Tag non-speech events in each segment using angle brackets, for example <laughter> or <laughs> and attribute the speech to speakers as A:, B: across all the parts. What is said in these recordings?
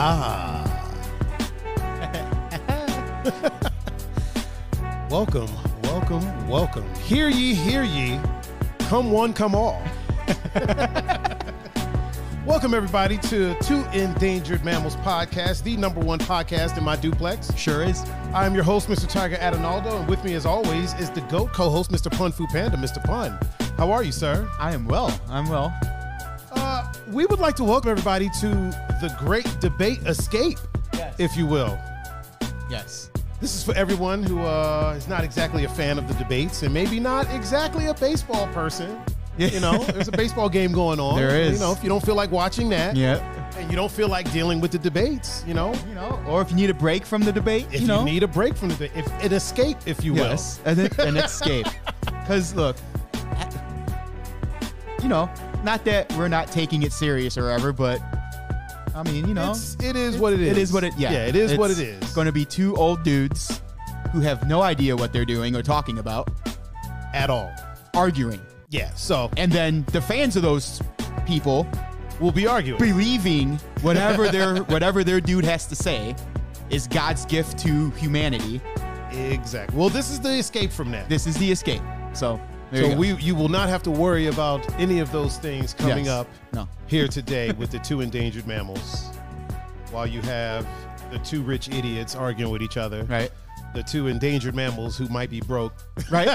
A: Ah. <laughs> welcome, welcome, welcome. Hear ye, hear ye. Come one, come all. <laughs> welcome, everybody, to Two Endangered Mammals Podcast, the number one podcast in my duplex.
B: Sure is.
A: I'm your host, Mr. Tiger Adinaldo, and with me, as always, is the GOAT co host, Mr. Pun Fu Panda. Mr. Pun, how are you, sir?
B: I am well. I'm well.
A: Uh, we would like to welcome everybody to the great debate escape,
B: Yes.
A: if you will.
B: Yes.
A: This is for everyone who uh, is not exactly a fan of the debates and maybe not exactly a baseball
B: <laughs>
A: person. You know, there's a baseball game going on.
B: There is.
A: You know, if you don't feel like watching that
B: Yeah.
A: and you don't feel like dealing with the debates, you know,
B: You know, or if you need a break from the debate,
A: if
B: you
A: you,
B: know,
A: need a break from the debate, if an escape, if you
B: yes, and then,
A: <laughs>
B: and escape. Because look, you know, not that we're not taking it serious or ever, but I mean, you
A: will.
B: know,
A: It's, it is what it is.
B: It is what it. Yeah,
A: yeah it is what it
B: It's
A: is.
B: Going to be two old dudes who have no idea what they're doing or talking about,
A: At all.
B: arguing,
A: Yeah. So
B: and then the fans of those people
A: we'll be arguing.
B: believing whatever
A: <laughs>
B: their whatever their dude has to say is God's gift to humanity.
A: exactly. Well, this is the escape from that.
B: This is the escape. So there you
A: so
B: go.
A: we you will not have to worry about any of those things coming
B: Yes.
A: up.
B: No.
A: here today with the two endangered mammals while you have the two rich idiots arguing with each other
B: Right.
A: the two endangered mammals who might be broke <laughs>
B: Right.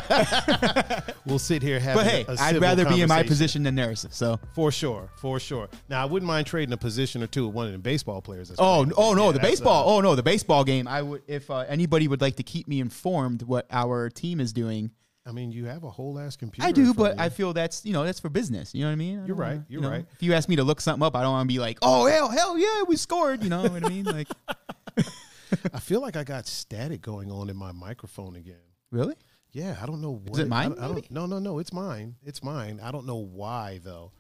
A: will sit here having
B: but hey,
A: a
B: I'd
A: civil
B: rather be in my
A: conversation.
B: position than theirs. So
A: for sure for sure now i wouldn't mind trading a position or two with one of the baseball players that's
B: oh
A: playing.
B: oh no,
A: Yeah,
B: the
A: that's
B: baseball. oh no, the baseball game. I would if uh, anybody would like to keep me informed what our team is doing.
A: a- I mean you have a whole ass computer
B: I
A: in
B: do,
A: front
B: but
A: of
B: I
A: you.
B: feel that's you know that's for business. You know what I mean? I don't
A: right,
B: wanna-
A: you're
B: know,
A: right.
B: If you ask me to look something up, I don't want to be like, oh hell, hell yeah, we scored. You know what I
A: <laughs>
B: mean? Like
A: I feel like i got static going on in my microphone again
B: really?
A: Yeah, I don't know. What
B: it mine,
A: I don't, I don't-
B: maybe?
A: no, no, no. It's mine. It's mine. I don't know why though.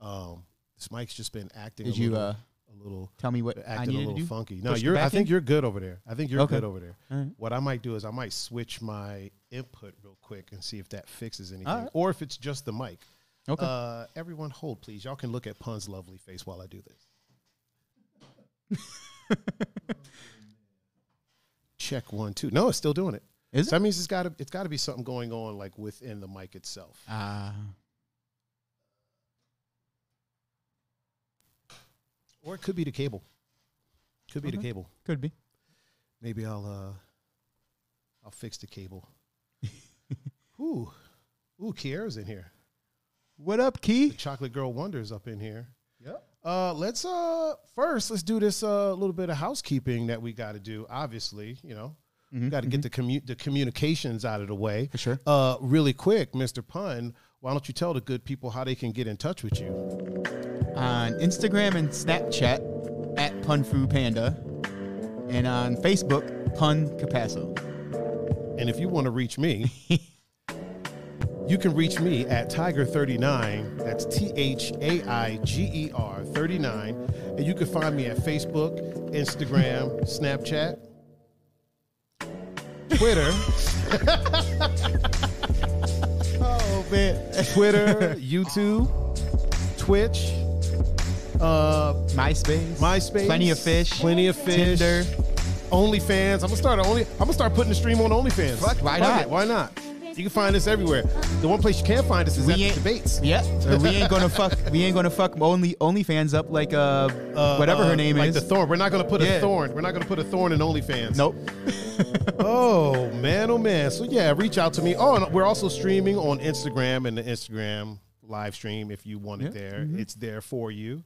A: Um, this mic's just been acting.
B: Did
A: a
B: you,
A: Little,
B: uh,
A: a little
B: Tell me what I
A: acting a
B: needed
A: little
B: to do.
A: funky. No,
B: Push it
A: you're.
B: back
A: I think
B: in?
A: you're good over there. I think you're
B: Okay.
A: good over there.
B: All right.
A: What I might do is I might switch my input real quick and see if that fixes anything,
B: right.
A: or if it's just the mic.
B: Okay.
A: Uh, everyone, hold please. Y'all can look at Pun's lovely face while I do this.
B: <laughs>
A: Check one two. No, it's still doing it.
B: Is
A: So that means it's got to it's got to be something going on like within the mic itself.
B: Ah.
A: Or it could be the cable. Could be the
B: Okay.
A: cable.
B: could be.
A: Maybe I'll uh I'll fix the
B: <laughs>
A: cable. Ooh. Ooh, Kiera's in here.
B: What up,
A: The
B: Key?
A: chocolate girl wonders up in here.
B: Yep.
A: Uh let's uh first let's do this uh little bit of housekeeping that we got to do obviously, you know. we got to get the commu- the communications out of the way.
B: Mm-hmm, For sure.
A: Uh really quick, Mr. Pun, why don't you tell the good people how they can get in touch with you?
B: On Instagram and Snapchat at Punfu Panda, and on Facebook Pun Capasso.
A: And if you want to reach me,
B: <laughs>
A: you can reach me at Tiger39. That's T H A I G E R 39. And you can find me at Facebook, Instagram, Snapchat, Twitter,
B: Oh man. <laughs>
A: Twitter, YouTube, Twitch, uh,
B: MySpace.
A: MySpace,
B: Plenty of fish.
A: Plenty of fish.
B: Tinder.
A: OnlyFans. I'm gonna start a only. I'm gonna start putting the stream on OnlyFans.
B: Fuck, why
A: Fuck
B: not?
A: it, Why not? You can find us everywhere. The one place you can't find us is at the debates.
B: Yeah. So we ain't gonna fuck. We ain't gonna fuck only OnlyFans up like uh,
A: Uh,
B: whatever
A: uh,
B: her name
A: like
B: is.
A: the thorn. We're not gonna put a
B: Yeah.
A: thorn. We're not gonna put a thorn in OnlyFans.
B: nope.
A: Oh man, oh man. So yeah, reach out to me. Oh, and we're also streaming on Instagram and the Instagram live stream if you want it
B: Yeah. Mm-hmm.
A: there. It's there for you.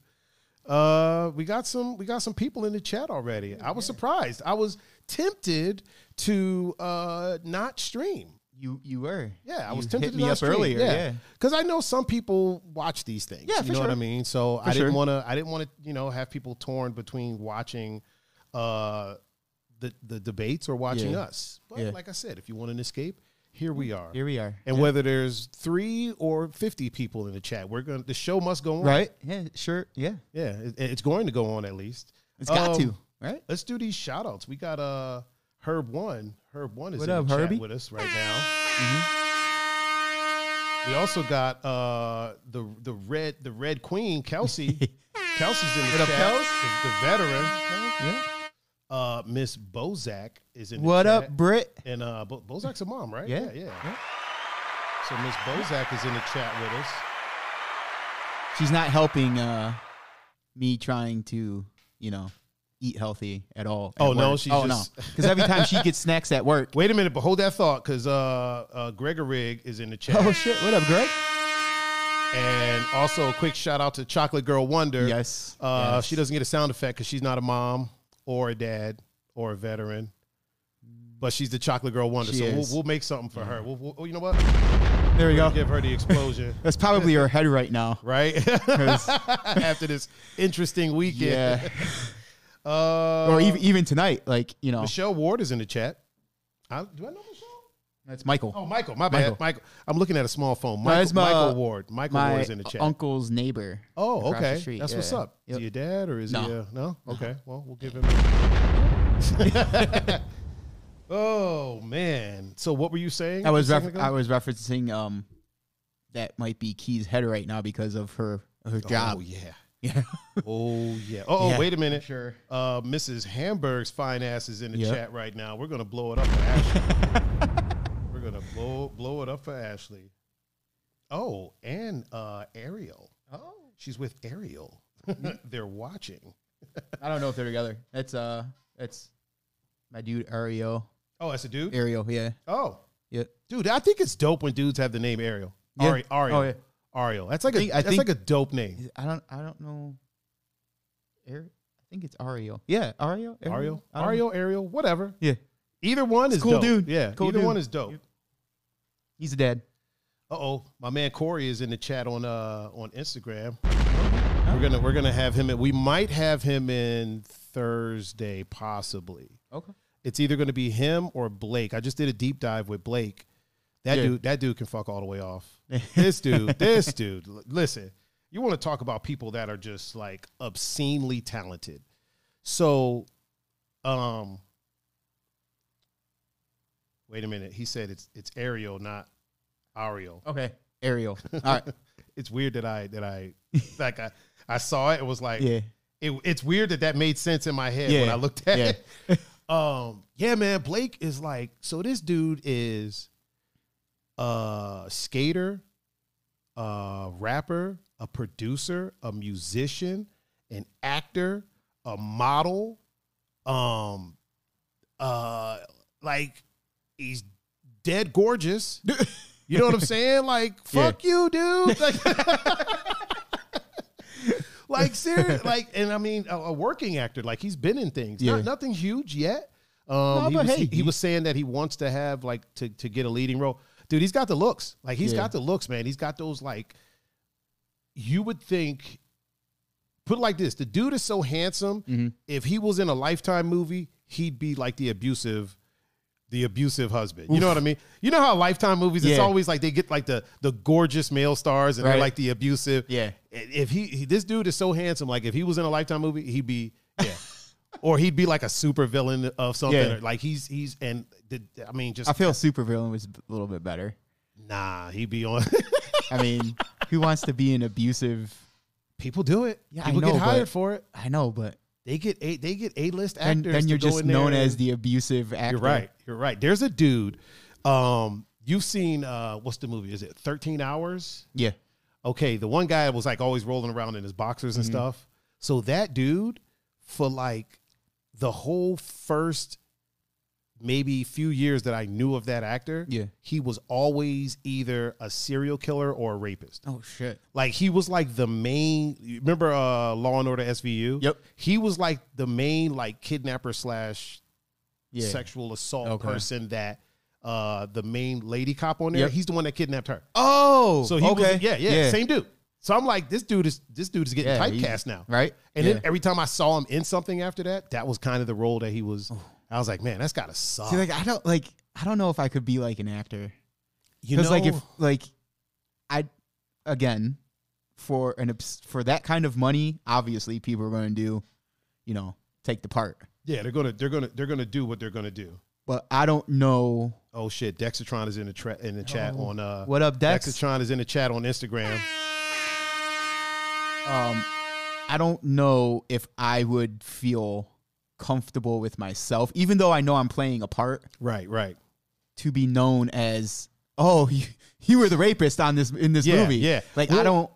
A: Uh, we got some we got some people in the chat already. I was surprised. I was tempted to uh not stream.
B: You you were.
A: Yeah, I
B: You
A: was tempted
B: hit
A: to
B: me
A: not
B: up
A: stream.
B: earlier. Yeah.
A: because I know some people watch these things.
B: Yeah,
A: you
B: for
A: know what I
B: sure.
A: mean. So I
B: For
A: didn't
B: sure.
A: want to. I didn't want to. You know, have people torn between watching uh, the the debates or watching
B: Yeah.
A: us. But
B: Yeah.
A: like I said, if you want an escape, here we are.
B: Here we are.
A: and whether there's three or fifty people in the chat, we're going. to The show must go on.
B: Right. Yeah. Sure. Yeah.
A: Yeah, it, it's going to go on at least.
B: It's got
A: Um,
B: to. Right.
A: Let's do these shout outs. We got uh Herb One. Herb One is
B: What
A: in
B: up,
A: the chat
B: Herbie?
A: with us right now. Mm-hmm.
B: <laughs>
A: We also got uh the the red the red queen Kelsey Kelsey's in the
B: What up,
A: chat.
B: Kels?
A: The veteran.
B: Yeah.
A: Uh, Miss Bozak is in.
B: What
A: the
B: up,
A: chat.
B: Britt?
A: And uh, Bo- Bozak's a mom, right?
B: Yeah.
A: yeah. So Miss Bozak is in the chat with us.
B: She's not helping uh, me trying to, you know, eat healthy at all. at
A: Oh, no,
B: work.
A: she's
B: oh no,
A: just-
B: because every time she gets snacks
A: <laughs>
B: at work.
A: Wait a minute, but hold that thought, because uh, uh, Gregor Rig is in the chat.
B: Oh shit! What up, Greg?
A: And also a quick shout out to Chocolate Girl Wonder.
B: Yes.
A: Uh,
B: yes.
A: She doesn't get a sound effect because she's not a mom or a dad or a veteran, but she's the Chocolate Girl Wonder.
B: She
A: so we'll,
B: is.
A: we'll make something for her. We'll, we'll- oh, you know what?
B: There we go.
A: Give her the explosion,
B: <laughs> That's probably her head
A: <laughs>
B: right now.
A: right?
B: 'cause-
A: After this interesting weekend. <laughs>
B: yeah.
A: Uh,
B: or even even tonight, like you know,
A: Michelle Ward is in the chat. I, do I know Michelle?
B: that's Michael.
A: Oh, Michael. My bad. Michael.
B: Michael.
A: I'm looking at a small phone.
B: No,
A: Michael,
B: it's my-
A: Michael Ward. Michael
B: My
A: Ward is in the chat.
B: uncle's neighbor.
A: Oh,
B: across the
A: okay.
B: street,
A: That's what's
B: yeah.
A: up.
B: Yep.
A: Is he a dad or is he
B: No.
A: a no?
B: <laughs>
A: Okay. Well, we'll give him. <laughs> A... oh man. So what were you saying?
B: I was
A: a second
B: ref-
A: ago?
B: I was referencing um that might be Key's head right now because of her her
A: Oh
B: job. <laughs>
A: yeah.
B: Yeah.
A: Oh yeah. Oh,
B: Yeah.
A: wait a minute.
B: Sure.
A: Uh, Mrs. Hamburg's fine ass is in the
B: Yep.
A: chat right now. We're gonna blow it up for Ashley.
B: <laughs>
A: we're gonna blow blow it up for Ashley. Oh, and uh, Ariel.
B: oh. Mm-hmm.
A: She's with Ariel. <laughs> They're watching.
B: I don't know if they're together. That's uh that's my dude Ariel.
A: Oh, that's a dude.
B: Ariel, yeah.
A: Oh,
B: Yeah.
A: Dude, I think it's dope when dudes have the name Ariel.
B: Yeah.
A: Ari, Ariel.
B: Oh, yeah.
A: Ariel. That's like
B: think-
A: a
B: I
A: that's
B: think-
A: like a dope name.
B: I don't I don't know Ari- I think it's Ariel. Yeah, Ariel.
A: Ariel.
B: I don't-
A: Ariel, Ariel, whatever.
B: Yeah.
A: Either one is
B: cool
A: dope.
B: dude.
A: Yeah.
B: Cool
A: either
B: dude.
A: one is dope.
B: He's a dad.
A: Uh oh. My man Corey is in the chat on uh on Instagram. We're gonna we're gonna have him in we might have him in Thursday, possibly.
B: Okay.
A: It's either gonna be him or Blake. I just did a deep dive with Blake. That
B: Yeah.
A: dude, that dude can fuck all the way off. This dude, this dude. l- Listen, you want to talk about people that are just like obscenely talented. So, um, wait a minute. He said it's it's Ariel, not Ariel.
B: Okay.
A: <laughs>
B: Ariel. All right.
A: It's weird that I that I like I I saw it. It was like
B: Yeah.
A: it, it's weird that that made sense in my head when
B: Yeah.
A: I looked at
B: Yeah.
A: it. <laughs> um, yeah, man, Blake is like so. This dude is a skater, a rapper, a producer, a musician, an actor, a model. Um, uh, like he's dead gorgeous. You know what I'm saying?
B: <laughs>
A: Like, fuck you, dude. <laughs> Like, like serious. Like, and I mean, a, a working actor. Like, he's been in things. Not-
B: Yeah.
A: nothing huge yet. Um,
B: No,
A: he,
B: but
A: was,
B: hey,
A: he, he
B: he-
A: was saying that he wants to have like to to get a leading role. Dude, he's got the looks. Like, he's
B: Yeah.
A: got the looks, man. He's got those like. You would think. Put it like this: the dude is so handsome.
B: Mm-hmm.
A: If he was in a Lifetime movie, he'd be like the abusive the abusive husband. You know what I mean? You know how Lifetime movies, it's
B: Yeah.
A: always like they get like the the gorgeous male stars and they're
B: Right.
A: like the abusive.
B: Yeah.
A: If he, he this dude is so handsome, like if he was in a Lifetime movie, he'd be
B: <laughs>
A: yeah, or he'd be like a super villain of something.
B: Yeah.
A: Or like he's he's and the, I mean just
B: I feel supervillain was a little bit better.
A: nah, he'd be on. <laughs>
B: I mean, who wants to be an abusive?
A: People do it.
B: Yeah, I
A: people
B: know,
A: get hired
B: but-
A: for it.
B: I know, but
A: They get a they get a list
B: then,
A: actors.
B: then
A: to
B: you're
A: go
B: just
A: in there
B: known
A: and-
B: as the abusive actor.
A: You're right. You're right. There's a dude. Um, you've seen uh, what's the movie? Is it 13 Hours?
B: Yeah.
A: okay, the one guy was like always rolling around in his boxers
B: Mm-hmm.
A: and stuff. So that dude, for like the whole first maybe few years that I knew of that actor,
B: Yeah.
A: he was always either a serial killer or a rapist.
B: Oh shit.
A: Like he was like the main. you Remember uh, Law and Order SVU?
B: Yep.
A: He was like the main like kidnapper slash
B: Yeah.
A: sexual assault
B: Okay.
A: person that uh the main lady cop on there.
B: Yep.
A: He's the one that kidnapped her.
B: Oh.
A: So he
B: okay.
A: was, yeah, yeah, same dude. So I'm like, this dude is this dude is getting
B: Yeah, he-
A: typecast now,
B: Right.
A: And
B: yeah.
A: then every time I saw him in something after that, that was kind of the role that he was. I was like, man, that's gotta suck.
B: See, like I don't like I don't know if I could be like an actor
A: you
B: because
A: know,
B: like if like I again for an obs- for that kind of money, obviously people are going to do, you know, take the part.
A: yeah, they're gonna they're gonna they're gonna do what they're gonna do.
B: But I don't know
A: Oh shit, Dexatron is in the tra- in the chat
B: Oh.
A: on uh
B: what up, Dex.
A: Dexatron is in the chat on Instagram.
B: Um, I don't know if I would feel comfortable with myself, even though I know I'm playing a part,
A: Right, right.
B: to be known as oh <laughs> you, you were the rapist on this in this
A: Yeah,
B: movie.
A: yeah.
B: like I
A: Well-
B: don't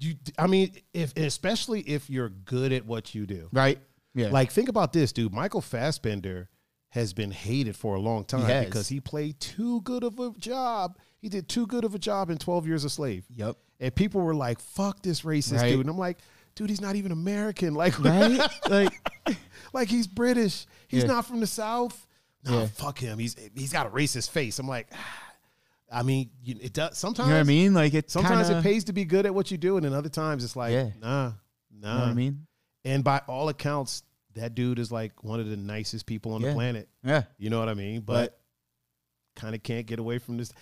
A: You, I mean, if especially if you're good at what you do.
B: right. Yeah,
A: Like, think about this, dude. Michael Fassbender has been hated for a long time
B: has.
A: because he played too good of a job. He did too good of a job in Twelve Years a Slave.
B: yep.
A: And people were like, "Fuck this racist
B: Right.
A: dude," and I'm like, "Dude, he's not even American. Like, <laughs>
B: Right? like
A: like he's British. He's
B: Yeah.
A: not from the South. No,
B: Yeah.
A: fuck him. He's he's got a racist face. I'm like, <sighs> ah. I mean, you, it does sometimes.
B: you know what I mean? Like it's
A: Sometimes
B: kinda-
A: it pays to be good at what you do, and then other times it's like,
B: Yeah.
A: nah, nah.
B: You know what I mean?
A: And by all accounts, that dude is like one of the nicest people on
B: Yeah.
A: the planet.
B: Yeah.
A: You know what I mean? But kind of can't get away from this.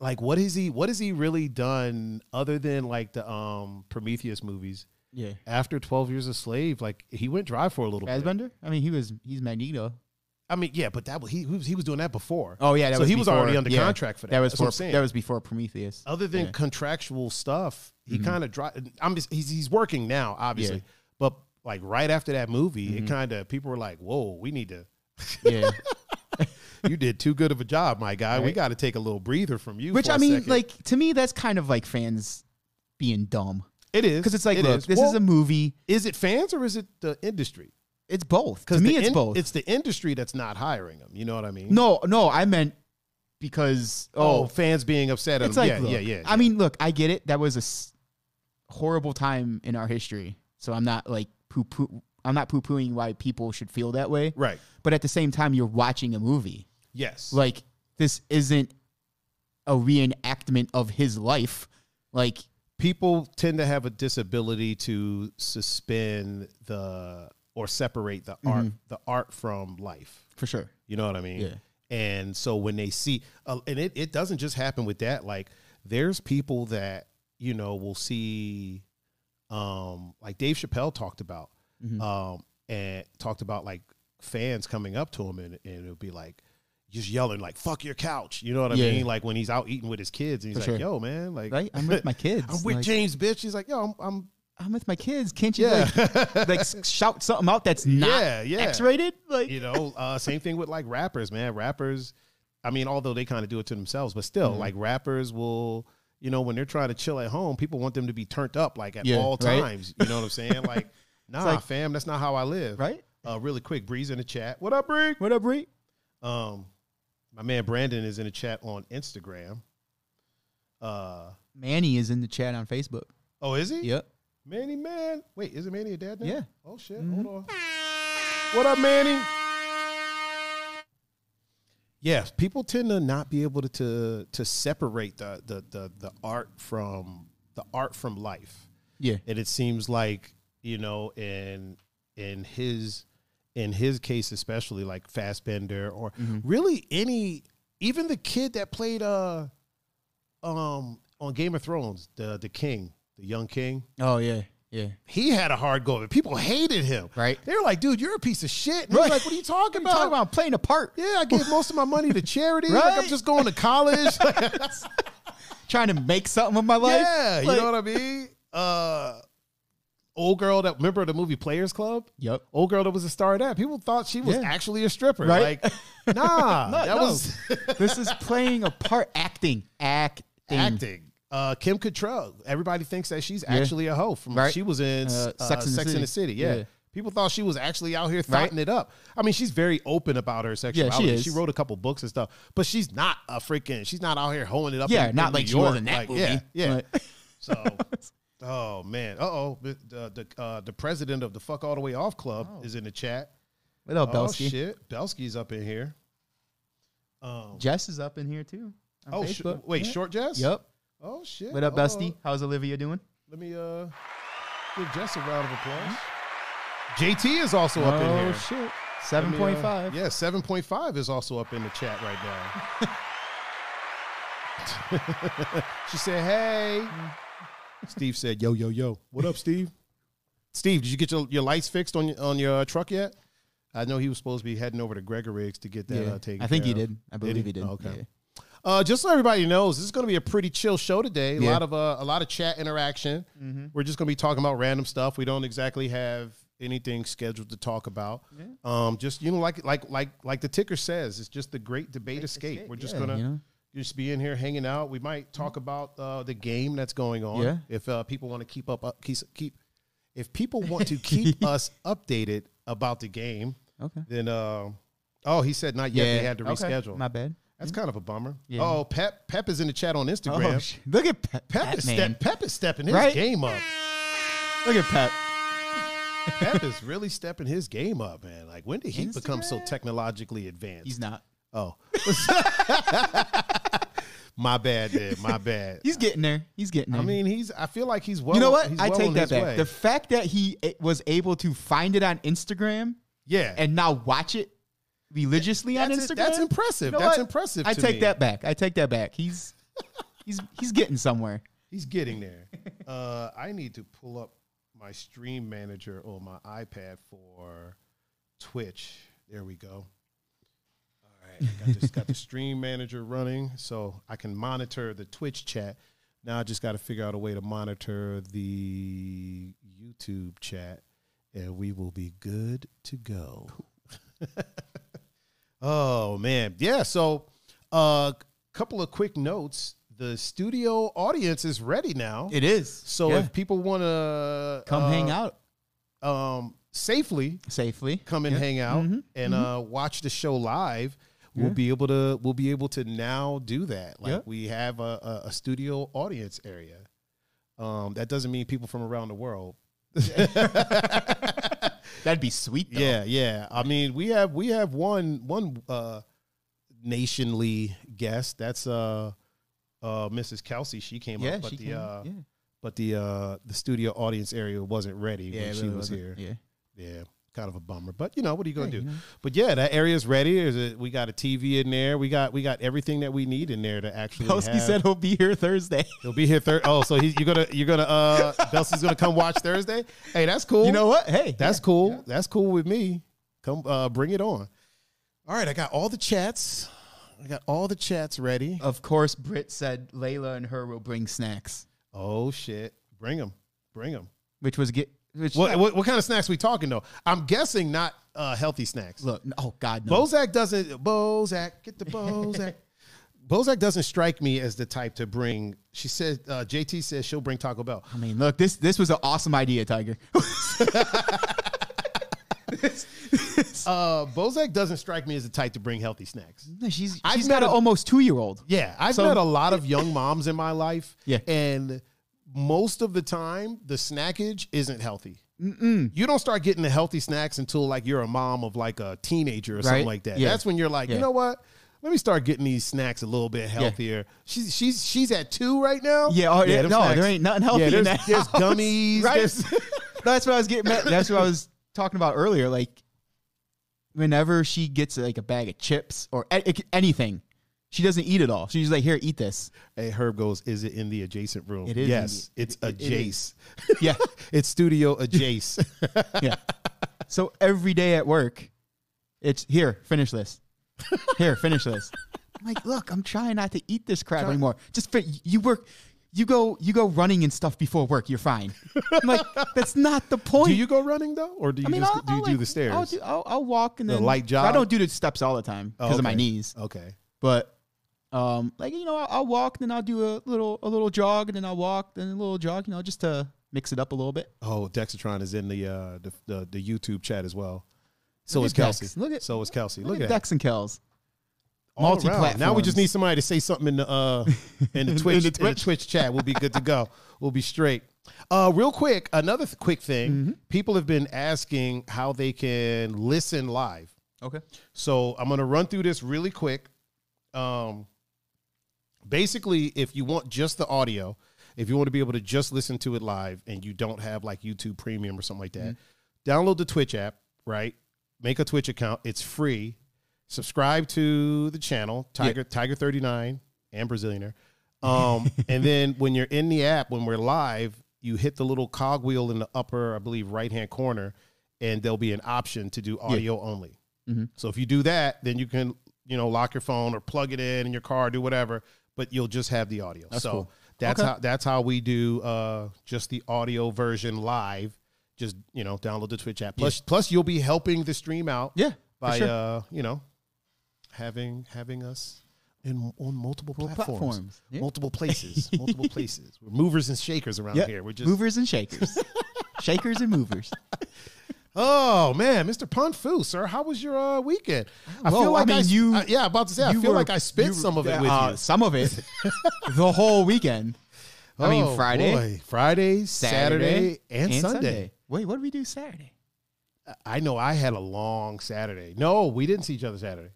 A: Like, what is he? What has he really done other than like the um Prometheus movies?
B: Yeah.
A: After Twelve Years a Slave, like he went dry for a little bit.
B: Fassbender? I mean, he was he's Magneto.
A: I mean, yeah, but that was- he he was, he was doing that before.
B: Oh yeah, that
A: so
B: was
A: he was
B: before-
A: already under
B: yeah,
A: contract for that.
B: That was
A: That's what
B: for
A: I'm saying.
B: that was before Prometheus.
A: Other than
B: yeah. Mm-hmm.
A: contractual stuff, he kind of dri I'm just he's he's working now, obviously,
B: Yeah. Mm-hmm.
A: but like right after that movie, it kind of people were like, "Whoa, we need to."
B: yeah.
A: You did too good of a job, my guy. We
B: Right.
A: got to take a little breather from you.
B: Which
A: for a
B: I mean,
A: second."
B: like to me, that's kind of like fans being dumb
A: it is
B: because it's like,
A: It
B: look, this is
A: Well,
B: a movie.
A: is it fans or is it the industry?
B: It's both. To me,
A: the
B: it's
A: in-
B: both.
A: It's the industry that's not hiring them. You know what I mean?
B: no, no, I meant because
A: oh,
B: oh,
A: fans being upset at
B: it's
A: them.
B: like
A: yeah,
B: look,
A: yeah, yeah.
B: I mean, look, I get it. That was a s- horrible time in our history, so I'm not like poo poo. I'm not poo pooing why people should feel that way,
A: right?
B: but at the same time, you're watching a movie.
A: Yes,
B: Like this isn't a reenactment of his life. Like
A: people tend to have a disability to suspend the or separate the art
B: Mm-hmm.
A: the art from life.
B: for sure.
A: You know what I mean?
B: Yeah.
A: And so when they see, uh, and it, it doesn't just happen with that. Like there's people that you know will see, um, like Dave Chappelle talked about,
B: Mm-hmm.
A: um, and talked about like fans coming up to him and, and it'll be like just yelling like "fuck your couch," you know what I
B: Yeah.
A: mean? Like when he's out eating with his kids, and he's
B: For
A: like,
B: sure.
A: "Yo, man, like
B: Right? I'm with my kids.
A: <laughs> I'm with
B: Like,
A: James, bitch. He's like, yo, I'm, I'm
B: I'm with my kids. Can't you
A: yeah,
B: like like s- <laughs> shout something out that's not
A: yeah, yeah.
B: X-rated? Like
A: You know, uh, same thing with like rappers, man. Rappers, I mean, although they kind of do it to themselves, but
B: Mm-hmm.
A: still, like rappers will, you know, when they're trying to chill at home, people want them to be turned up like at
B: Yeah,
A: all
B: right?
A: times. You know what I'm
B: <laughs>
A: saying? Like, nah,
B: like-
A: fam, that's not how I live.
B: right?
A: Uh, really quick, Bree's in the chat. What up, Bree?
B: What up, Bree?
A: Um, my man Brandon is in the chat on Instagram. Uh,
B: Manny is in the chat on Facebook.
A: oh, is he?
B: Yep.
A: Manny Man. Wait, is it Manny a dad now?
B: Yeah.
A: Oh shit. Hold on. What up, Manny? Yes, people tend to not be able to to, to separate the, the the the art from the art from life.
B: Yeah.
A: And it seems like, you know, in in his in his case especially like Fassbender or really any even the kid that played uh um on Game of Thrones, the the king, the young king
B: Oh yeah. Yeah.
A: he had a hard go of it. People hated him.
B: Right.
A: They were like, dude, you're a piece of shit. And he was
B: Right.
A: like, what are you talking about?
B: Talk about playing a part.
A: Yeah, I gave most of my money to charity. Like, I'm
B: Right.
A: just going to
B: <laughs>
A: college. Like,
B: Trying to make something of my life.
A: yeah, you
B: Like-
A: know what I mean? Uh, old girl that, remember the movie Players Club?
B: Yep.
A: Old girl that was a star of that. People thought she was
B: Yeah.
A: actually a stripper.
B: Right.
A: Like,
B: <laughs>
A: nah,
B: No,
A: that
B: no.
A: was
B: this is playing a part
A: <laughs>
B: acting. Acting.
A: acting. Uh, Kim Cattrall. Everybody thinks that she's actually a hoe from
B: Right.
A: she was in
B: Uh,
A: uh, Sex,
B: Sex and the
A: in the
B: City.
A: City. Yeah.
B: Yeah.
A: People thought she was actually out here
B: Right.
A: thoughting it up. I mean, she's very open about her sexuality.
B: is.
A: she wrote a couple books and stuff, but she's not a freaking. She's not out here hoeing it up.
B: Yeah,
A: in-
B: not
A: in
B: like
A: New
B: she was
A: York.
B: in that
A: Like,
B: movie.
A: Yeah, yeah.
B: But-
A: So, <laughs> oh man, uh oh, the the uh, the president of the fuck all the way off club is in the chat.
B: <laughs> what
A: Oh
B: up, Oh. Belsky?
A: shit, Belsky's up in here. Um,
B: Jess is up in here too. on
A: oh sh-
B: Facebook.
A: wait,
B: Yeah.
A: short Jess.
B: Yep.
A: Oh shit.
B: What up,
A: Hold
B: Bestie?
A: on.
B: How's Olivia doing?
A: Let me uh give Jess a round of applause. JT is also up in
B: oh
A: here.
B: shit.
A: Let
B: Seven
A: me, uh,
B: point five.
A: yeah, seven point five is also up in the chat right now. <laughs> she said, "Hey." Steve said, "Yo, yo, yo. What up, Steve? Steve, did you get your, your lights fixed on your- on your uh, truck yet? I know he was supposed to be heading over to Gregor Riggs to get that
B: Yeah.
A: uh, taken.
B: I think
A: care
B: he
A: of.
B: did. I believe he did.
A: Okay.
B: Yeah.
A: Uh, just so everybody knows, this is going to be a pretty chill show today. A
B: Yeah. Mm-hmm.
A: lot of uh, a lot of chat interaction. We're just going to be talking about random stuff. We don't exactly have anything scheduled to talk about. Um, just you know, like like like like the ticker says, it's just the great debate escape. We're just
B: yeah,
A: gonna
B: you know?
A: just be in here hanging out. We might talk about uh, the game that's going on.
B: Yeah.
A: If uh, people want to keep up, up keep, keep if people want
B: <laughs>
A: to keep us updated about the game,
B: Okay.
A: then uh, oh, he said not yet. They had to
B: okay.
A: reschedule.
B: My bad.
A: That's kind of a bummer. Oh, Pep Pep is in the chat on Instagram.
B: Mm-hmm. Oh, sh- look at Pep.
A: Pep is,
B: Batman.
A: step, Pep is stepping his
B: Right?
A: game up.
B: Look at Pep.
A: Pep
B: <laughs>
A: is really stepping his game up, man. Like when did he become so technologically advanced?
B: He's not. <laughs>
A: oh, my bad, dude. My bad.
B: He's getting there. He's getting there.
A: I mean, he's. I feel like he's well.
B: you know what?
A: he's
B: I
A: well
B: take
A: on
B: that
A: his
B: back.
A: way.
B: The fact that he eh, was able to find it on Instagram
A: yeah,
B: and now watch it religiously on
A: that's,
B: Instagram.
A: it- that's impressive.
B: You know
A: that's
B: what?
A: impressive.
B: I
A: to
B: take
A: me.
B: that back. I take that back. He's he's he's getting somewhere.
A: He's getting
B: <laughs>
A: there. Uh, I need to pull up my stream manager on my iPad for Twitch. There we go. All right, I got, this, got the stream manager running, so I can monitor the Twitch chat. Now I just got to figure out a way to monitor the YouTube chat, and we will be good to go. <laughs> Oh man, yeah. So, a uh, couple of quick notes. The studio audience is ready now.
B: It is.
A: so if uh, people want to
B: come hang out
A: um, safely,
B: safely.
A: come and hang out
B: Mm-hmm.
A: and uh, watch the show live. We'll be able to we'll be able to now do that. Like
B: Yeah.
A: we have a, a, a studio audience area. Um, that doesn't mean people from around the
B: <laughs>
A: world. <laughs>
B: That'd be sweet. Though.
A: Yeah, yeah. I mean, we have we have one one uh nationally guest. That's uh uh Mrs. Kelsey. She came
B: Yeah.
A: up, but
B: she
A: the
B: can-
A: uh
B: yeah.
A: but the uh the studio audience area wasn't ready
B: Yeah,
A: when
B: it
A: she
B: really
A: was
B: wasn't-
A: here.
B: Yeah.
A: Yeah, kind of a bummer. But you know, what are you gonna
B: Hey,
A: do?
B: you know.
A: But yeah, that area's ready. There's a, we got a TV in there. We got we got everything that we need in there to actually.
B: Kowski
A: have-
B: said he'll be
A: <laughs>
B: here Thursday.
A: he'll be here Thursday. Oh, so he, you're gonna you're gonna uh Belsey's gonna come watch Thursday. Hey, that's cool.
B: you know what? Hey,
A: That's cool. That's cool with me. Come uh, bring it on. All right, I got all the chats. I got all the chats ready.
B: of course. Britt said Layla and her will bring snacks,
A: Oh shit, bring them, bring them.
B: which was get. Which
A: What, what what kind of snacks we talking though? I'm guessing not uh, healthy snacks.
B: look? Oh God, no.
A: Bozak doesn't. Bozak, get the
B: <laughs>
A: Bozak. Bozak doesn't strike me as the type to bring. She said uh, JT says she'll bring Taco Bell.
B: I mean, look, this this was an awesome idea, Tiger.
A: Uh, Bozak doesn't strike me as the type to bring healthy snacks.
B: <laughs> she's
A: I've
B: she's got
A: met
B: an
A: a-
B: almost two year old.
A: Yeah, I've
B: So-
A: met a lot of young moms in my life.
B: Yeah.
A: And most of the time, the snackage isn't healthy. You don't start getting the healthy snacks until like you're a mom of like a teenager or something
B: Right?
A: like that.
B: Yeah.
A: That's when you're like, you
B: Yeah.
A: know what? Let me start getting these snacks a little bit healthier. She's she's she's at two right now.
B: Yeah, oh, yeah,
A: them
B: no, there ain't nothing healthy
A: Yeah,
B: in
A: there's,
B: that
A: there's
B: house.
A: gummies.
B: Right?
A: there's-
B: No, <laughs> that's what I was getting. At. That's what I was talking about earlier. Like, whenever she gets like a bag of chips or a- a- anything, she doesn't eat it all. She's like, "Here, eat this."
A: Hey, Herb goes, is it in the adjacent room?
B: It is in
A: Yes,
B: the-
A: it's
B: it- it- it
A: adjacent.
B: is. <laughs> Yeah,
A: it's studio adjacent.
B: yeah. So every day at work, it's here. Finish this. <laughs> Here, finish this. I'm like, look, I'm trying not to eat this crap anymore. Just fit. You work. You go. You go running and stuff before work. You're fine. I'm like, that's not the
A: <laughs>
B: point.
A: do you go running though, or do you just do you do
B: like,
A: the stairs?
B: I'll, do, I'll, I'll walk and
A: The
B: then
A: light
B: I
A: jog?
B: don't do the steps all the time because of my
A: Oh, okay.
B: knees.
A: Okay.
B: But um, like you know, I'll, I'll walk, then I'll do a little a little jog, and then I'll walk, then a little jog. You know, just to mix it up a little bit.
A: Oh, Dexatron is in the uh the the, the YouTube chat as well. So
B: Look
A: is
B: at Dex.
A: Kelsey.
B: Look at-
A: so is Kelsey. Look, at, that.
B: Dex and Kells.
A: All around. Now we
B: multi-platforms.
A: just need somebody to say something in the
B: <laughs>
A: uh in the
B: In
A: Twitch in
B: the
A: the Twitch,
B: Twitch.
A: chat. We'll be good to go. We'll be straight. Uh, real quick, another th- quick thing.
B: Mm-hmm.
A: People have been asking how they can listen live.
B: Okay.
A: So I'm gonna run through this really quick. Um, basically, if you want just the audio, if you want to be able to just listen to it live, and you don't have like YouTube Premium or something like that, download the Twitch app. Right, make a Twitch account. It's free. Subscribe to the channel Tiger Tiger Thirty Nine and Brazilianer. Um, and then when you're in the app, when we're live, you hit the little cogwheel in the upper, I believe, right hand corner, and there'll be an option to do audio only. So if you do that, then you can you know, lock your phone or plug it in in your car, do whatever, but you'll just have the audio. so
B: cool.
A: that's
B: Okay.
A: how that's how we do uh, just the audio version live. Just you know, download the Twitch app. Plus, plus you'll be helping the stream out.
B: Yeah, for
A: by
B: sure.
A: uh, you know, having having us in on multiple platforms,
B: platforms, yeah.
A: multiple
B: <laughs>
A: places, multiple places. We're movers and shakers around
B: Yep.
A: here. We're just
B: movers and
A: <laughs>
B: shakers, shakers and movers.
A: Oh man, Mr. Ponfu, sir, how was your uh, weekend? I
B: Well, I mean,
A: s-
B: you-
A: I- yeah, about to say, I
B: You
A: feel
B: were-
A: like I spent
B: you-
A: some of it with
B: uh,
A: you.
B: Some
A: <laughs>
B: of it, the whole weekend. I mean,
A: Oh,
B: Friday,
A: boy. Friday, Saturday, and, Sunday.
B: Wait, what did we do Saturday?
A: I know I had a long Saturday. No, we didn't see each other Saturday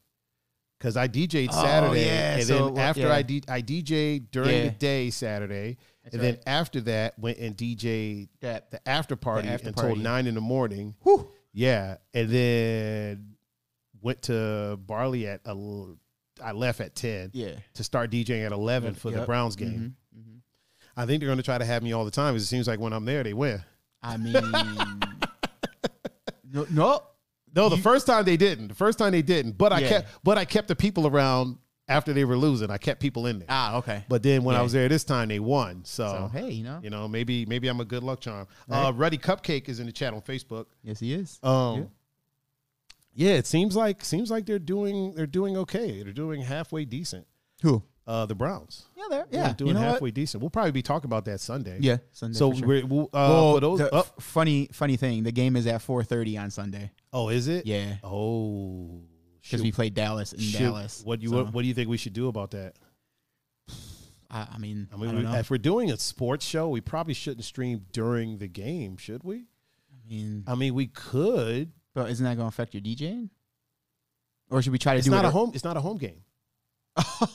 A: because I DJ'd Saturday,
B: Oh, yeah,
A: and
B: so it
A: then
B: wa-
A: after
B: yeah.
A: I D- I DJ'd during
B: Yeah.
A: the day Saturday, and then
B: right.
A: after that went and DJ'd
B: That-
A: the after party
B: after
A: until
B: party.
A: nine in the morning.
B: Whew.
A: Yeah, and then went to Barley at el- I left at ten.
B: Yeah.
A: to start DJing at eleven for the
B: Yep. Mm-hmm.
A: Browns game. I think they're going to try to have me all the time. 'cause It seems like when I'm there, they win.
B: I mean, <laughs> no, no.
A: No, the first time they didn't. The first time they didn't. But I
B: Yeah.
A: kept, but I kept the people around after they were losing. I kept people in there.
B: Ah, okay.
A: But then when I
B: Yeah.
A: was there this time, they won. So,
B: so, hey, you know,
A: you know, maybe maybe I'm a good luck charm. Uh,
B: Right.
A: Ruddy Cupcake is in the chat on Facebook.
B: yes, he is.
A: Um, yeah. it seems like seems like they're doing they're doing okay. They're doing halfway decent.
B: Who?
A: Uh, the Browns.
B: Yeah, there.
A: They're
B: Yeah,
A: doing
B: you know
A: halfway decent. We'll probably be talking about that Sunday.
B: What? Yeah, Sunday.
A: so
B: for sure.
A: we're, we'll, uh, for
B: well,
A: those,
B: the
A: oh,
B: f- funny, funny thing. The game is at 4:30 on Sunday
A: oh, is it?
B: Yeah.
A: Oh,
B: because
A: shoot.
B: we played Dallas in
A: Shoot.
B: Dallas.
A: What do you
B: so,
A: what, what do you think we should do about that?
B: I, I mean,
A: I
B: I
A: mean,
B: don't
A: we-
B: know.
A: if we're doing a sports show, we probably shouldn't stream during the game, should we?
B: I mean,
A: I mean, we could.
B: but isn't that going to affect your DJing? Or should we try to
A: It's
B: do
A: not
B: it?
A: a home. It's not a home game.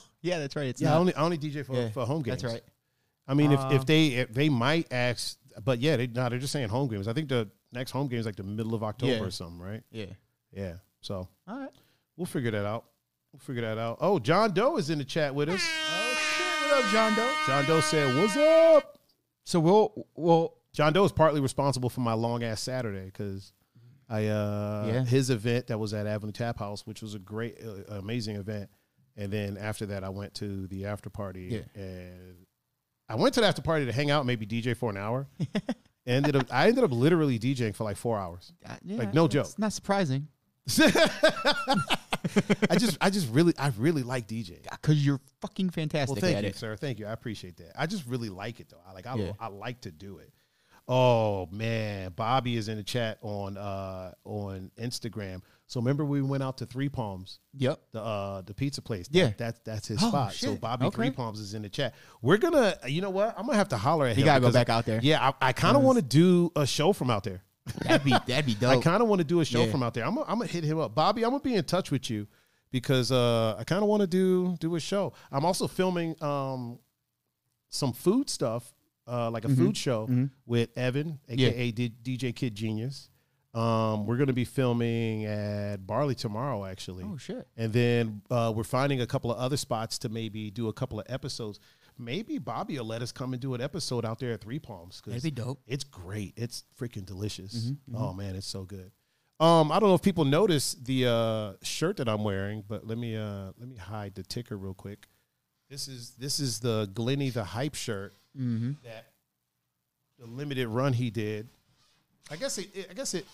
B: <laughs> yeah, that's right. It's
A: Yeah, I
B: not.
A: only I only DJ for,
B: Yeah,
A: for home games.
B: that's right.
A: I mean, if,
B: Uh,
A: if they if they might ask, but yeah, they, no, they're just saying home games. I think the next home game is like the middle of October
B: Yeah.
A: or something, right?
B: Yeah.
A: Yeah. So
B: All right.
A: we'll figure that out. We'll figure that out. Oh, John Doe is in the chat with us.
B: Oh, What up, John Doe?
A: John Doe said, "What's up?"
B: So we'll we'll
A: John Doe is partly responsible for my long ass Saturday because I uh
B: Yeah.
A: his event that was at Avenue Tap House, which was a great, uh, amazing event, and then after that I went to the after party and I went to the after party to hang out, maybe DJ for an hour. ended up I ended up literally DJing for like four hours.
B: uh, yeah,
A: Like, no
B: it's
A: joke.
B: Not surprising
A: I just I just really I really like DJing.
B: because you're fucking fantastic
A: Well, thank
B: at
A: you,
B: it.
A: sir. Thank you. I appreciate that. I just really like it though. I like I,
B: Yeah.
A: I like to do it. Oh man, Bobby is in the chat on uh on Instagram. So remember we went out to Three Palms,
B: Yep.
A: the uh the pizza place.
B: Yeah.
A: that, that's that's his
B: Oh,
A: spot. So
B: shit.
A: Bobby
B: Okay.
A: Three Palms is in the chat. We're gonna, you know what? I'm gonna have to holler at
B: You
A: him.
B: gotta go
A: because-
B: back out there.
A: Yeah, I, I kind of want to do a show from out there.
B: That'd be
A: <laughs>
B: that'd be
A: I
B: dope.
A: kind of want to do a show
B: Oh. Yeah.
A: from out there. I'm gonna I'm gonna hit him up, Bobby. I'm gonna be in touch with you because uh, I kind of want to do do a show. I'm also filming um, some food stuff, uh, like a
B: Mm-hmm.
A: food show with Evan, aka D- DJ Kid Genius. Um, we're gonna be filming at Barley tomorrow, actually.
B: Oh, shit.
A: And then uh, we're finding a couple of other spots to maybe do a couple of episodes. Maybe Bobby will let us come and do an episode out there at Three Palms. 'cause
B: That'd be dope.
A: it's great. It's freaking delicious. Oh man, it's so good. Um, I don't know if people notice the uh, shirt that I'm wearing, but let me uh, let me hide the ticker real quick. This is this is the Glenny the hype shirt that the limited run he did. I guess it. it- I guess it.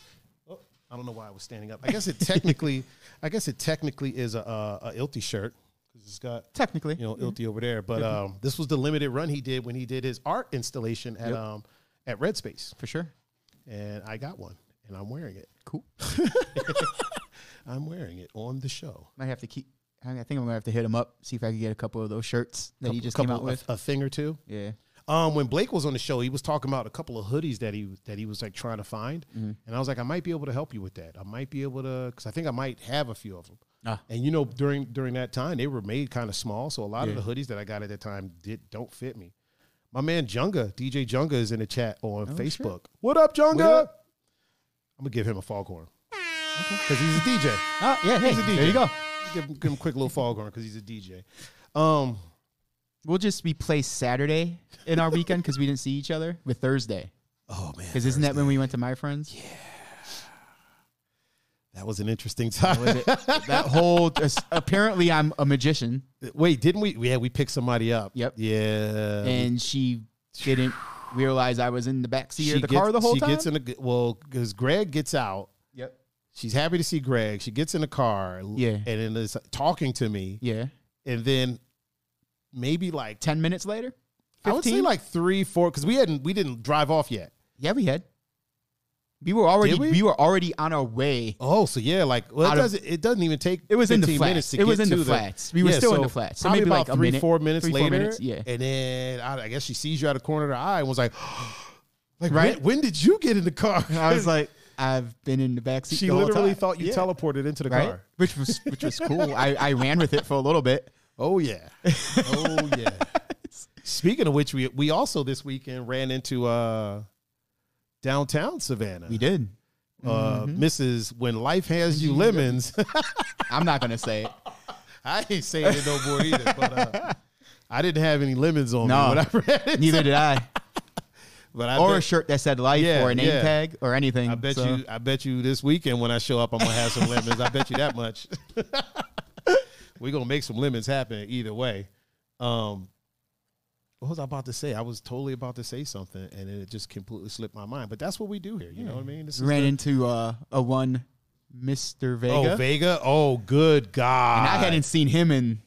A: Oh, I don't know why I was standing up. I guess it technically. I guess it technically is a a, a Ilty shirt because it's got
B: Technically,
A: you know Ilty over there. But um, this was the limited run he did when he did his art installation at um at Red Space,
B: for sure.
A: and I got one, and I'm wearing it.
B: Cool.
A: I'm wearing it on the show.
B: Might have to keep. I think I'm gonna have to hit him up see if I can get a couple of those shirts that he just came out
A: a-
B: with.
A: a, thing or two.
B: yeah.
A: Um, when Blake was on the show, he was talking about a couple of hoodies that he that he was like trying to find,
B: Mm-hmm.
A: and I was like, I might be able to help you with that. I might be able to because I think I might have a few of them.
B: Ah.
A: And you know, during during that time, they were made kind of small, so a lot
B: Yeah.
A: of the hoodies that I got at that time did don't fit me. My man Junga, DJ Junga, is in the chat on Facebook. What up, Junga?
B: Oh, up?
A: I'm gonna give him a foghorn because he's a DJ.
B: Oh yeah. Hey,
A: He's a DJ.
B: there you go.
A: Give him, give him a quick little foghorn because he's a DJ. Um,
B: We'll just replace Saturday in our weekend because we didn't see each other with Thursday.
A: oh man,
B: Because isn't that when we went to my friends? Yeah.
A: That was an interesting <laughs> time.
B: Was it- that whole apparently I'm a magician
A: Wait, didn't we? Yeah, we picked somebody up.
B: Yep.
A: Yeah.
B: and she didn't realize I was in the back seat
A: she
B: of the
A: gets-
B: car the whole
A: she
B: time.
A: gets in the well because Greg gets out.
B: yep.
A: She's happy to see Greg. She gets in the car. l-
B: Yeah.
A: And then is talking to me,
B: Yeah.
A: and then maybe like
B: Ten minutes later. 15?
A: I would say like three, four, because we hadn't we didn't drive off yet.
B: yeah, we had. We were already
A: Did we?
B: we? were already on our way.
A: Oh, so yeah, like well, it
B: Out of-
A: doesn't it doesn't even take
B: It was in the
A: 15 minutes
B: flats.
A: to
B: It
A: get
B: was in
A: to
B: the flats. We were still in the flats. So
A: probably
B: maybe
A: about
B: like a
A: three,
B: minute,
A: four minutes
B: three, four
A: later.
B: minutes, yeah.
A: and then I, I guess she sees you out of the corner of her eye and was like, <gasps> like
B: Right?
A: when, when did you get in the car? <laughs>
B: And I was like, I've been in the back seat.
A: she
B: the whole
A: literally
B: time.
A: thought you
B: Yeah.
A: teleported into the
B: right?
A: car.
B: Which was which was cool. I, I ran with it for a little bit.
A: Oh
B: <laughs>
A: yeah. Oh yeah. <laughs> Speaking of which, we we also this weekend ran into uh downtown Savannah.
B: We did. Mm-hmm.
A: Uh Mrs. When Life Hands
B: <laughs>
A: You Lemons.
B: I'm not gonna say it.
A: <laughs> I ain't saying it no more either, but uh, I didn't have any lemons on
B: No.
A: me when I read it.
B: Neither did I.
A: But <laughs> I
B: or a
A: bet,
B: shirt that said life
A: Yeah,
B: or a name
A: yeah.
B: tag or anything.
A: I bet
B: so-
A: you I bet you this weekend when I show up I'm gonna have some lemons. I bet you that much. <laughs> We're gonna make some lemons happen either way. Um what was I about to say? I was totally about to say something and it just completely slipped my mind. But that's what we do here. You know
B: Hmm.
A: what I mean? This
B: ran
A: the-
B: into uh, a one Mr. Vega.
A: Oh Vega. Oh good God.
B: and I hadn't seen him in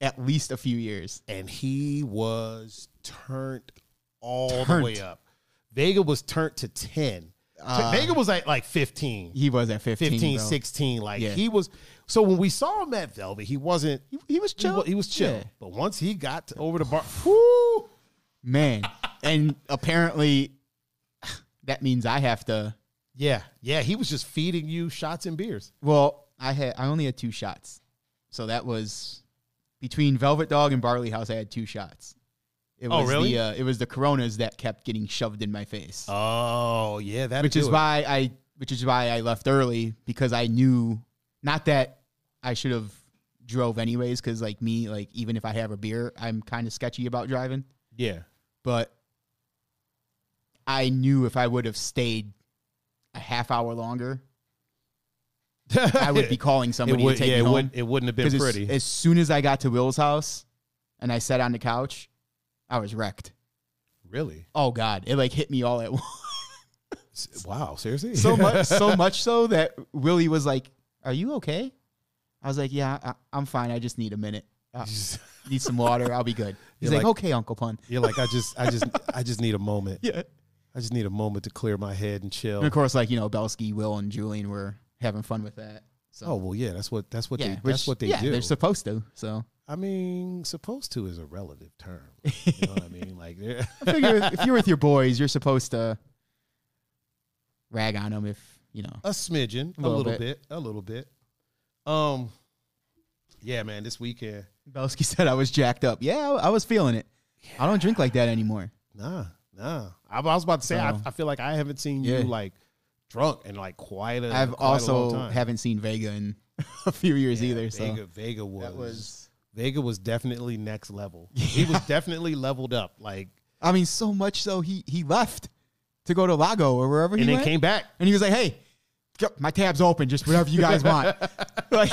B: at least a few years.
A: and he was turned all the
B: Turned.
A: way up. Vega was turned to 10.
B: Uh,
A: Vega was like like 15,
B: He was at 15.
A: 15,
B: bro.
A: 16. Like
B: Yeah.
A: he was so when we saw him at Velvet, he wasn't
B: He, he was
A: he
B: chill.
A: was, he was chill.
B: Yeah.
A: But once he got to- over the
B: <sighs>
A: bar, whoo,
B: Man. and apparently that means I have to
A: yeah, yeah, he was just feeding you shots and beers.
B: well, I had I only had two shots. So that was between Velvet Dog and Barley House I had two shots. It
A: Oh,
B: was
A: really?
B: the uh, it was the coronas that kept getting shoved in my face.
A: Oh, yeah, that
B: which is why I which is why I left early because I knew not that I should have drove anyways because like me like even if I have a beer I'm kind of sketchy about driving
A: yeah, <laughs>
B: but I knew if I would have stayed a half hour longer
A: <laughs>
B: I <laughs> would be calling
A: it
B: somebody
A: would,
B: to take
A: yeah, it
B: me
A: would,
B: home
A: it wouldn't have been
B: because as,
A: pretty.
B: as soon as I got to Will's house and I sat on the couch I was wrecked
A: really?
B: oh god it like hit me all at <laughs> once.
A: S- Wow, seriously? <laughs>
B: so <laughs> much so much so that Willie was like, "Are you okay?" I was like, "Yeah, I, I'm fine. I just need a minute. <laughs> I need some water. I'll be <laughs> good." He's
A: You're
B: like,
A: like-
B: "Okay, Uncle Pun."
A: You're like, I just, I just, I just need a moment.
B: Yeah.
A: I just need a moment to clear my head and chill.
B: And of course, like you know, Belsky, Will, and Julian were having fun with that. So
A: Oh well, yeah, that's what that's what
B: yeah,
A: they
B: which-
A: that's what they
B: yeah,
A: do.
B: They're supposed to. So
A: I mean, supposed to is a relative
B: <laughs>
A: term. You know what I mean? Like, they're- <laughs>
B: I figure if you're with your boys, you're supposed to rag on them if you know.
A: a smidgen, a
B: Little
A: little bit.
B: bit.
A: a little bit. Um, yeah, man, this weekend,
B: Belsky <laughs> said I was jacked up. Yeah, I, I was feeling it. I don't drink like that anymore.
A: nah, nah. I, I was about to say, I,
B: So-
A: I feel like I haven't seen
B: Yeah.
A: you like drunk and like quiet. i
B: I've also haven't seen Vega in <laughs> a few years either. So
A: Vega, Vega was,
B: that was
A: Vega was definitely next
B: <laughs>
A: level. He was definitely leveled up, like,
B: I mean, so much so he he left to go to Lago or wherever he
A: and then
B: went,
A: came back.
B: and he was like, "Hey, go- my tab's open, just whatever you
A: <laughs>
B: guys want." like,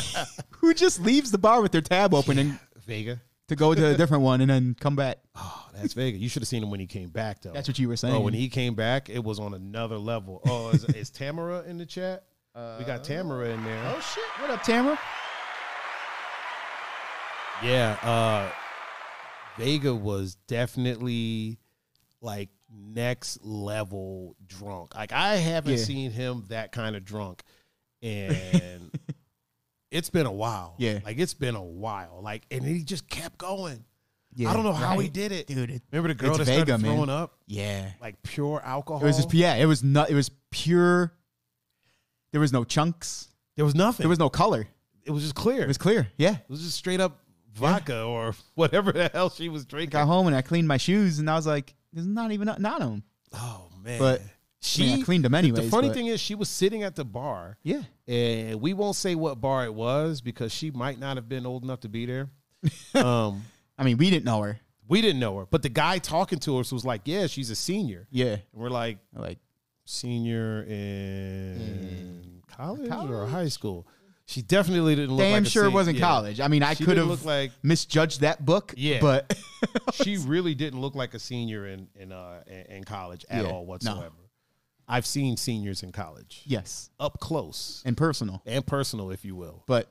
B: who just leaves the bar with their tab open and
A: Vega,
B: to go to a different one and then come back?
A: oh, that's Vega. You should have seen him when he came back, though.
B: That's what you were saying.
A: Bro, Oh, when he came back, it was on another level. Oh, is, is Tamara in the chat? we got Tamara in there.
B: oh shit! What up, Tamara?
A: Yeah, uh Vega was definitely like next level drunk. Like I haven't
B: Yeah.
A: seen him that kind of drunk
B: <laughs>
A: and it's been a while.
B: Yeah.
A: Like it's been a while. Like and he just kept going.
B: Yeah,
A: I don't know how he
B: right.
A: did it.
B: dude. It,
A: Remember the girl
B: It's
A: that
B: Vega,
A: started
B: man.
A: throwing up
B: yeah,
A: like pure alcohol?
B: it was just yeah, it was not. It was pure. There was no chunks.
A: there was nothing.
B: There was no color.
A: it was just clear.
B: It was clear. Yeah.
A: It was just straight up vodka or <laughs> whatever the hell she was drinking.
B: Got home and I cleaned my shoes and I was like, "There's not even nothing on them."
A: Oh man!
B: But, I mean, I cleaned them
A: The
B: anyways.
A: funny
B: but-
A: thing is, she was sitting at the bar,
B: yeah,
A: and we won't say what bar it was because she might not have been old enough to be
B: <laughs>
A: there. um,
B: I mean, we didn't know her.
A: we didn't know her, but the guy talking to us was like, "Yeah, she's a senior."
B: Yeah,
A: And we're like,
B: like
A: "Senior in college, or
B: College?
A: high school? She definitely didn't look
B: Damn
A: like a
B: sure it
A: senior-
B: wasn't
A: yeah.
B: college. I mean, I
A: She
B: could
A: didn't look
B: have
A: like
B: misjudged that book.
A: Yeah. <laughs>
B: but
A: she really didn't look like a senior in in uh, in- in college at
B: Yeah,
A: all
B: no.
A: whatsoever. I've seen seniors in college
B: yes,
A: up close
B: and personal.
A: and personal, if you will,
B: But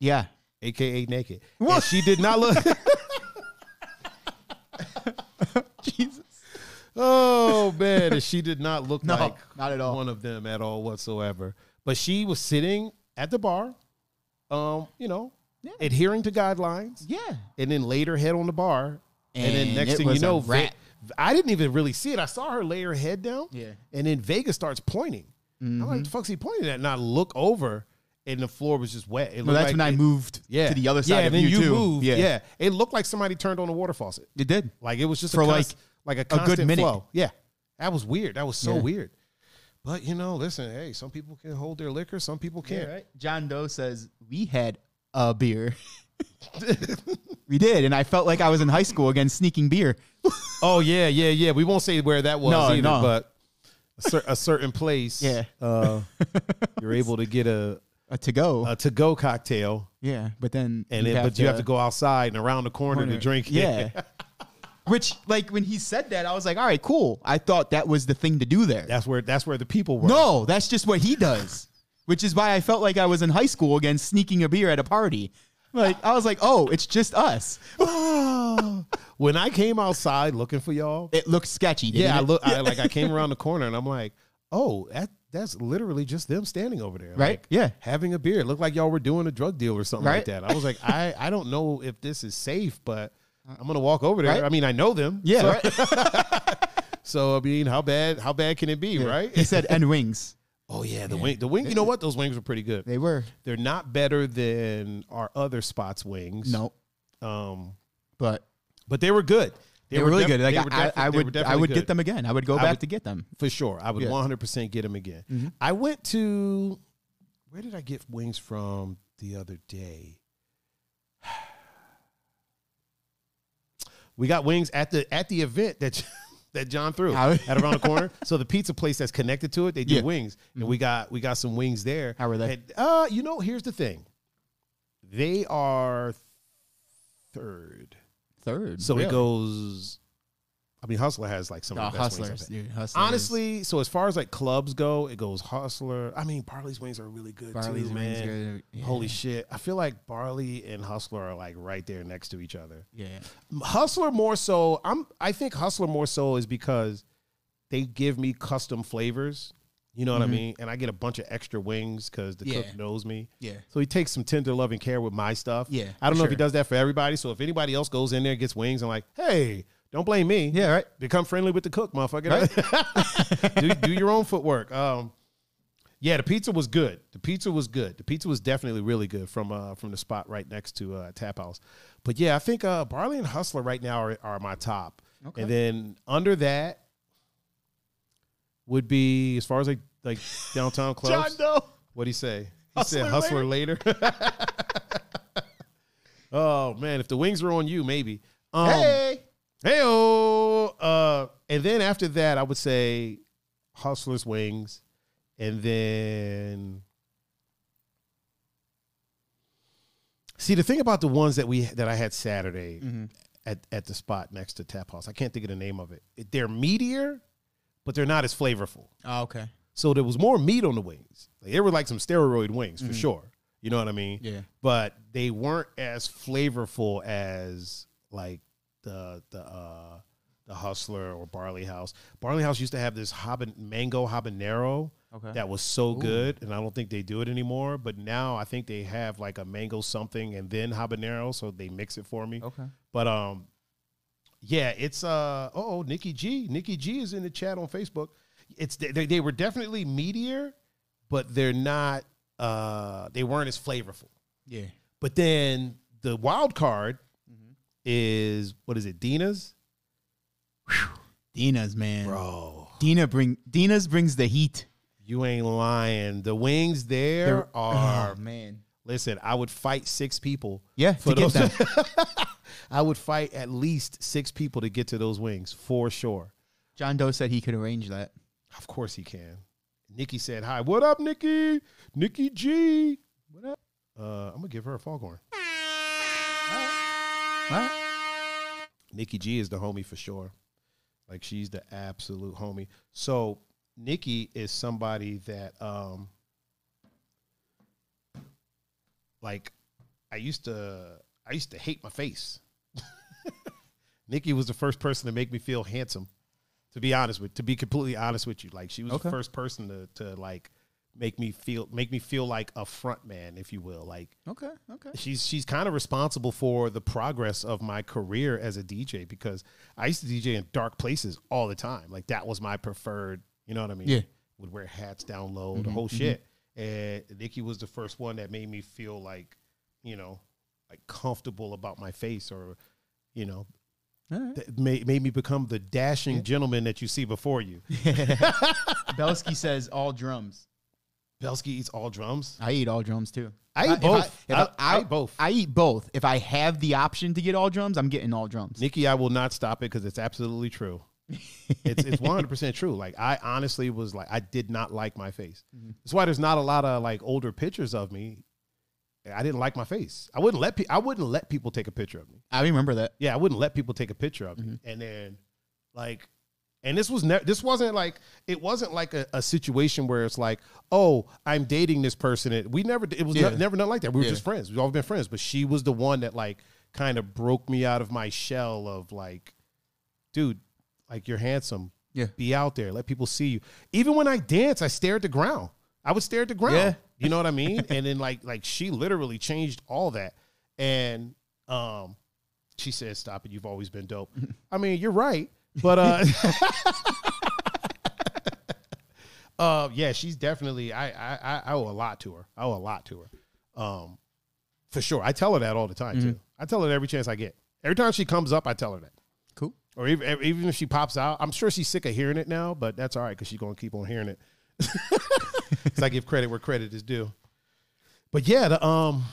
B: yeah,
A: aka naked.
B: What?
A: And she did not
B: <laughs>
A: look.
B: Jesus.
A: oh man, and she did not look
B: No,
A: like
B: not at all.
A: one of them at all whatsoever. But she was sitting at the bar, um, you know,
B: Yeah.
A: adhering to guidelines,
B: Yeah,
A: and then laid her head on the bar. And,
B: And
A: then next
B: it
A: thing you
B: was a
A: know, Ve-
B: wrap.
A: I didn't even really see it. I saw her lay her head down.
B: Yeah. Mm-hmm.
A: And then Vega starts pointing. I'm like, the fuck's he pointing at? And I look over and the floor was just wet. It
B: well,
A: looked
B: that's
A: like
B: when I
A: it-
B: moved
A: yeah.
B: to the other
A: yeah,
B: side of
A: and then
B: you,
A: you
B: too.
A: moved. Yeah. It looked like somebody turned on a water faucet.
B: it did.
A: Like it was just
B: For,
A: a const- like, a,
B: good
A: constant
B: minute.
A: flow. Yeah. That was weird. That was so
B: Yeah.
A: weird. But you know, listen, hey, some people can hold their liquor, some people can't.
B: John Doe says we had a beer. <laughs> we did, and I felt like I was in high school again, sneaking beer.
A: Oh yeah, yeah, yeah. We won't say where that was
B: No,
A: either,
B: no.
A: but a, cer- a certain place.
B: Yeah.
A: uh, you're able to get a,
B: Uh, to go,
A: a to go cocktail,
B: yeah, but then
A: and
B: you'd
A: then but you have to go outside and around the corner,
B: corner.
A: to drink. it.
B: Yeah. Which, like, when he said that, I was like, all right, cool. I thought that was the thing to do there.
A: <laughs> that's where that's where the people were.
B: no, that's just what he does. <laughs> Which is why I felt like I was in high school again, sneaking a beer at a party. Like, I was like, oh, it's just us.
A: No. <laughs> when I came outside looking for y'all,
B: It looked sketchy. didn't
A: yeah, I
B: it? <laughs>
A: look I, like I came around the corner and I'm like, oh, that that's literally just them standing over there,
B: Right?
A: Like,
B: Yeah.
A: having a beer. It looked like y'all were doing a drug deal or something like
B: Right?
A: that. I was like, I I don't know if this is safe, but I'm gonna walk over there.
B: Uh, Right?
A: I mean, I know them.
B: Yeah.
A: so,
B: right?
A: so I mean, how bad how bad can it be, right?
B: <laughs> he <laughs> said, and wings.
A: oh yeah, the wing the wing. You know what? Those wings were pretty good.
B: They were.
A: They're not better than our other spots wings.
B: No,
A: Um,
B: but
A: but they were good.
B: they, were really
A: def-
B: good. Like,
A: they were
B: I,
A: defi- they
B: I
A: were
B: would, I
A: definitely
B: would
A: good.
B: get them again. I would go
A: I
B: back
A: would-
B: to get them.
A: for sure. I would
B: Yeah. Mm-hmm.
A: 100% get them again. I went to where did I get wings from the other day? <sighs> We got wings at the at the event that <laughs> that John threw
B: How-
A: at around the
B: <laughs>
A: corner. So the pizza place that's connected to it, they do
B: Yeah. Mm-hmm.
A: wings, and we got we got some wings there.
B: How were they?
A: And, uh, you know, here's the thing. They are third,
B: Third.
A: so
B: really?
A: it goes. I mean, Hustler has like some
B: Oh,
A: of the best wings. I've
B: hustlers,
A: had.
B: dude. Hustlers.
A: Honestly, so as far as like clubs go, it goes Hustler. I mean, Barley's wings are really good
B: Barley's
A: too,
B: wings.
A: man.
B: good. Yeah.
A: Holy shit! I feel like Barley and Hustler are like right there next to each other.
B: Yeah.
A: Hustler more so. I'm. I think Hustler more so is because they give me custom flavors. You know what
B: Mhm.
A: I mean? And I get a bunch of extra wings because the
B: Yeah.
A: cook knows me.
B: Yeah.
A: So he takes some tender loving care with my stuff.
B: Yeah,
A: I don't
B: for
A: know if he
B: sure.
A: does that for everybody. So if anybody else goes in there and gets wings, I'm like, hey, don't blame me.
B: Yeah, right.
A: Become friendly with the cook, motherfucker. do, <laughs> do your own footwork. Um, yeah, the pizza was good. The pizza was good. The pizza was definitely really good from uh, from the spot right next to uh, Tap House. But yeah, I think uh, Barley and Hustler right now are, are my top.
B: Okay.
A: And then under that would be as far as like like downtown
B: <laughs> John
A: clubs.
B: Doe.
A: What'd he say? He said hustler
B: Hustler <laughs>
A: later. oh man, if the wings were on you, maybe. Um,
B: hey.
A: Hey, uh, and then after that, I would say Hustler's Wings, and then see the thing about the ones that we that I had Saturday
B: Mm-hmm.
A: at at the spot next to Tap House. I can't think of the name of it. It- They're meatier, but they're not as flavorful.
B: Oh, okay.
A: So there was more meat on the wings. Like, they were like some steroid wings for sure. You know what I mean?
B: Mm. Yeah.
A: But they weren't as flavorful as like the the uh, the hustler or barley house. Barley house used to have this haban- mango habanero
B: Okay.
A: that was so good, and I don't think they do it anymore. But now I think they have like a mango something and then habanero, so they mix it for me.
B: Okay.
A: But um, yeah, it's uh oh, Nikki G. Nikki G is in the chat on Facebook. It's they, they were definitely meatier, but they're not uh they weren't as flavorful.
B: Yeah.
A: But then the wild card
B: Mm-hmm.
A: is what is it? Dina's,
B: Dina's man.
A: bro.
B: Dina bring Dina's brings the heat.
A: You ain't lying. The wings there
B: They're-
A: are.
B: oh, man.
A: Listen, I would fight six people.
B: Yeah,
A: for
B: to get <laughs>
A: those- <laughs> I would fight at least six people to get to those wings for sure.
B: John Doe said he could arrange that.
A: Of course he can. Nikki said hi. What up, Nikki? Nikki G. What up? Uh, I'm gonna give her a foghorn.
B: What?
A: Nikki G is the homie for sure. Like she's the absolute homie. So Nikki is somebody that um like I used to I used to hate my face. <laughs> Nikki was the first person to make me feel handsome. To be honest with to be completely honest with you. Like she was
B: Okay.
A: the first person to to like make me feel make me feel like a front man, if you will. Like
B: Okay. Okay.
A: she's she's kind of responsible for the progress of my career as a DJ because I used to DJ in dark places all the time. Like that was my preferred, you know what I mean?
B: Yeah. Mm-hmm,
A: Would wear hats down low, the whole shit. And Nikki was the first one that made me feel like, you know, like comfortable about my face or, you know,
B: All right.
A: that made, made me become the dashing gentleman that you see before
B: <laughs>
A: you.
B: Belsky says all drums.
A: Belsky eats all drums.
B: I eat all drums too.
A: I eat
B: If
A: both.
B: if
A: I- I eat both.
B: I eat both. If I have the option to get all drums, I'm getting all drums.
A: Nikki, I will not stop it because it's absolutely true. it's it's one hundred percent true. Like I honestly was like I did not like my face. That's why there's not a lot of like older pictures of me. I didn't like my face. I wouldn't let pe- I wouldn't let people take a picture of me.
B: I remember that.
A: Yeah, I wouldn't let people take a picture of
B: Mm-hmm.
A: me. And then like and this was ne- this wasn't like it wasn't like a, a situation where it's like oh I'm dating this person. It, we never it was
B: Yeah.
A: ne- never nothing like that. We were
B: Yeah.
A: just friends. We've all been friends. But she was the one that like kind of broke me out of my shell of like dude, like you're handsome.
B: Yeah.
A: Be out there. Let people see you. Even when I dance, I stare at the ground. I would stare at the ground.
B: Yeah.
A: You know what I mean? and then like like she literally changed all that. And um she says, Stop it, you've always been dope. I mean, you're right. But uh <laughs> Uh, yeah, she's definitely. I, I I- I owe a lot to her. I owe a lot to her, um, for sure. I tell her that all the time too. I tell her that every chance I get. Every time she comes up, I tell her that
B: Cool.
A: or even, e, even if she pops out, I'm sure she's sick of hearing it now, but that's all right because she's going to keep on hearing it. <laughs> Because I give credit where credit is due. But yeah, the um,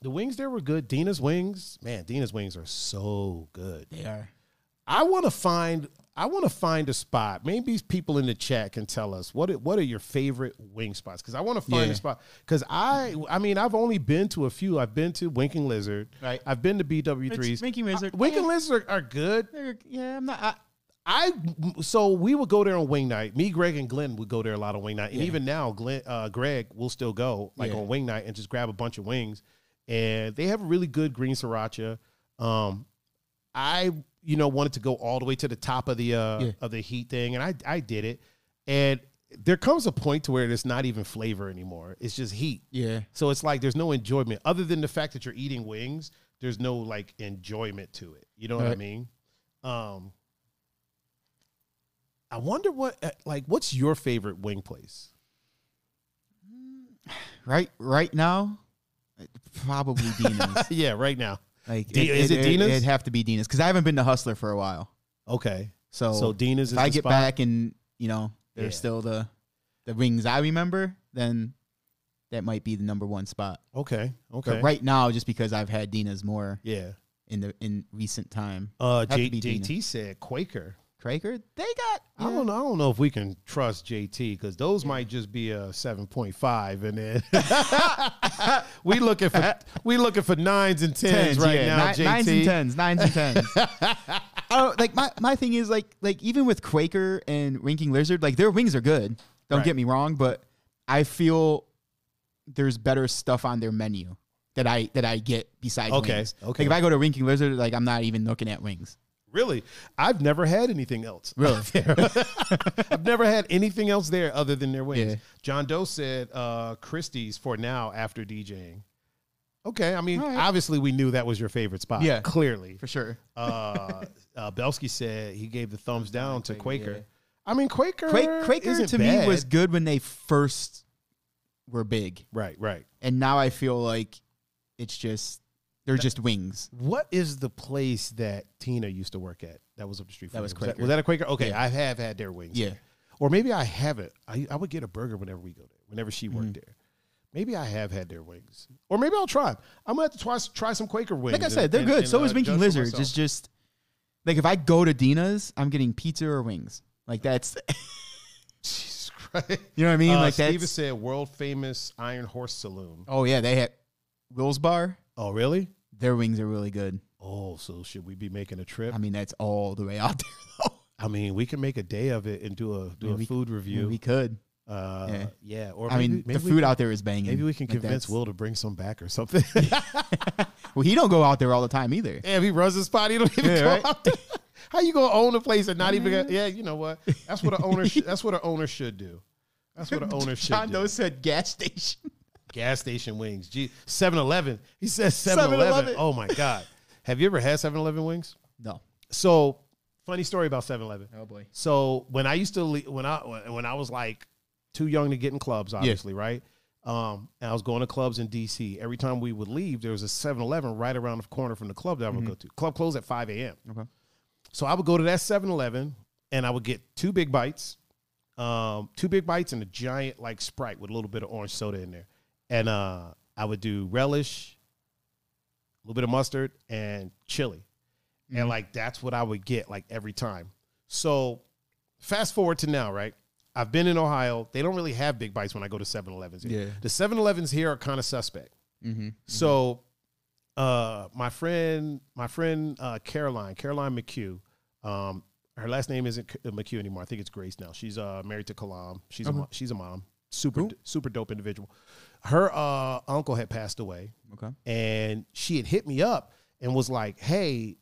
A: the wings there were good. Dina's wings, man, Dina's wings are so good.
B: They are.
A: I want to find. I want to find a spot. Maybe these people in the chat can tell us what it- what are your favorite wing spots because I want to find
B: Yeah.
A: a spot because I I mean I've only been to a few. I've been to Winking Lizard.
B: Right.
A: I've been to BW threes.
B: It's Winking Lizard.
A: Winking
B: Yeah.
A: Lizard are, are good.
B: They're- Yeah, I'm not. I,
A: I so we would go there on wing night. Me, Greg, and Glenn would go there a lot on wing night, and
B: Yeah.
A: even now, Glenn, uh, Greg will still go like
B: Yeah.
A: on wing night and just grab a bunch of wings. And they have a really good green sriracha. Um, I you know wanted to go all the way to the top of the uh,
B: Yeah.
A: of the heat thing, and I I did it. And there comes a point to where there's not even flavor anymore. It's just heat.
B: yeah.
A: So it's like there's no enjoyment other than the fact that you're eating wings. There's no like enjoyment to it. You know what I
B: Right.
A: mean? Um, I wonder what uh, like what's your favorite wing place?
B: Right. Right now,
A: <laughs>
B: probably Dina's.
A: yeah, right now.
B: Like,
A: D- is it Dina's?
B: It'd have to be Dina's because I haven't been to Hustler for a while.
A: Okay,
B: So,
A: so Dina's.
B: if
A: Is
B: I
A: the
B: get
A: spot?
B: back and you know there's
A: Yeah.
B: still the the wings I remember, then that might be the number one spot.
A: okay, okay,
B: But right now, just because I've had Dina's more
A: yeah.
B: in the in recent time,
A: Uh,
B: Have to
A: J-
B: be Dina.
A: JT said Quaker.
B: Kraker they got.
A: I don't know. I don't know if we can trust JT because those might just be a seven point five, and
B: <laughs>
A: then <laughs> we looking for we looking for nines and tens, right
B: yeah.
A: now.
B: Ni-
A: JT.
B: Nines and tens, nines and
A: <laughs>
B: tens. I don't, like my, my thing is like like even with Quaker and Winking Lizard, like their wings are good. Don't
A: Right.
B: get me wrong, but I feel there's better stuff on their menu that I that I get besides
A: Okay,
B: wings.
A: okay.
B: Like if I go to Winking Lizard, like I'm not even looking at wings.
A: Really, I've never had anything else. <laughs>
B: Really?
A: I've never had anything else there other than their wings.
B: Yeah.
A: John Doe said uh, Christie's for now after DJing. Okay, I mean,
B: All right.
A: obviously we knew that was your favorite spot.
B: Yeah.
A: clearly.
B: For sure.
A: Uh, uh, Belsky said he gave the thumbs down to
B: Quaker,
A: Quaker.
B: yeah.
A: I mean, Quaker.
B: Quaker, Quaker
A: isn't
B: to me
A: Uh, bad.
B: was good when they first were big.
A: right, right.
B: And now I feel like it's just they're just wings.
A: What is the place that Tina used to work at? That was up the street.
B: That
A: from
B: was
A: here.
B: Quaker.
A: Was that a Quaker? Okay,
B: Yeah.
A: I have had their wings.
B: Yeah.
A: there. Or maybe I haven't. I, I would get a burger whenever we go there. Whenever she
B: Mm-hmm.
A: worked there, maybe I have had their wings. Or maybe I'll try. 'em. I'm gonna have to try, try some Quaker wings.
B: Like I
A: and-
B: said, they're
A: and-
B: good.
A: and,
B: so
A: uh,
B: is Winking
A: judge for
B: Lizards.
A: myself. <laughs>
B: It's just like if I go to Dina's, I'm getting pizza or wings. Like that's
A: right?
B: <laughs> You know what I mean?
A: Uh,
B: like
A: Steven
B: that's-
A: said, world famous Iron Horse Saloon.
B: Oh yeah, they had Will's Bar.
A: Oh, really?
B: Their wings are really good.
A: Oh, so should we be making a trip?
B: I mean, that's all the way out <laughs> there though.
A: I mean, we can make a day of it and do a do
B: mean,
A: a
B: we-
A: food
B: I mean,
A: review.
B: we could.
A: uh, yeah.
B: yeah.
A: Or
B: I
A: maybe,
B: mean,
A: maybe
B: the
A: we-
B: food out there is banging.
A: Maybe we can
B: Mm, Like,
A: convince
B: that's-
A: Will to bring some back or something. <laughs>
B: Well, he don't go out there all the time either. <laughs>
A: Damn, he runs his spot. He don't even
B: Yeah,
A: go
B: right? Mm-hmm.
A: out there. <laughs> How you gonna own a place and not even? Get, yeah, you know what? That's what an owner. Sh- that's what an owner should do. That's what an
B: <laughs>
A: owner should
B: John
A: do.
B: Doe said gas station.
A: gas station wings. Gee, 7-Eleven. He says 7-Eleven.
B: 7-Eleven.
A: Oh my god. Have you ever had 7-Eleven wings?
B: No.
A: So, funny story about 7-Eleven.
B: Oh boy.
A: So, when I used to le- when I when I was like too young to get in clubs, obviously, right? Um, and I was going to clubs in DC. Every time we would leave, there was a 7-Eleven right around the corner from the club that I would go to. Club closed at 5 a.m.
B: Okay.
A: So I would go to that 7-Eleven and I would get two big bites, um, two big bites and a giant like Sprite with a little bit of orange soda in there. And uh, I would do relish, a little bit of mustard and chili.
B: Mm-hmm.
A: And like that's what I would get like every time. So fast forward to now, right? I've been in Ohio. They don't really have big bites when I go to 7-Elevens. here.
B: Yeah.
A: The 7-Elevens here are kind of suspect.
B: Mm-hmm.
A: So, uh, my friend, my friend uh, Caroline, Caroline McHugh, um, her last name isn't C- McHugh anymore. I think it's Grace now. She's uh, married to Kalam. She's a
B: Okay.
A: mo- she's a mom. Super
B: Cool.
A: d- super dope individual. Her uh, uncle had passed away,
B: Okay.
A: and she had hit me up and was like, "Hey,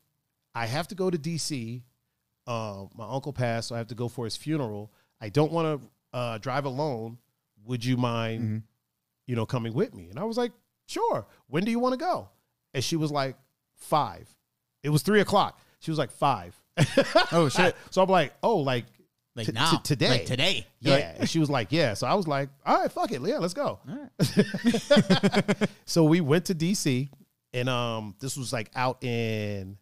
A: I have to go to DC. Uh, my uncle passed, so I have to go for his funeral. I don't want to uh, drive alone. Would you mind,
B: Mhm.
A: you know, coming with me?" And I was like, "Sure. When do you want to go?" And she was like, five. It was three o'clock. She was like five. <laughs>
B: Oh shit.
A: so I'm like, "Oh, like."
B: <laughs> Like
A: T-
B: now.
A: t- today.
B: Like today.
A: Yeah, and she was like, "Yeah." So I was like, "All right, fuck it, yeah, let's go."
B: All right.
A: <laughs> so we went to DC, and um, this was like out in,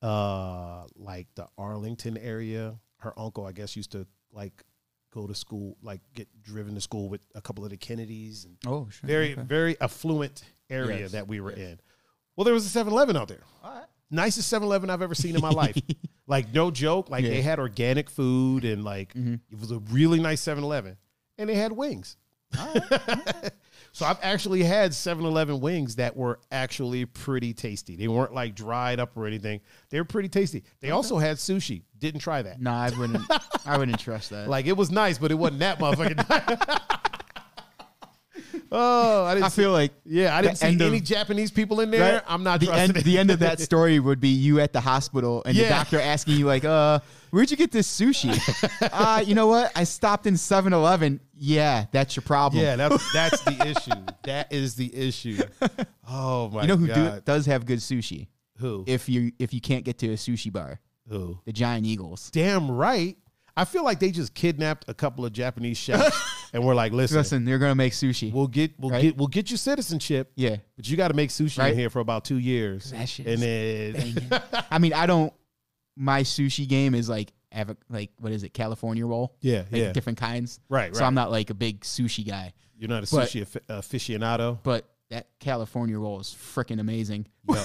A: uh, like the Arlington area. Her uncle, I guess, used to like go to school, like get driven to school with a couple of the Kennedys, and
B: Oh shit. <laughs>
A: very, very affluent area
B: Yes,
A: that we were
B: yes.
A: in. Well, there was a 7-Eleven out there.
B: All right.
A: Nicest 7-Eleven I've ever seen in my
B: <laughs>
A: life. Like no joke, like
B: Yeah. Mm-hmm.
A: they had organic food and like it was a really nice 7-Eleven, and they had wings. <laughs> So I've actually had 7-Eleven wings that were actually pretty tasty. They weren't like dried up or anything. They were pretty tasty. They also had sushi. Didn't try that.
B: No, I
A: <laughs>
B: wouldn't. I wouldn't trust that.
A: Like it was nice, but it wasn't
B: <laughs>
A: that motherfucking. oh, I didn't.
B: I
A: see,
B: feel like
A: <laughs> yeah, I
B: the
A: didn't see
B: end of-
A: any Japanese people in there.
B: Right?
A: I'm not
B: the
A: trusting
B: end,
A: it.
B: the end of that story would be you at the hospital and
A: Yeah.
B: the doctor asking you like, "Uh, where'd you get this
A: <laughs>
B: sushi?" uh, you know what? I stopped in 7-Eleven. Yeah, that's your problem.
A: Yeah,
B: <laughs>
A: that's that's the issue. That is the issue. Oh my
B: you know who do,
A: god,
B: does have good sushi?
A: who
B: If you if you can't get to a sushi bar,
A: who?
B: the Giant Eagles.
A: Damn right. I feel like they just kidnapped a couple of Japanese
B: <laughs>
A: chefs and we're like, listen,
B: Listen, they're gonna make sushi.
A: we'll get we'll
B: Right?
A: get we'll get you citizenship.
B: yeah,
A: But you got to make sushi
B: Right?
A: in here for about two years,
B: That shit
A: and then
B: I mean, I don't. My sushi game is like avo- like what is it? California roll.
A: yeah,
B: Like
A: yeah,
B: different kinds.
A: Right,
B: So
A: right.
B: I'm not like a big sushi guy,
A: you're not a
B: but-
A: sushi afi- aficionado.
B: but that California roll is freaking amazing.
A: Yo,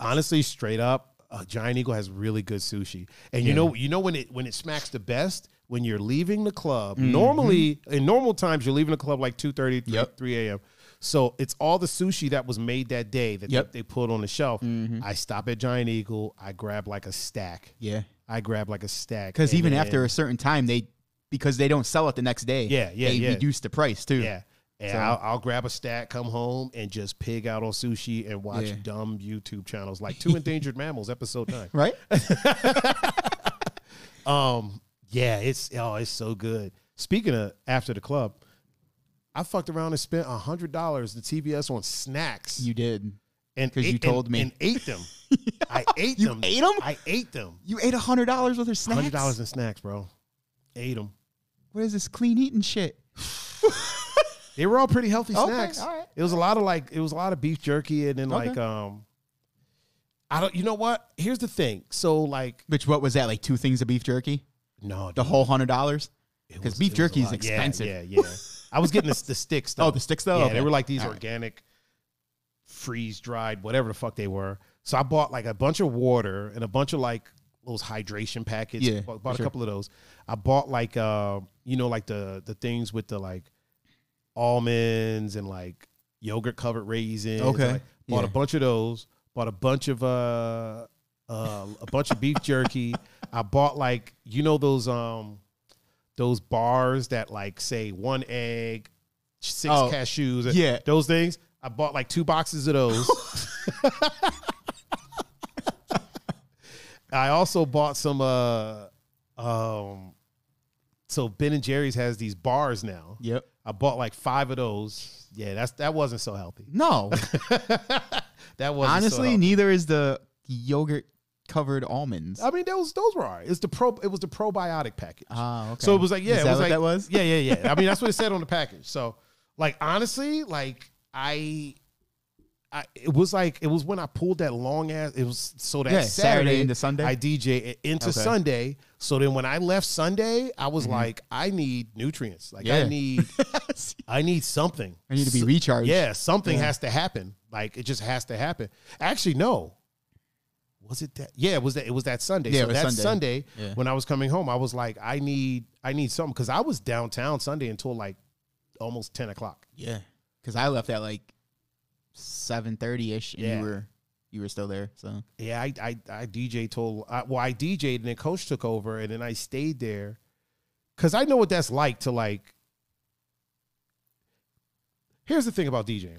A: honestly, straight up, uh, Giant Eagle has really good sushi. And you
B: Yeah.
A: know, you know when it when it smacks the best when you're leaving the club.
B: Mm-hmm.
A: Normally, in normal times, you're leaving the club like 2
B: Yep.
A: 3 a.m. So it's all the sushi that was made that day that
B: Yep. Mm-hmm.
A: they, they put on the shelf. I stop at Giant Eagle. I grab like a stack.
B: Yeah.
A: I grab like a stack
B: Because
A: and
B: even
A: then-
B: after a certain time, they because they don't sell it the next day.
A: Yeah, yeah,
B: They
A: yeah.
B: reduce the price too.
A: Yeah. And
B: So-
A: I'll, I'll grab a stack, come home, and just pig out on sushi and watch
B: Yeah.
A: dumb YouTube channels
B: <laughs>
A: like Two Endangered Mammals, episode nine. <laughs>
B: Right.
A: Um, yeah, it's oh, it's so good. Speaking of after the club, I fucked around and spent hundred dollars at TBS on snacks.
B: you
A: <laughs>
B: did.
A: and
B: 'cause you
A: ate-
B: told
A: and-
B: me.
A: and ate
B: <laughs>
A: them. I ate
B: You
A: them.
B: ate 'em?
A: I ate them.
B: You ate hundred dollars worth of snacks.
A: Hundred dollars in snacks, bro. Ate them.
B: What is this clean eating shit?
A: They were all pretty healthy
B: Okay,
A: snacks.
B: all right.
A: It was a lot of like it was a lot of beef jerky and then
B: Okay.
A: like um I don't you know what? Here's the thing. So like
B: Which what was that? Like two things of beef jerky.
A: no
B: The
A: dude,
B: whole hundred dollars.
A: it
B: because
A: was-
B: beef
A: it was
B: jerky
A: a
B: is
A: lot. Yeah,
B: expensive.
A: Yeah, yeah. I was getting the, the sticks though.
B: <laughs> Oh, the sticks though.
A: Yeah,
B: Okay.
A: they were like these
B: All right.
A: organic, freeze dried, whatever the fuck they were. So I bought like a bunch of water and a bunch of like those hydration packets.
B: Yeah,
A: bought, bought a
B: sure.
A: couple of those. I bought like uh, you know, like the the things with the like almonds and like yogurt covered raisins.
B: Okay,
A: Like, bought a
B: yeah.
A: bunch of those. Bought a bunch of uh, uh a bunch of beef
B: <laughs>
A: jerky. I bought like you know those um those bars that like say one egg, six
B: Oh,
A: cashews.
B: yeah.
A: those things. I bought like two boxes of those. <laughs> I also bought some uh um so Ben and Jerry's has these bars now.
B: Yep.
A: I bought like five of those. Yeah, that's that wasn't so healthy. <laughs>
B: No.
A: That wasn't so
B: Honestly,
A: healthy.
B: neither is the yogurt covered almonds.
A: I mean those those were alright. It's the pro it was the probiotic package.
B: Ah, okay.
A: So it was like yeah,
B: Is
A: it
B: that
A: was
B: what
A: like
B: that was?
A: Yeah, yeah, yeah. I mean that's what it said on the package. So like honestly, like I I, it was like it was when I pulled that long ass. It was so that
B: Yeah,
A: Saturday,
B: Saturday into Sunday?
A: I DJ it into
B: Okay. Mm-hmm.
A: Sunday. So then when I left Sunday, I was like, I need nutrients. Like I
B: Yeah. <laughs>
A: need I need something.
B: I need to be
A: So-
B: recharged.
A: yeah, something
B: Yeah.
A: has to happen. Like it just has to happen. Actually, no. Was it that? Yeah, it was that. It was that Sunday.
B: Yeah,
A: so
B: it was
A: that
B: Sunday.
A: Sunday,
B: Yeah.
A: when I was coming home, I was like, I need, I need something because I was downtown Sunday until like almost ten o'clock.
B: Yeah. Because I left at like seven thirty ish, and
A: Yeah.
B: you were you were still there. So
A: Yeah, I I, I DJ told I, well I DJed and then coach took over and then I stayed there because I know what that's like to like. Here's the thing about DJing.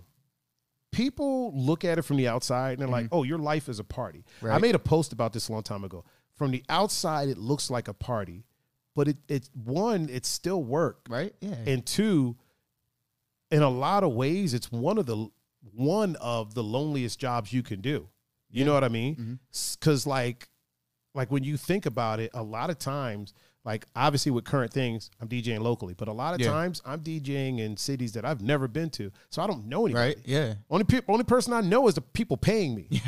A: People look at it from the outside and they're like, "Oh, your life is a party." I
B: Right.
A: made a post about this a long time ago. From the outside, it looks like a party, but it it's one, it's still work
B: right, yeah,
A: and two in a lot of ways it's one of the one of the loneliest jobs you can do you know what i mean
B: Mhm.
A: because like like when you think about it a lot of times like obviously with current things i'm djing locally but a lot of
B: Yeah.
A: times i'm djing in cities that i've never been to so i don't know anybody
B: right, yeah,
A: only peop only person I know is the people paying me. <laughs>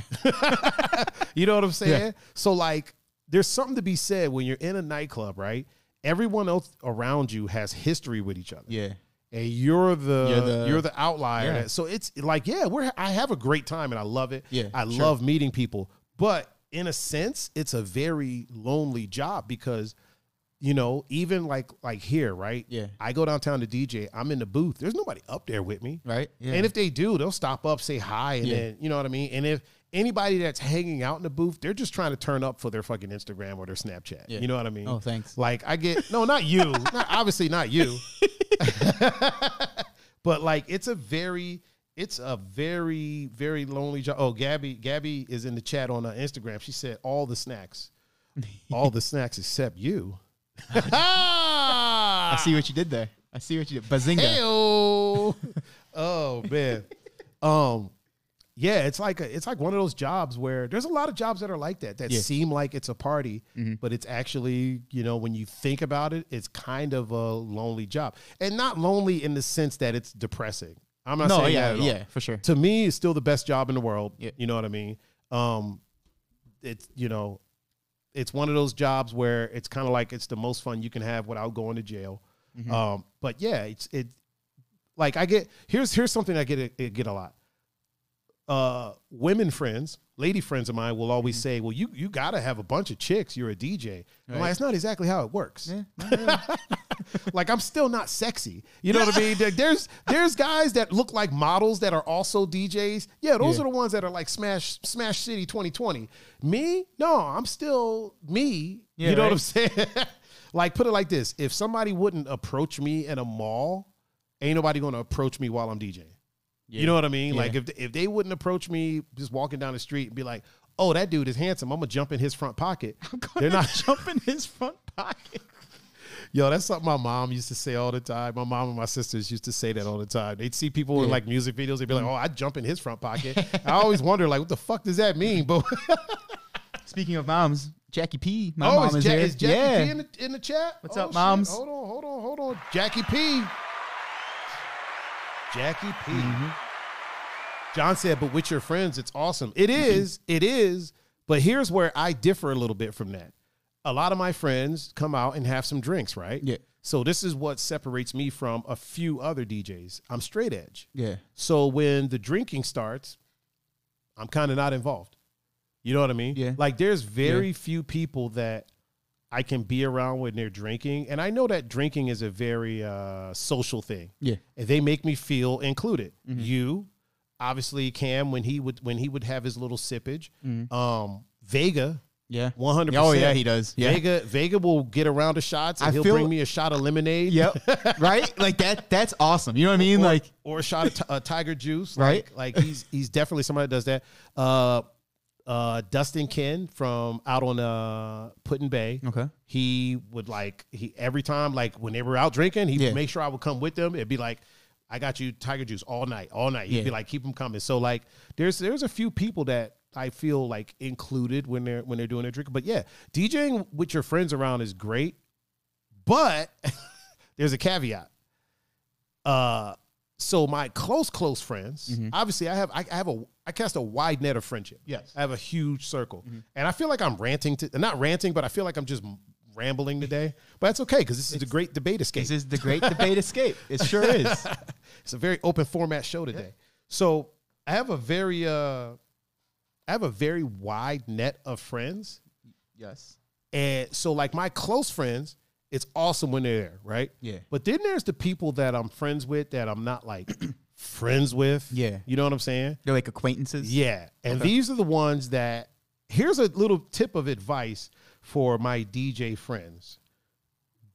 A: you know what I'm saying? So like, there's something to be said when you're in a nightclub, right? Everyone else around you has history with each other,
B: yeah.
A: and you're the you're
B: You're
A: the,
B: the-
A: outlier.
B: Yeah.
A: that- So it's like, yeah, we're I have a great time and I love it.
B: Yeah,
A: I
B: sure.
A: love meeting people, but in a sense, it's a very lonely job because. You know, even like like here, right?
B: Yeah.
A: I go downtown to DJ. I'm in the booth. There's nobody up there with me.
B: Right, yeah.
A: And if they do, they'll stop up, say hi, and
B: Yeah.
A: then you know what I mean. And if anybody that's hanging out in the booth, they're just trying to turn up for their fucking Instagram or their Snapchat.
B: Yeah.
A: You know what I mean?
B: Oh, thanks.
A: Like I get no, not you. Not- obviously not you. <laughs> but like it's a very it's a very very lonely job. Oh, Gabby Gabby is in the chat on uh, Instagram. She said all the snacks. All the snacks except you. <laughs>
B: I see what you did there. I see what you did. Bazinga. <laughs>
A: Heyo. oh man. Um yeah, it's like a, it's like one of those jobs where there's a lot of jobs that are like that that
B: Yeah. Mm-hmm.
A: seem like it's a party, but it's actually, you know, when you think about it, it's kind of a lonely job. And not lonely in the sense that it's depressing. I'm not
B: No,
A: saying
B: yeah,
A: that at all.
B: yeah, for sure.
A: To me, it's still the best job in the world.
B: Yeah.
A: You know what I mean? Um it's you know, it's one of those jobs where it's kind of like it's the most fun you can have without going to jail.
B: Mm-hmm.
A: Um, but yeah, it's it. Like I get here's here's something I get I get a lot. Uh, women friends, lady friends of mine will always
B: Mm-hmm.
A: say, "Well, you you gotta have a bunch of chicks. You're a DJ." I'm like,
B: Right.
A: it's not exactly how it works. <laughs>
B: Yeah.
A: like I'm still not sexy. You know what I mean? Like, There's there's guys that look like models that are also DJs. Yeah, those
B: Yeah.
A: are the ones that are like Smash Smash City 2020. Me? No, I'm still me.
B: Yeah,
A: you know what
B: right.
A: I'm saying? <laughs> like put it like this, if somebody wouldn't approach me in a mall, ain't nobody going to approach me while I'm DJing. You
B: Yeah.
A: know what I mean?
B: Yeah.
A: Like if if they wouldn't approach me just walking down the street and be like, "Oh, that dude is handsome. I'm going to jump in his front pocket." <laughs> They're not
B: jumping his front pocket.
A: <laughs> Yo, that's something my mom used to say all the time. My mom and my sisters used to say that all the time. They'd see people in
B: Yeah.
A: like music videos, they'd be like, "Oh, I jump in his front pocket." I always wonder, like, what the fuck does that mean? <laughs> But
B: Speaking of moms, Jackie P, my
A: oh,
B: mom
A: is,
B: is
A: Ja-
B: there.
A: is Jackie
B: yeah.
A: P in the, in the chat?
B: What's
A: Oh,
B: up, moms?
A: Hold on, hold on, hold on, Jackie P. Jackie P.
B: Mm-hmm.
A: John said, "But with your friends, it's awesome. It is,
B: Mm-hmm.
A: it is. But here's where I differ a little bit from that. A lot of my friends come out and have some drinks, right?
B: Yeah.
A: So this is what separates me from a few other DJs. I'm straight edge.
B: Yeah.
A: So when the drinking starts, I'm kind of not involved. You know what I mean?
B: Yeah.
A: Like there's very few people that I can be around when they're drinking, and I know that drinking is a very uh, social thing.
B: Yeah.
A: And they make me feel included.
B: Mm-hmm.
A: You, obviously, Cam when he would when he would have his little sippage. Um, Vega,
B: Mm-hmm. Yeah.
A: one hundred.
B: Oh, yeah, he does. Yeah.
A: Vega Vega will get a round of shots, and
B: I
A: he'll
B: feel-
A: bring me a shot of lemonade.
B: Yep. right? Like that that's awesome. You know what I mean?
A: or,
B: like
A: or a shot of t- uh, tiger juice,
B: Right.
A: Like, like he's he's definitely somebody that does that. Uh, uh, Dustin Ken from out on uh Putin Bay.
B: Okay.
A: he would like he every time like when they were out drinking, he
B: Yeah.
A: would make sure I would come with them. It'd be like. I got you tiger juice all night, all night. He'd
B: Yeah.
A: be like, keep them coming. So like, there's there's a few people that I feel like included when they're when they're doing their drinking. But yeah, DJing with your friends around is great, but <laughs> there's a caveat uh so my close close friends
B: Mm-hmm.
A: obviously i have I, I have a i cast a wide net of friendship
B: Yes. Mm-hmm.
A: i have a huge circle and i feel like i'm ranting to not ranting but i feel like i'm just rambling today but that's okay because this is the great debate escape
B: this is the great debate escape. It sure <laughs> is.
A: <laughs> it's a very open format show today so i have a very uh i have a very wide net of friends
B: Yes.
A: and so, like my close friends, it's awesome when they're there, right?
B: Yeah.
A: But then there's the people that I'm friends with that I'm not
B: <clears throat>
A: like friends with.
B: Yeah.
A: You know what I'm saying?
B: They're like acquaintances.
A: Yeah. And these are the ones that here's a little tip of advice for my DJ friends.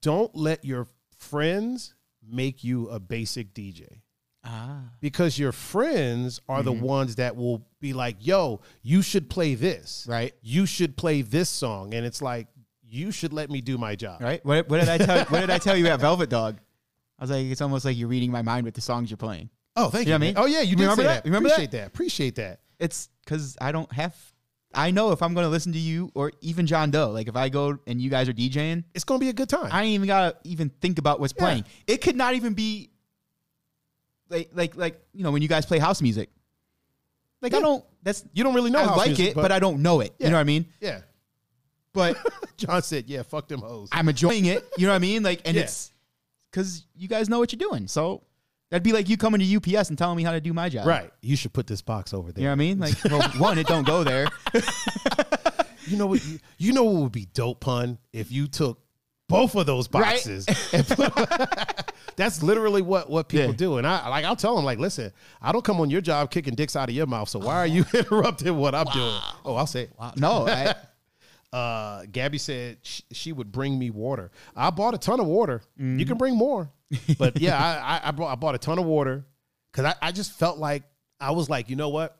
A: Don't let your friends make you a basic DJ
B: Ah.
A: because your friends are
B: Mm-hmm.
A: the ones that will be like, "Yo, you should play this."
B: Right.
A: You should play this song and it's like, "You should let me do my job."
B: Right? What, what did I tell what did I tell you about Velvet Dog? I was like, it's almost like you're reading my mind with the songs you're playing.
A: Oh, thank you.
B: You know what I mean?
A: man. Oh yeah, you did
B: Remember
A: say
B: that?
A: that.
B: Remember
A: Appreciate that? Appreciate that.
B: It's because I don't have I know if I'm gonna listen to you or even John Doe. Like if I go and you guys are DJing,
A: It's going to be a good time.
B: I ain't even gotta even think about what's playing. It could not even be like like like you know when you guys play house music. Like I
A: Yeah.
B: don't. That's
A: you don't really know
B: I
A: house
B: like
A: music,
B: it, but, I don't know it. You
A: Yeah.
B: know what I mean?
A: Yeah.
B: But
A: <laughs> John said, "Yeah, fuck them hoes."
B: I'm enjoying it. You know what I mean? Like, and
A: Yeah.
B: it's because you guys know what you're doing. So that'd be like you coming to UPS and telling me how to do my job.
A: right. You should put this box over
B: You know
A: there.
B: what I mean? Like, well,
A: <laughs>
B: one, it don't go there.
A: You know what you, you know what would be dope pun if you took both of those boxes. and put- <laughs> that's literally what what people
B: Yeah.
A: do, and I like I'll tell them like, listen, I don't come on your job kicking dicks out of your mouth, so why are you <laughs> interrupting what I'm doing? Oh, I'll say, it.
B: No, I,
A: uh, Gabby said sh- she would bring me water. I bought a ton of water. You
B: Mm-hmm.
A: can bring
B: <laughs>
A: more, but yeah, I, I, I, brought, I bought a ton of water because I, I just felt like I was like, you know what,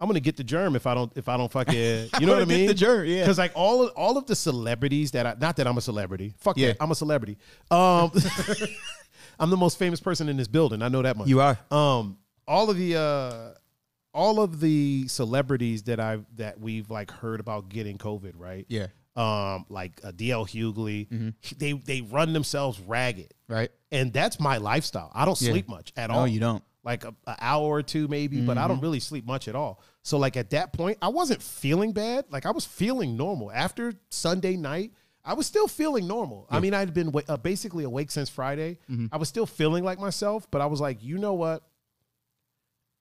A: I'm gonna get the germ if I don't if I don't
B: <laughs>
A: fucking you know what I
B: gonna get
A: mean?
B: the germ, yeah.
A: Because like all of, all of the celebrities that I not that I'm a celebrity. Fuck
B: Yeah.
A: yeah, I'm a celebrity. Um, <laughs> I'm the most famous person in this building. I know that much
B: you are.
A: um all of the uh all of the celebrities that I've that we've like heard about getting COVID, right?
B: Yeah. Mm-hmm.
A: Um, like uh, DL Hughley, they they run themselves ragged,
B: Right. Oh.
A: and that's my lifestyle. I don't
B: Yeah.
A: sleep much at
B: No,
A: all.
B: you don't.
A: Like a, a hour or two maybe, but I don't really sleep much at all. So like at that point, I wasn't feeling bad. Like I was feeling normal after Sunday night. I was still feeling normal. I mean, I'd been wa- uh, basically awake since Friday. I was still feeling like myself, but I was like, you know what?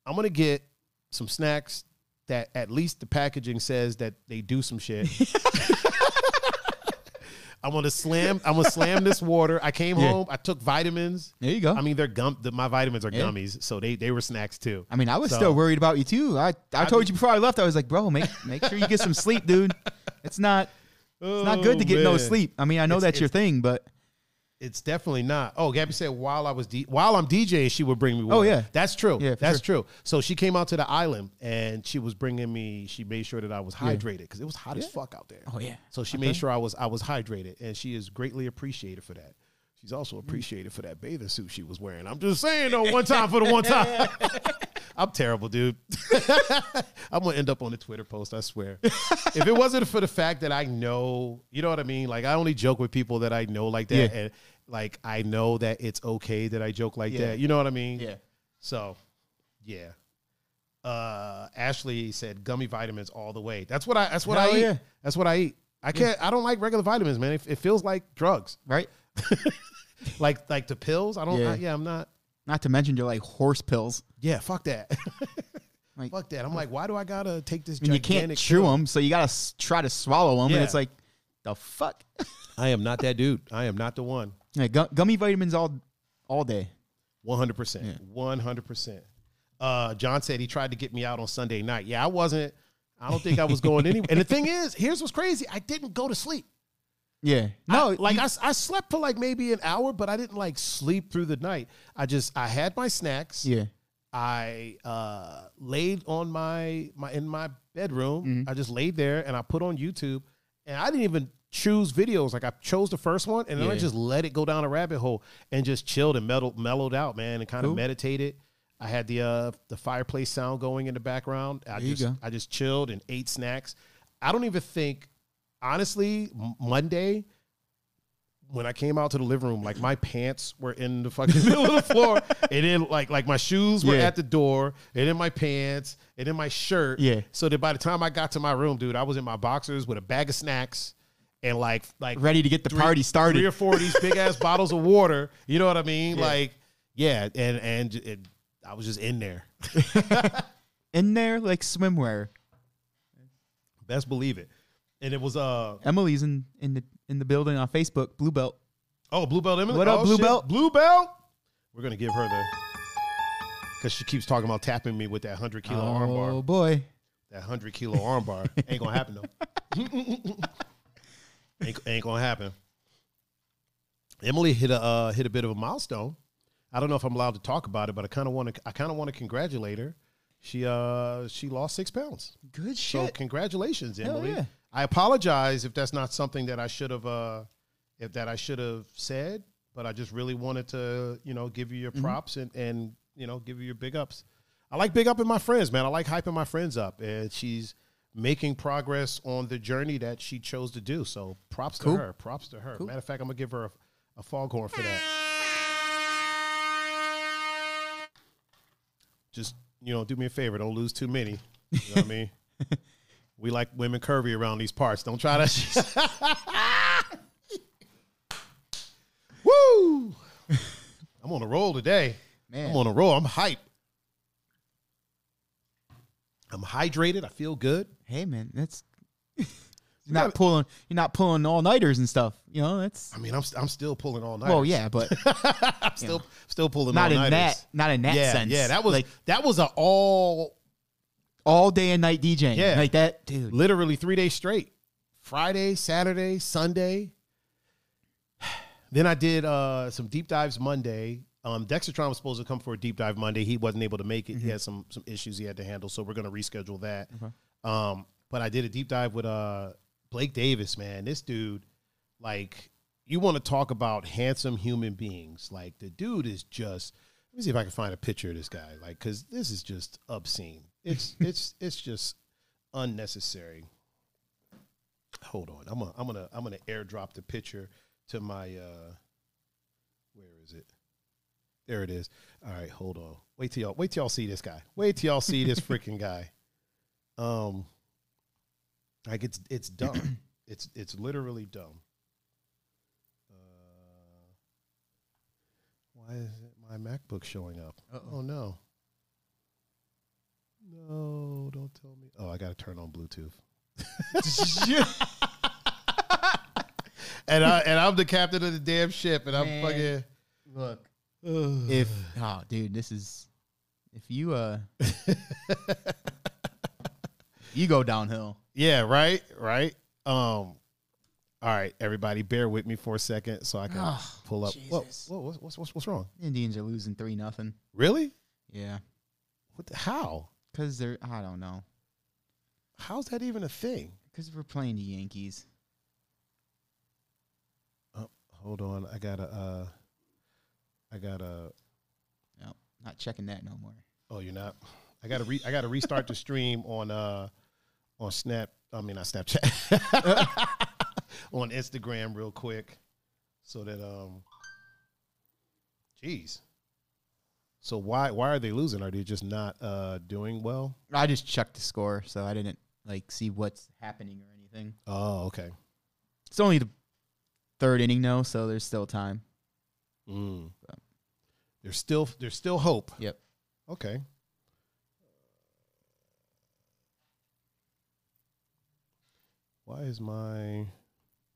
A: I'm gonna get some snacks that at least the packaging says that they do some shit. <laughs> I'm gonna slam. I'm gonna slam this water. I came
B: Yeah.
A: home. I took vitamins.
B: There you go.
A: I mean, they're gum. The, my vitamins are
B: Yeah.
A: gummies, so they they were snacks too.
B: I mean, I was
A: So-
B: still worried about you too. I, I, told
A: mean-
B: you before I left, I was like, bro, make make sure you get some sleep, dude. It's not it's not good to
A: Oh,
B: get no
A: man.
B: sleep. I mean, I know
A: It's-
B: that's your thing, but
A: It's definitely not. Oh, Gabby said while I was D- while I'm DJing, she would bring me. Water.
B: Oh, yeah.
A: that's true.
B: Yeah, for
A: that's true. So she came out to the island and she was bringing me. She made sure that I was hydrated because it was hot as fuck out there.
B: Oh, yeah.
A: So she made sure I was I was hydrated, and she is greatly appreciated for that. She's
B: Mm.
A: also appreciated for that bathing suit she was wearing. I'm just saying though, one time for the one
B: <laughs>
A: time. I'm terrible, dude. <laughs> I'm gonna end up on the Twitter post. I swear. if it wasn't for the fact that I know, you know what I mean. Like I only joke with people that I know like that,
B: Yeah.
A: and like I know that it's okay that I joke like
B: Yeah.
A: that. You know what I mean? So, yeah. Uh, Ashley said gummy vitamins all the way. That's what I. That's what
B: Hell
A: I eat.
B: yeah.
A: That's what I eat. I can't. I don't like regular vitamins, man. It, it feels like
B: <laughs>
A: drugs.
B: Right?
A: Like like the pills. I don't.
B: Yeah.
A: I, yeah I'm not. <laughs>
B: Not to mention your like horse pills.
A: Yeah, fuck that.
B: Like,
A: Fuck that. I'm like, why do I gotta take this?
B: and you
A: Gigantic
B: can't chew
A: pill?
B: them, so you gotta s- try to swallow them,
A: Yeah.
B: and it's like the fuck. <laughs>
A: I am not that dude. I am not the one.
B: like gu- gummy vitamins all all day.
A: One hundred percent. One hundred percent. Uh, John said he tried to get me out on Sunday night. Yeah, I wasn't. I don't think I was going anywhere. And the thing is, here's what's crazy. I didn't go to sleep.
B: Yeah. No,
A: I- like
B: you-
A: I, s- I slept for like maybe an hour, but I didn't like sleep through the night. I just I had my snacks.
B: yeah.
A: I uh, laid on my my in my bedroom.
B: Mm-hmm.
A: I just laid there and I put on YouTube, and I didn't even choose videos. Like I chose the first one, and then I
B: Yeah.
A: just let it go down a rabbit hole and just chilled and mellowed, mellowed out, man, and kind of
B: Cool.
A: meditated. I had the uh, the fireplace sound going in the background. I
B: There you
A: just
B: go.
A: I just chilled and ate snacks. I don't even think, honestly, M- Monday when I came out to the living room, like my pants were in the fucking <laughs> middle of the floor, and then like like my shoes were
B: Yeah.
A: at the door, and in my pants, and in my shirt.
B: Yeah.
A: So that by the time I got to my room, dude, I was in my boxers with a bag of snacks and like like
B: Ready to get the party started.
A: three or four of these big ass bottles of water. You know what I mean?
B: Yeah.
A: Like yeah, and and it, I was just in there.
B: in there like swimwear.
A: Best believe it. And it was uh
B: Emily's in in the in the building on Facebook. Blue belt.
A: oh blue belt Emily.
B: What up,
A: Oh,
B: Blue
A: shit.
B: Belt?
A: Blue belt. We're gonna give her the. Because she keeps talking about tapping me with that 100 kilo armbar.
B: Oh boy.
A: that hundred kilo armbar ain't gonna happen though. <laughs> ain't, ain't gonna happen. Emily hit a uh, hit a bit of a milestone. I don't know if I'm allowed to talk about it, but I kind of want to. I kind of want to congratulate her. She uh she lost six pounds.
B: Good
A: So
B: shit.
A: congratulations,
B: Hell
A: Emily.
B: yeah.
A: I apologize if that's not something that I should have uh if that I should have said, but I just really wanted to, you know, give you your
B: Mm-hmm.
A: props and and you know, give you your big ups. I like big upping my friends, man. I like hyping my friends up. And she's making progress on the journey that she chose to do. So props
B: Cool.
A: to her. Props to her. Matter of fact, I'm gonna give her a, a foghorn for that. Just, you know, do me a favor, don't lose too many. You know what I
B: <laughs>
A: mean? We like women curvy around these parts. Don't try
B: <laughs>
A: that. <laughs> Woo! I'm on a roll today.
B: Man.
A: I'm on a roll. I'm hype. I'm hydrated. I feel good.
B: Hey man, that's <laughs> you're
A: gotta-
B: not pulling you're not pulling all nighters and stuff. You know, that's
A: I mean, I'm I'm still pulling all night.
B: well yeah, <laughs> but
A: <laughs> I'm still still pulling
B: not
A: all
B: in
A: nighters.
B: that not in that
A: yeah,
B: sense.
A: yeah. That was
B: like
A: that was a all
B: all day and night DJing.
A: Yeah.
B: Like that dude.
A: literally three days straight. Friday, Saturday, Sunday. Then I did uh, some deep dives Monday. Um, Dexatron was supposed to come for a deep dive Monday. He wasn't able to make it. He had some some issues he had to handle, so we're going to reschedule that. Um, but I did a deep dive with uh, Blake Davis. Man, this dude, like, you want to talk about handsome human beings? Like, the dude is just. Let me see if I can find a picture of this guy. Like, because this is just obscene. It's it's it's just unnecessary. Hold on. I'm gonna I'm gonna I'm gonna airdrop the picture to my uh where is it? There it is. All right, hold on. Wait till y'all wait till y'all see this guy. Wait till y'all
B: <laughs>
A: see this freaking guy. Um like it's
B: <clears throat>
A: it's dumb. it's it's literally dumb. Uh why is it my MacBook showing up?
B: Uh-oh.
A: Oh no. No, don't tell me. Oh, I got to turn on
B: <laughs>
A: Bluetooth. <laughs> And I and I'm the captain of the damn ship and I'm
B: Man.
A: fucking
B: Look.
A: Ugh.
B: If oh dude, this is if you <laughs> uh you go downhill.
A: Yeah, right, right. Um, all right, everybody, bear with me for a second so I can
B: Oh,
A: pull up. Whoa,
B: Jesus.
A: whoa, what's, what's what's what's wrong?
B: Indians are losing three nothing.
A: Really?
B: Yeah.
A: What? The, how?
B: Cause they're I don't know.
A: How's that even a thing?
B: Cause we're playing the Yankees.
A: Uh, hold on, I gotta. Uh, I gotta.
B: No, not checking that no more.
A: Oh, you're not. I gotta re. I gotta restart the stream on uh on Snap. I mean, not Snapchat. <laughs> on Instagram, real quick, so that um. Jeez. So why why are they losing? Are they just not uh doing well?
B: I just checked the score, so I didn't like see what's happening or anything.
A: Oh, okay.
B: It's only the third inning though, so there's still time.
A: Mm. There's still there's still hope.
B: Yep.
A: Okay. Why is my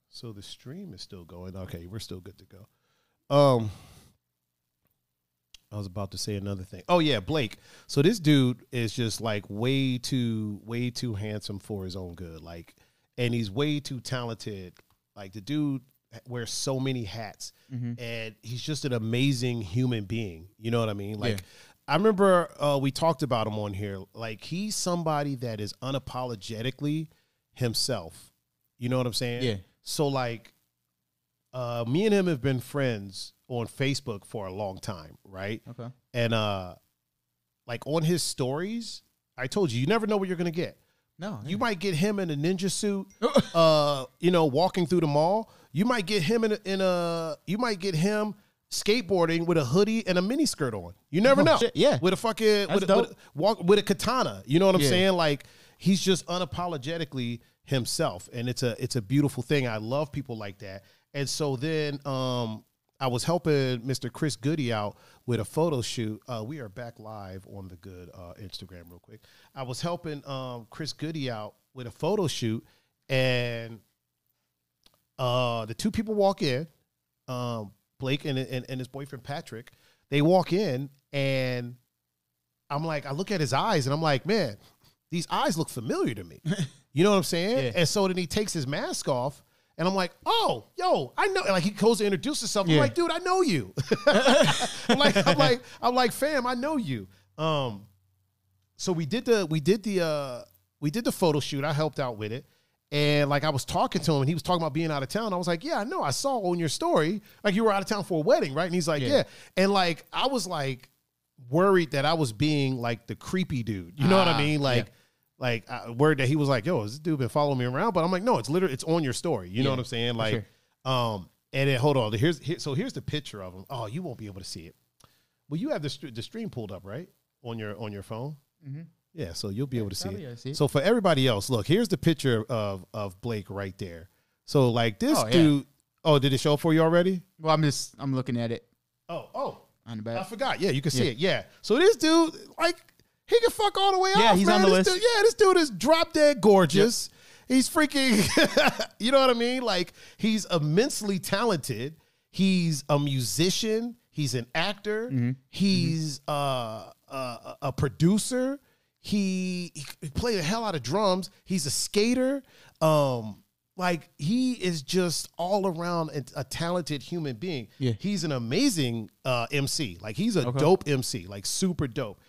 A: so the stream is still going? Okay, we're still good to go. Um I was about to say another thing. Oh yeah, Blake. So this dude is just like way too way too handsome for his own good. Like and he's way too talented. Like the dude wears so many hats
B: Mm-hmm.
A: and he's just an amazing human being. You know what I mean? Like I remember uh, we talked about him on here. Like he's somebody that is unapologetically himself. You know what I'm saying?
B: Yeah.
A: So like, uh, me and him have been friends on Facebook for a long time, right?
B: Okay.
A: And uh, like on his stories, I told you, you never know what you're gonna get.
B: No.
A: You might get him in a ninja
B: <laughs>
A: suit, uh, you know, walking through the mall. You might get him in a, in a you might get him skateboarding with a hoodie and a mini skirt on. You never
B: Oh,
A: know.
B: shit, yeah.
A: With a fucking
B: That's
A: with, a- with,
B: dope.
A: a- walk with a katana. You know what I'm
B: Yeah.
A: saying? Like he's just unapologetically himself and it's a it's a beautiful thing. I love people like that. And so then um I was helping Mr. Chris Goody out with a photo shoot. Uh, we are back live on the good uh, Instagram real quick. I was helping um, Chris Goody out with a photo shoot and uh, the two people walk in, um, Blake and, and and his boyfriend Patrick. They walk in, and I'm like, I look at his eyes, and I'm like, man, these eyes look familiar to
B: <laughs>
A: me. You know what I'm saying?
B: Yeah.
A: And so then he takes his mask off, and I'm like, oh, yo, I know. And like he goes to introduce himself. I'm
B: Yeah.
A: like, dude, I know you. <laughs> I'm like, I'm like, I'm like, fam, I know you. Um, so we did the we did the uh we did the photo shoot. I helped out with it. And like I was talking to him and he was talking about being out of town. I was like, Yeah, I know, I saw on your story. Like you were out of town for a wedding, right? And he's like, Yeah.
B: Yeah.
A: And like I was like worried that I was being like the creepy dude. You know what I
B: Ah,
A: mean?
B: yeah.
A: Like like I, word that he was like, Yo, has this dude been following me around? But I'm like, No, it's literally it's on your story. You know
B: Yeah,
A: what I'm saying? Like um and then hold on. Here's here, so here's the picture of him. Oh, you won't be able to see it. Well, you have the, str- the stream pulled up, right? On your on your phone. Mm-hmm. Yeah, so you'll be able to see
B: probably I
A: it.
B: see it.
A: So for everybody else, look, here's the picture of of Blake right there. So like this
B: Oh, yeah.
A: dude. Oh, did it show up for you already?
B: Well, I'm just I'm looking at it
A: Oh, oh,
B: on the
A: I
B: back.
A: forgot. Yeah, you can see
B: Yeah.
A: it. Yeah. So this dude, like, he can fuck all the way
B: Yeah,
A: off.
B: he's
A: man.
B: on the
A: This
B: list.
A: dude- yeah, this dude is drop dead gorgeous. He's freaking, <laughs> you know what I mean? Like, he's immensely talented. He's a musician. He's an actor.
B: Mm-hmm.
A: He's uh, a, a producer. He, he played the hell out of drums. He's a skater. Um, like he is just all around a, a talented human being.
B: Yeah.
A: He's an amazing uh, MC. Like he's a
B: Okay.
A: dope MC, like super dope.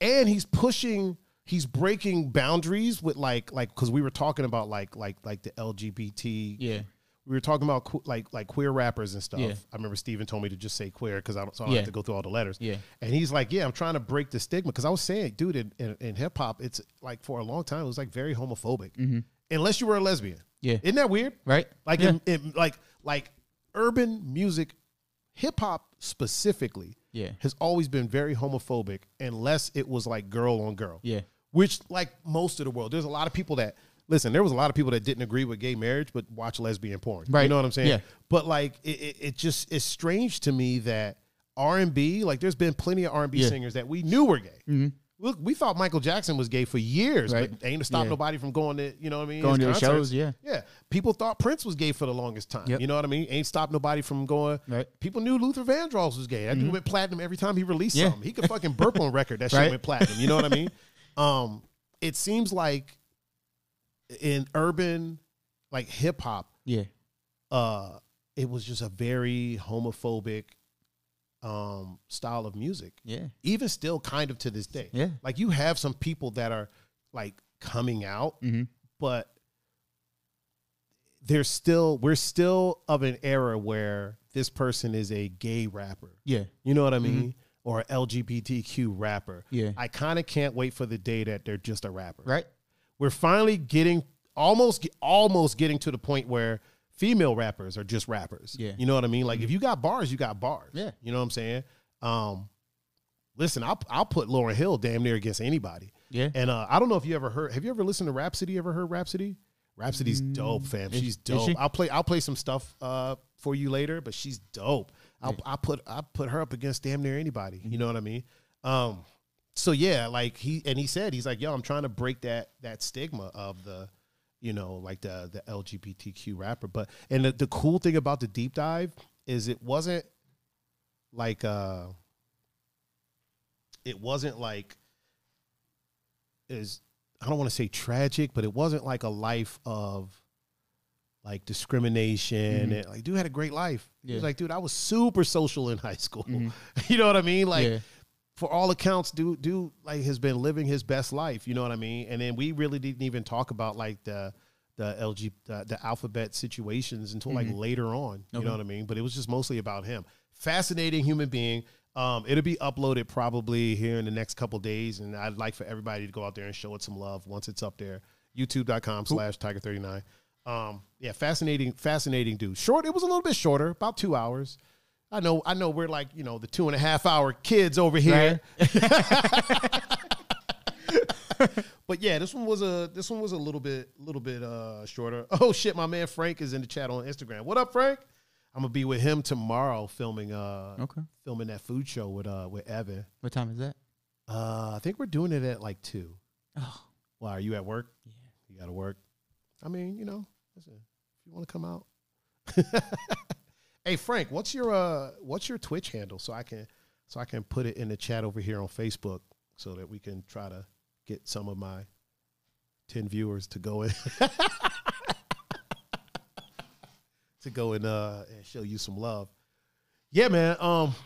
A: And he's pushing, he's breaking boundaries with like like because we were talking about like like like the LGBT.
B: Yeah.
A: We were talking about que- like like queer rappers and stuff.
B: Yeah.
A: I remember Steven told me to just say queer because I don't so I don't
B: Yeah.
A: have to go through all the letters.
B: Yeah.
A: And he's like, yeah, I'm trying to break the stigma because I was saying, dude, in, in, in hip hop, it's like for a long time it was like very homophobic, unless you were a lesbian.
B: Mm-hmm. Yeah.
A: Isn't that weird?
B: Right?
A: Like
B: Yeah.
A: in, in like like urban music, hip hop specifically,
B: Yeah.
A: has always been very homophobic unless it was like girl on girl.
B: Yeah.
A: Which like most of the world, there's a lot of people that listen, there was a lot of people that didn't agree with gay marriage but watch lesbian porn. You
B: Right.
A: know what I'm saying?
B: Yeah.
A: But like it, it, it just it's strange to me that R&B, like there's been plenty of R&B
B: Yeah. Mm-hmm.
A: singers that we knew were gay. Look, we thought Michael Jackson was gay for years,
B: Right.
A: but ain't to stop
B: Yeah.
A: nobody from going to, you know what I mean?
B: Going to
A: his
B: his
A: concerts.
B: shows, yeah.
A: Yeah, people thought Prince was gay for the longest time.
B: Yep.
A: You know what I mean? Ain't stopped nobody from going.
B: Right. Mm-hmm.
A: People knew Luther Vandross was gay. That dude went platinum every time he released
B: Yeah.
A: something. He could fucking burp on record.
B: <laughs>
A: That shit
B: Right.
A: went platinum. You know what I
B: <laughs>
A: mean? Um, it seems like in urban, like hip hop,
B: Yeah.
A: uh, it was just a very homophobic um, style of music.
B: Yeah.
A: Even still, kind of to this day.
B: Yeah.
A: Like you have some people that are like coming out
B: Mm-hmm.
A: but there's still we're still of an era where this person is a gay rapper.
B: Yeah.
A: You know what I mean? Or a LGBTQ rapper.
B: Mm-hmm. Yeah.
A: I kind of can't wait for the day that they're just a rapper.
B: Right?
A: We're finally getting almost almost getting to the point where female rappers are just rappers.
B: Yeah. Mm-hmm.
A: You know what I mean? Like if you got bars, you got bars.
B: Yeah.
A: You know what I'm saying? Um listen, I'll I'll put Lauren Hill damn near against anybody.
B: Yeah.
A: And uh, I don't know if you ever heard. Have you ever listened to Rhapsody? Ever heard Rhapsody? Rhapsody's dope, fam.
B: Mm, is-
A: She's
B: is
A: dope.
B: she?
A: I'll play. I'll play some stuff uh, for you later, but she's dope. I'll, I'll put. I put her up against damn near anybody. You know what I mean? Um, so yeah, like he and he said he's like, yo, I'm trying to break that that stigma of the you know, like the the LGBTQ rapper. But and the, the cool thing about the deep dive is it wasn't like uh it wasn't like is I don't want to say tragic, but it wasn't like a life of like discrimination. And, like, dude had a great life. He was
B: Yeah.
A: like, dude, I was super social in high school. <laughs> you know what I mean? Like,
B: Yeah.
A: for all accounts, dude, dude, like, has been living his best life. You know what I mean? And then we really didn't even talk about like the the LG the, the alphabet situations until like later on. You know what I mean? But it was just mostly about him. Fascinating human being. Um, it'll be uploaded probably here in the next couple days, and I'd like for everybody to go out there and show it some love once it's up there. YouTube.com slash Tiger thirty nine. Um, yeah, fascinating, fascinating dude. Short. It was a little bit shorter, about two hours. I know, I know. We're like you know the two and a half hour kids over here.
B: Right?
A: But yeah, this one was a this one was a little bit little bit uh shorter. <laughs> Oh shit, my man Frank is in the chat on Instagram. What up, Frank? I'm gonna be with him tomorrow filming uh
B: Okay.
A: filming that food show with uh with Evan.
B: What time is that?
A: Uh I think we're doing it at like two.
B: Oh,
A: Why are you at work?
B: Yeah.
A: You gotta work. I mean, you know, listen, if you wanna come out. <laughs> hey Frank, what's your uh what's your Twitch handle so I can so I can put it in the chat over here on Facebook so that we can try to get some of my ten viewers to go in <laughs> to go and uh and show you some love. Yeah, man. Um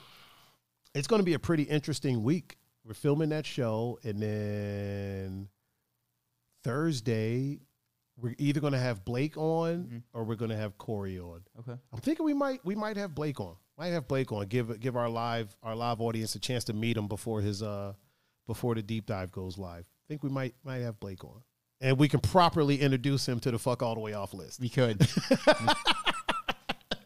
A: it's gonna be a pretty interesting week. We're filming that show and then Thursday, we're either going to have Blake on or we're going to have Corey on.
B: okay.
A: I'm thinking we might we might have Blake on. Might have Blake on. Give give our live our live audience a chance to meet him before his uh before the deep dive goes live. think we might might have Blake on, and we can properly introduce him to the fuck all the way off list.
B: We <laughs> could.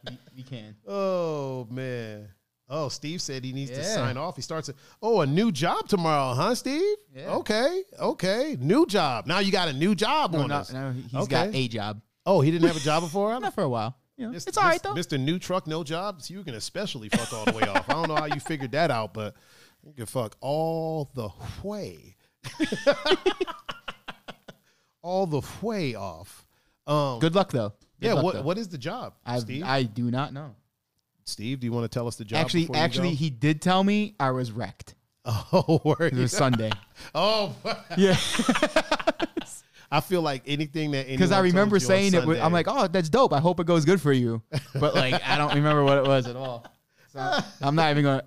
B: we, we can.
A: Oh man. Oh, Steve said he needs to
B: Yeah.
A: sign off. He starts. A, oh, a new job tomorrow, huh, Steve?
B: Yeah.
A: Okay, okay, new job. Now you got a new job
B: No,
A: on
B: no,
A: us.
B: no, he- he's got
A: Okay.
B: a job.
A: Oh, he didn't have a job
B: <laughs>
A: before. <laughs>
B: Not for a while. You know,
A: Mis-
B: it's all right
A: mis-
B: though.
A: Mr. New Truck, no jobs. You can especially fuck all the way off. I don't know how you figured that out, but you can fuck all the way, <laughs> all the way off. Um,
B: Good luck though. Good
A: yeah.
B: luck,
A: What
B: though.
A: What is the job,
B: I've-
A: Steve?
B: I do not know.
A: Steve, do you want to tell us the job?
B: Actually,
A: before you
B: actually,
A: go?
B: he did tell me I was wrecked.
A: <laughs> oh,
B: It
A: word.
B: was Sunday.
A: oh,
B: <laughs> yeah,
A: <laughs> I feel like anything that
B: because I
A: anyone told
B: remember
A: you on
B: saying it. with- I'm
A: Sunday-
B: like, oh, that's dope. I hope it goes good for you. But like, I don't remember what it was at all. So I'm not even gonna.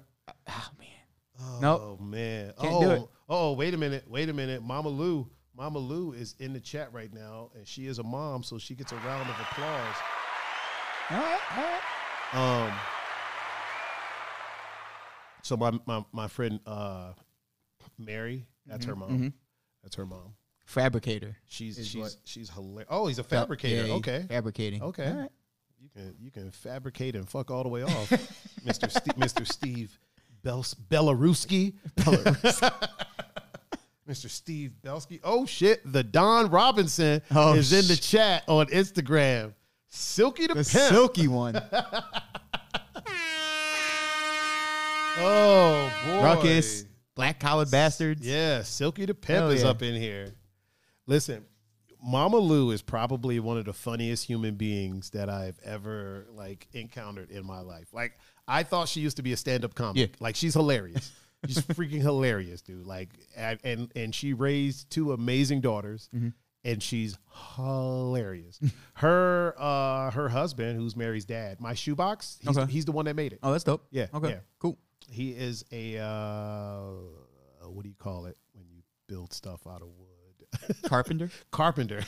B: Oh man. nope.
A: Oh man.
B: Can't
A: oh,
B: do it.
A: oh, wait a minute. Wait a minute. Mama Lou. Mama Lou is in the chat right now, and she is a mom, so she gets a round of applause.
B: All right, all right.
A: Um so my my, my friend uh Mary, that's
B: Mm-hmm,
A: her mom. That's her mom.
B: Fabricator.
A: She's
B: Is
A: she's
B: what-
A: she's hilarious. Oh, he's a fabricator.
B: Yeah,
A: okay.
B: Fabricating.
A: Okay.
B: All right.
A: You can you can fabricate and fuck all the way off, <laughs> Mister Ste Mister Steve Bels- Belaruski. <laughs> Mr. Steve Belsky. Oh shit, the Don Robinson
B: Oh,
A: is in the
B: sh-
A: chat on Instagram. Silky the,
B: The
A: pimp.
B: silky <laughs> one.
A: oh boy.
B: Ruckus. Black collared bastards.
A: Yeah, Silky the Pimp
B: Hell
A: is
B: yeah.
A: up in here. Listen, Mama Lou is probably one of the funniest human beings that I've ever like encountered in my life. Like I thought she used to be a stand-up comic.
B: Yeah.
A: Like she's hilarious.
B: <laughs>
A: She's freaking hilarious, dude. Like and and- and she raised two amazing daughters.
B: Mm-hmm.
A: And she's hilarious. Her uh, her husband, who's Mary's dad, my shoebox, he's,
B: Okay.
A: he's the one that made it.
B: Oh, that's dope.
A: Yeah,
B: Okay.
A: yeah.
B: Cool.
A: He is a uh, what do you call it when you build stuff out of wood? <laughs>
B: Carpenter. <laughs>
A: Carpenter.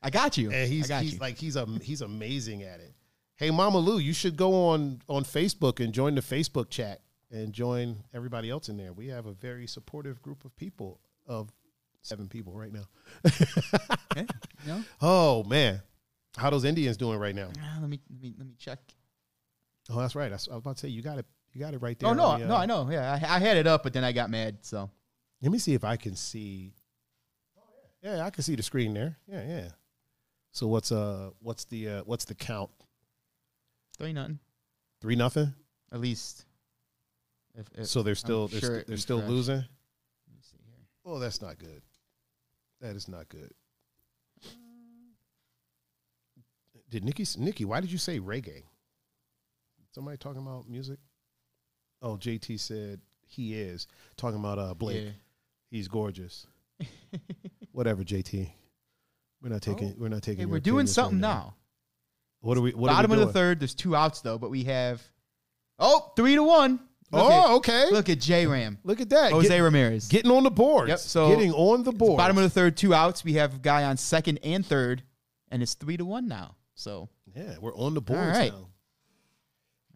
B: I got you.
A: and
B: I
A: he's,
B: got
A: he's
B: you.
A: like he's a he's amazing at it. Hey, Mama Lou, you should go on on Facebook and join the Facebook chat and join everybody else in there. We have a very supportive group of people of seven people right now.
B: Okay. You know?
A: Oh man, how those Indians doing right now?
B: Ah, let me let me let me check.
A: Oh, that's right. I was I was about to say you got it. You got it right there.
B: Oh no,
A: on the,
B: no,
A: uh,
B: I know. Yeah, I, I had it up, but then I got mad. So
A: Let me see if I can see. Oh, Yeah, I can see the screen there. Yeah, yeah. So what's uh what's the uh, what's the count?
B: three nothing
A: Three nothing.
B: at least. If, if,
A: So they're still
B: I'm
A: they're,
B: sure
A: st-
B: it
A: they're still
B: refreshed.
A: losing.
B: let me see here.
A: Oh, that's not good. That is not good. Did Nikki Nikki? Why did you say reggae? Somebody talking about music? Oh, JT said he is talking about uh Blake.
B: Yeah.
A: He's
B: <laughs>
A: gorgeous. Whatever, JT. We're not taking.
B: Oh.
A: we're not taking.
B: Hey,
A: your
B: we're doing
A: opinions right
B: something now.
A: What are we? What
B: Bottom
A: are
B: of
A: we
B: the third. There's two outs though, but we have oh three to one. Look
A: Oh, okay.
B: at,
A: Look,
B: look at J Ram
A: at that.
B: Jose
A: Get-
B: Ramirez.
A: getting on the board.
B: Yep, so-
A: getting on the board.
B: Bottom of the third, two outs. We have a guy on second and third, and it's three to one now. So
A: Yeah, we're on the board
B: right.
A: now.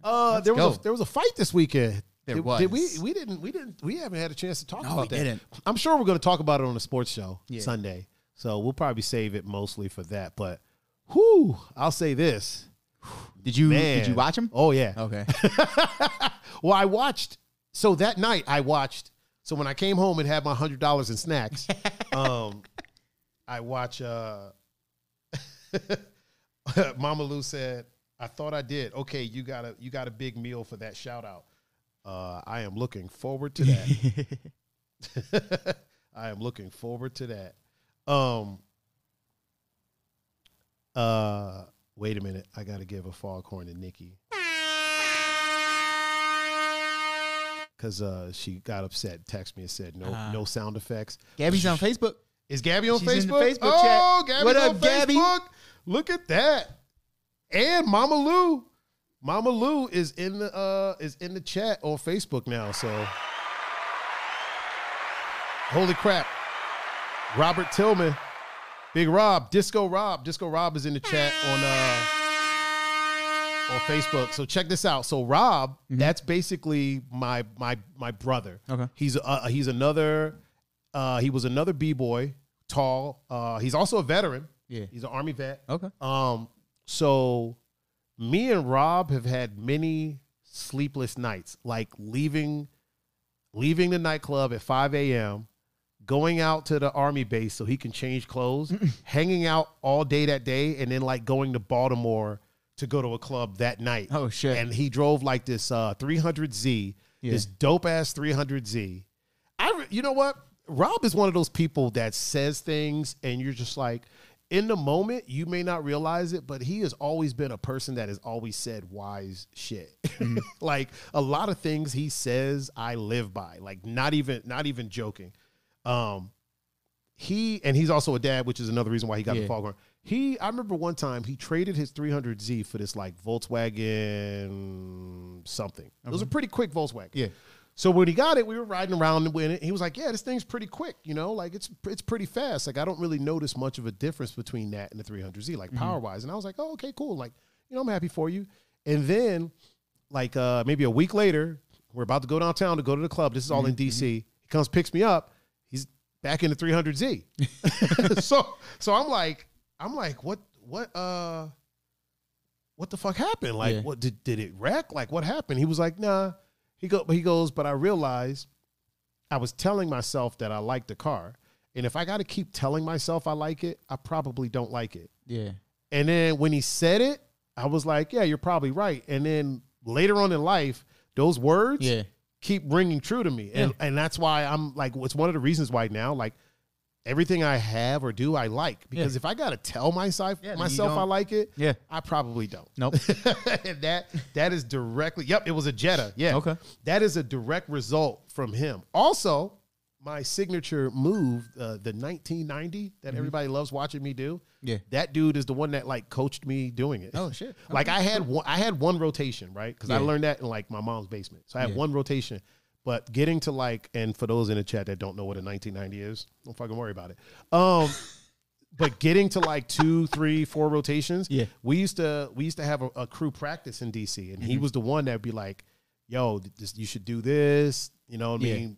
A: Uh, there was
B: go.
A: a, there was a fight this weekend.
B: There
A: did, did we
B: was.
A: we didn't we didn't we haven't had a chance to talk
B: No,
A: about
B: we
A: that.
B: didn't.
A: I'm sure we're going to talk about it on the sports show
B: Yeah.
A: Sunday. So we'll probably save it mostly for that. But whoo, I'll say this.
B: did you did
A: Man.
B: you watch him?
A: Oh yeah.
B: Okay.
A: Well, I watched. So that night I watched. So when I came home and had my hundred dollars in snacks, um, I watch. Uh, <laughs> Mama Lou said, "I thought I did. Okay, you got a you got a big meal for that shout out. Uh, I am looking forward to that. <laughs> I am looking forward to that. Um uh wait a minute. I gotta give a foghorn to Nikki. Cause uh she got upset, texted me and said no
B: Ah.
A: no sound effects.
B: <laughs> Gabby's on Facebook.
A: Is Gabby on
B: She's in the
A: Facebook?
B: Facebook
A: oh,
B: chat.
A: Gabby's
B: What
A: on
B: up, Gabby?
A: Facebook. Look at that. And Mama Lou. Mama Lou is in the uh is in the chat on Facebook now, so holy crap. Robert Tillman. Big Rob, Disco Rob. Disco Rob is in the chat on uh on Facebook. So check this out. So Rob, that's basically my my my brother.
B: Mm-hmm. Okay.
A: He's uh, he's another uh he was another B-boy, tall. Uh he's also a veteran.
B: Yeah.
A: He's an army vet.
B: Okay.
A: Um so me and Rob have had many sleepless nights, like leaving leaving the nightclub at 5 a.m., going out to the army base so he can change clothes, hanging out all day that day, and then like going to Baltimore to go to a club that night.
B: Oh shit.
A: And he drove like this uh, 300Z,
B: Yeah.
A: this dope ass 300Z. I, re- you know what? Rob is one of those people that says things, and you're just like, in the moment, you may not realize it, but he has always been a person that has always said wise shit.
B: Mm-hmm.
A: <laughs> like a lot of things he says, I live by. Like not even, not even joking. Um, he and he's also a dad, which is another reason why he got
B: Yeah.
A: the foghorn. He, I remember one time he traded his 300Z for this like Volkswagen something. It was a pretty quick Volkswagen.
B: Yeah.
A: So when he got it, we were riding around with it. He was like, "Yeah, this thing's pretty quick. You know, like it's it's pretty fast. Like I don't really notice much of a difference between that and the 300Z,
B: Mm-hmm.
A: like power wise." And I was like, "Oh, okay, cool. Like you know, I'm happy for you." And then, like uh, maybe a week later, we're about to go downtown to go to the club. This is all in DC. He comes, picks me up. He's back in the 300Z. <laughs> so so I'm like I'm like what what uh what the fuck happened? Like
B: Yeah.
A: what did did it wreck? Like what happened? He was like nah. He go he goes but I realized I was telling myself that I liked the car and if I got to keep telling myself I like it I probably don't like it.
B: yeah.
A: And then when he said it, I was like, yeah, you're probably right. And then later on in life, those words
B: Yeah.
A: keep ringing true to me. And and that's why I'm like it's one of the reasons why now like everything I have or do I like because if I got to tell myself
B: Yeah, then you
A: myself I
B: don't-
A: like it,
B: Yeah.
A: I probably don't.
B: <laughs> Nope.
A: and <laughs> that that is directly Yep, it was a Jetta. Yeah.
B: Okay.
A: That is a direct result from him. Also, my signature move, uh, the 1990 that everybody loves watching me do.
B: Mm-hmm. Yeah.
A: That dude is the one that like coached me doing it.
B: Oh, shit.
A: <laughs> Like I had one, I had one rotation, right? Because I
B: Yeah.
A: learned that in like my mom's basement. So I had
B: Yeah.
A: one rotation. But getting to like, and for those in the chat that don't know what a 1990 is, don't fucking worry about it. Um, <laughs> but getting to like two, three, four rotations,
B: Yeah.
A: we used to we used to have a, a crew practice in DC, and he
B: Mm-hmm.
A: was the one that'd be like, "Yo, th- this, you should do this." You know what I
B: Yeah.
A: mean?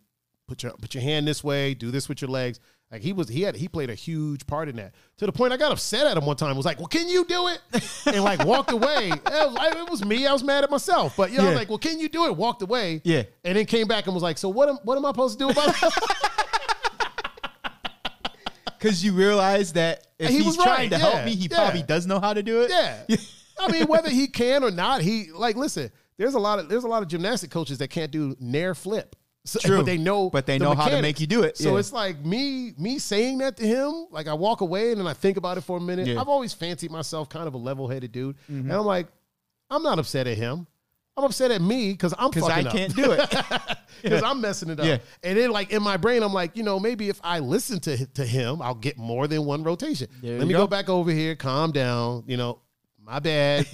A: Put your put your hand this way, do this with your legs. Like he was, he had he played a huge part in that to the point I got upset at him one time. Was like, "Well, can you do
B: <laughs>
A: it?" and like walked away. It was, I- it was me. I was mad at myself, but you know, I was
B: Yeah.
A: like, "Well, can you do it?" Walked away.
B: Yeah.
A: and then came back and was like, "So what am what am I supposed to do about it?"
B: Because you realize that if
A: He
B: he's
A: was
B: trying
A: right,
B: to
A: yeah,
B: help me, he
A: yeah.
B: probably does know how to do it. <laughs>
A: Yeah. I mean, whether he can or not, he like listen, there's a lot of there's a lot of gymnastic coaches that can't do nair flip. So,
B: True.
A: But they know,
B: But they
A: the
B: know how to
A: mechanics.
B: make you do it.
A: So
B: Yeah.
A: it's like me, me saying that to him. Like I walk away and then I think about it for a minute.
B: Yeah. Mm-hmm.
A: I've always fancied myself kind of a level-headed dude, and I'm like, I'm not upset at him. I'm upset at me because I'm
B: because
A: fucking
B: I
A: up. <laughs>
B: can't do it.
A: because I'm messing it up.
B: Yeah.
A: And then, like in my brain, I'm like, you know, maybe if I listen to to him, I'll get more than one rotation.
B: There
A: Let
B: you
A: me go.
B: go.
A: back over here, calm down. You know, my bad,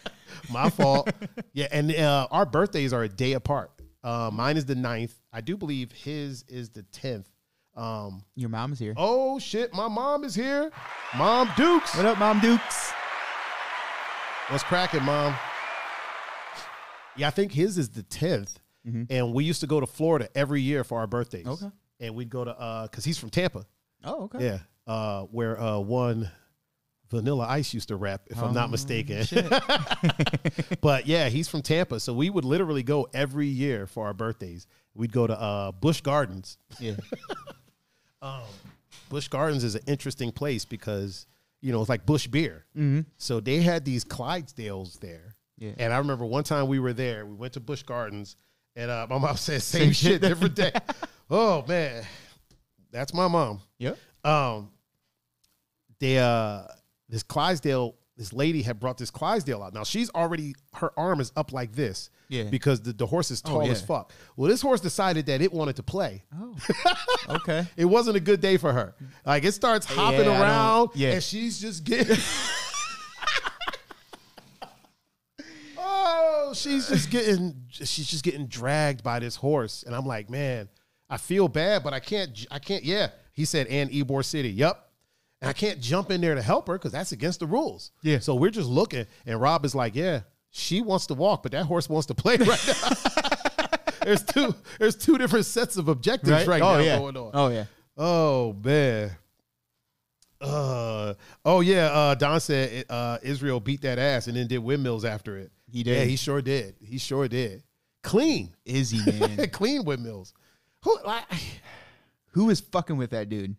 A: <laughs> my fault. Yeah, and uh, our birthdays are a day apart. Uh, mine is the 9th. I do believe his is the tenth. Um,
B: Your mom's here.
A: oh shit, my mom is here. Mom Dukes,
B: What up, Mom Dukes?
A: what's cracking, mom? Yeah, I think his is the 10th and we used to go to Florida every year for our birthdays.
B: Okay.
A: And we'd go to uh, cause he's from Tampa.
B: Oh, okay.
A: Yeah. Uh, where uh one Vanilla Ice used to rap, if I'm not mistaken. <laughs> but yeah, he's from Tampa, so we would literally go every year for our birthdays. We'd go to uh Bush Gardens. <laughs>
B: Yeah.
A: Bush Gardens is an interesting place because you know it's like Bush beer. So they had these Clydesdales there,
B: Mm-hmm. Yeah.
A: and I remember one time we were there. We went to Bush Gardens, and uh, my mom
B: <laughs>
A: said, "Same, shit, different day." oh man, that's my mom. <laughs>
B: Yep.
A: Um, they uh, this Clydesdale, this lady had brought this Clydesdale out. Now she's already her arm is up like this,
B: Yeah. Oh,
A: because the, the horse is tall as
B: yeah.
A: fuck. Well, this horse decided that it wanted to play.
B: Oh. Okay.
A: It wasn't a good day for her. Like it starts hopping
B: I don't-
A: around,
B: yeah.
A: and she's just
B: <laughs>
A: getting. oh, she's just getting. She's just getting dragged by this horse, and I'm like, man, I feel bad, but I can't. j- I can't. Yeah, he said, and Ybor City. Yup. And I can't jump in there to help her because that's against the rules.
B: Yeah.
A: So we're just looking, and Rob is like, yeah, she wants to walk, but that horse wants to play right now. <laughs> there's two. There's two different sets of objectives right,
B: oh,
A: now
B: yeah.
A: going on.
B: Oh yeah.
A: Oh man. Uh oh yeah. Uh, Don said uh, Israel beat that ass and then did windmills after it.
B: He did.
A: Yeah, he sure did. He sure did. Clean,
B: Izzy
A: <laughs>
B: man.
A: clean windmills. Who? Like,
B: Who is fucking with that dude?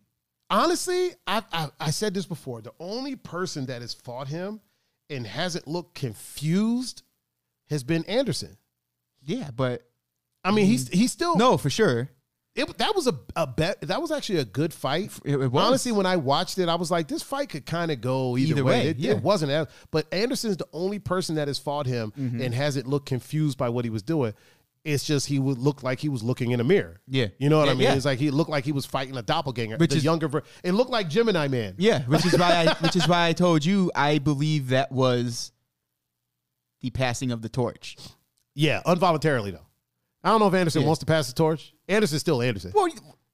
A: honestly, I, I I said this before. The only person that has fought him and hasn't looked confused has been Anderson.
B: Yeah, but
A: I mean, he's
B: Mm-hmm.
A: he's still
B: no, for sure.
A: It, that was a, a bet. That was actually a good fight.
B: It- it was.
A: Honestly, when I watched it, I was like, this fight could kind of go either,
B: Either
A: way.
B: way,
A: It, it
B: yeah.
A: wasn't. As, but Anderson's the only person that has fought him
B: Mm-hmm.
A: and hasn't looked confused by what he was doing. It's just he would look like he was looking in a mirror.
B: Yeah.
A: you know what I
B: Yeah,
A: mean.
B: yeah.
A: It's like he looked like he was fighting a doppelganger,
B: Which
A: the
B: is-
A: younger. Ver- it looked like Gemini Man.
B: Yeah, which is why I which is why I told you I believe that was the passing of the torch.
A: yeah, involuntarily though. I don't know if Anderson
B: Yeah.
A: wants to pass the torch. Anderson's still Anderson.
B: Well,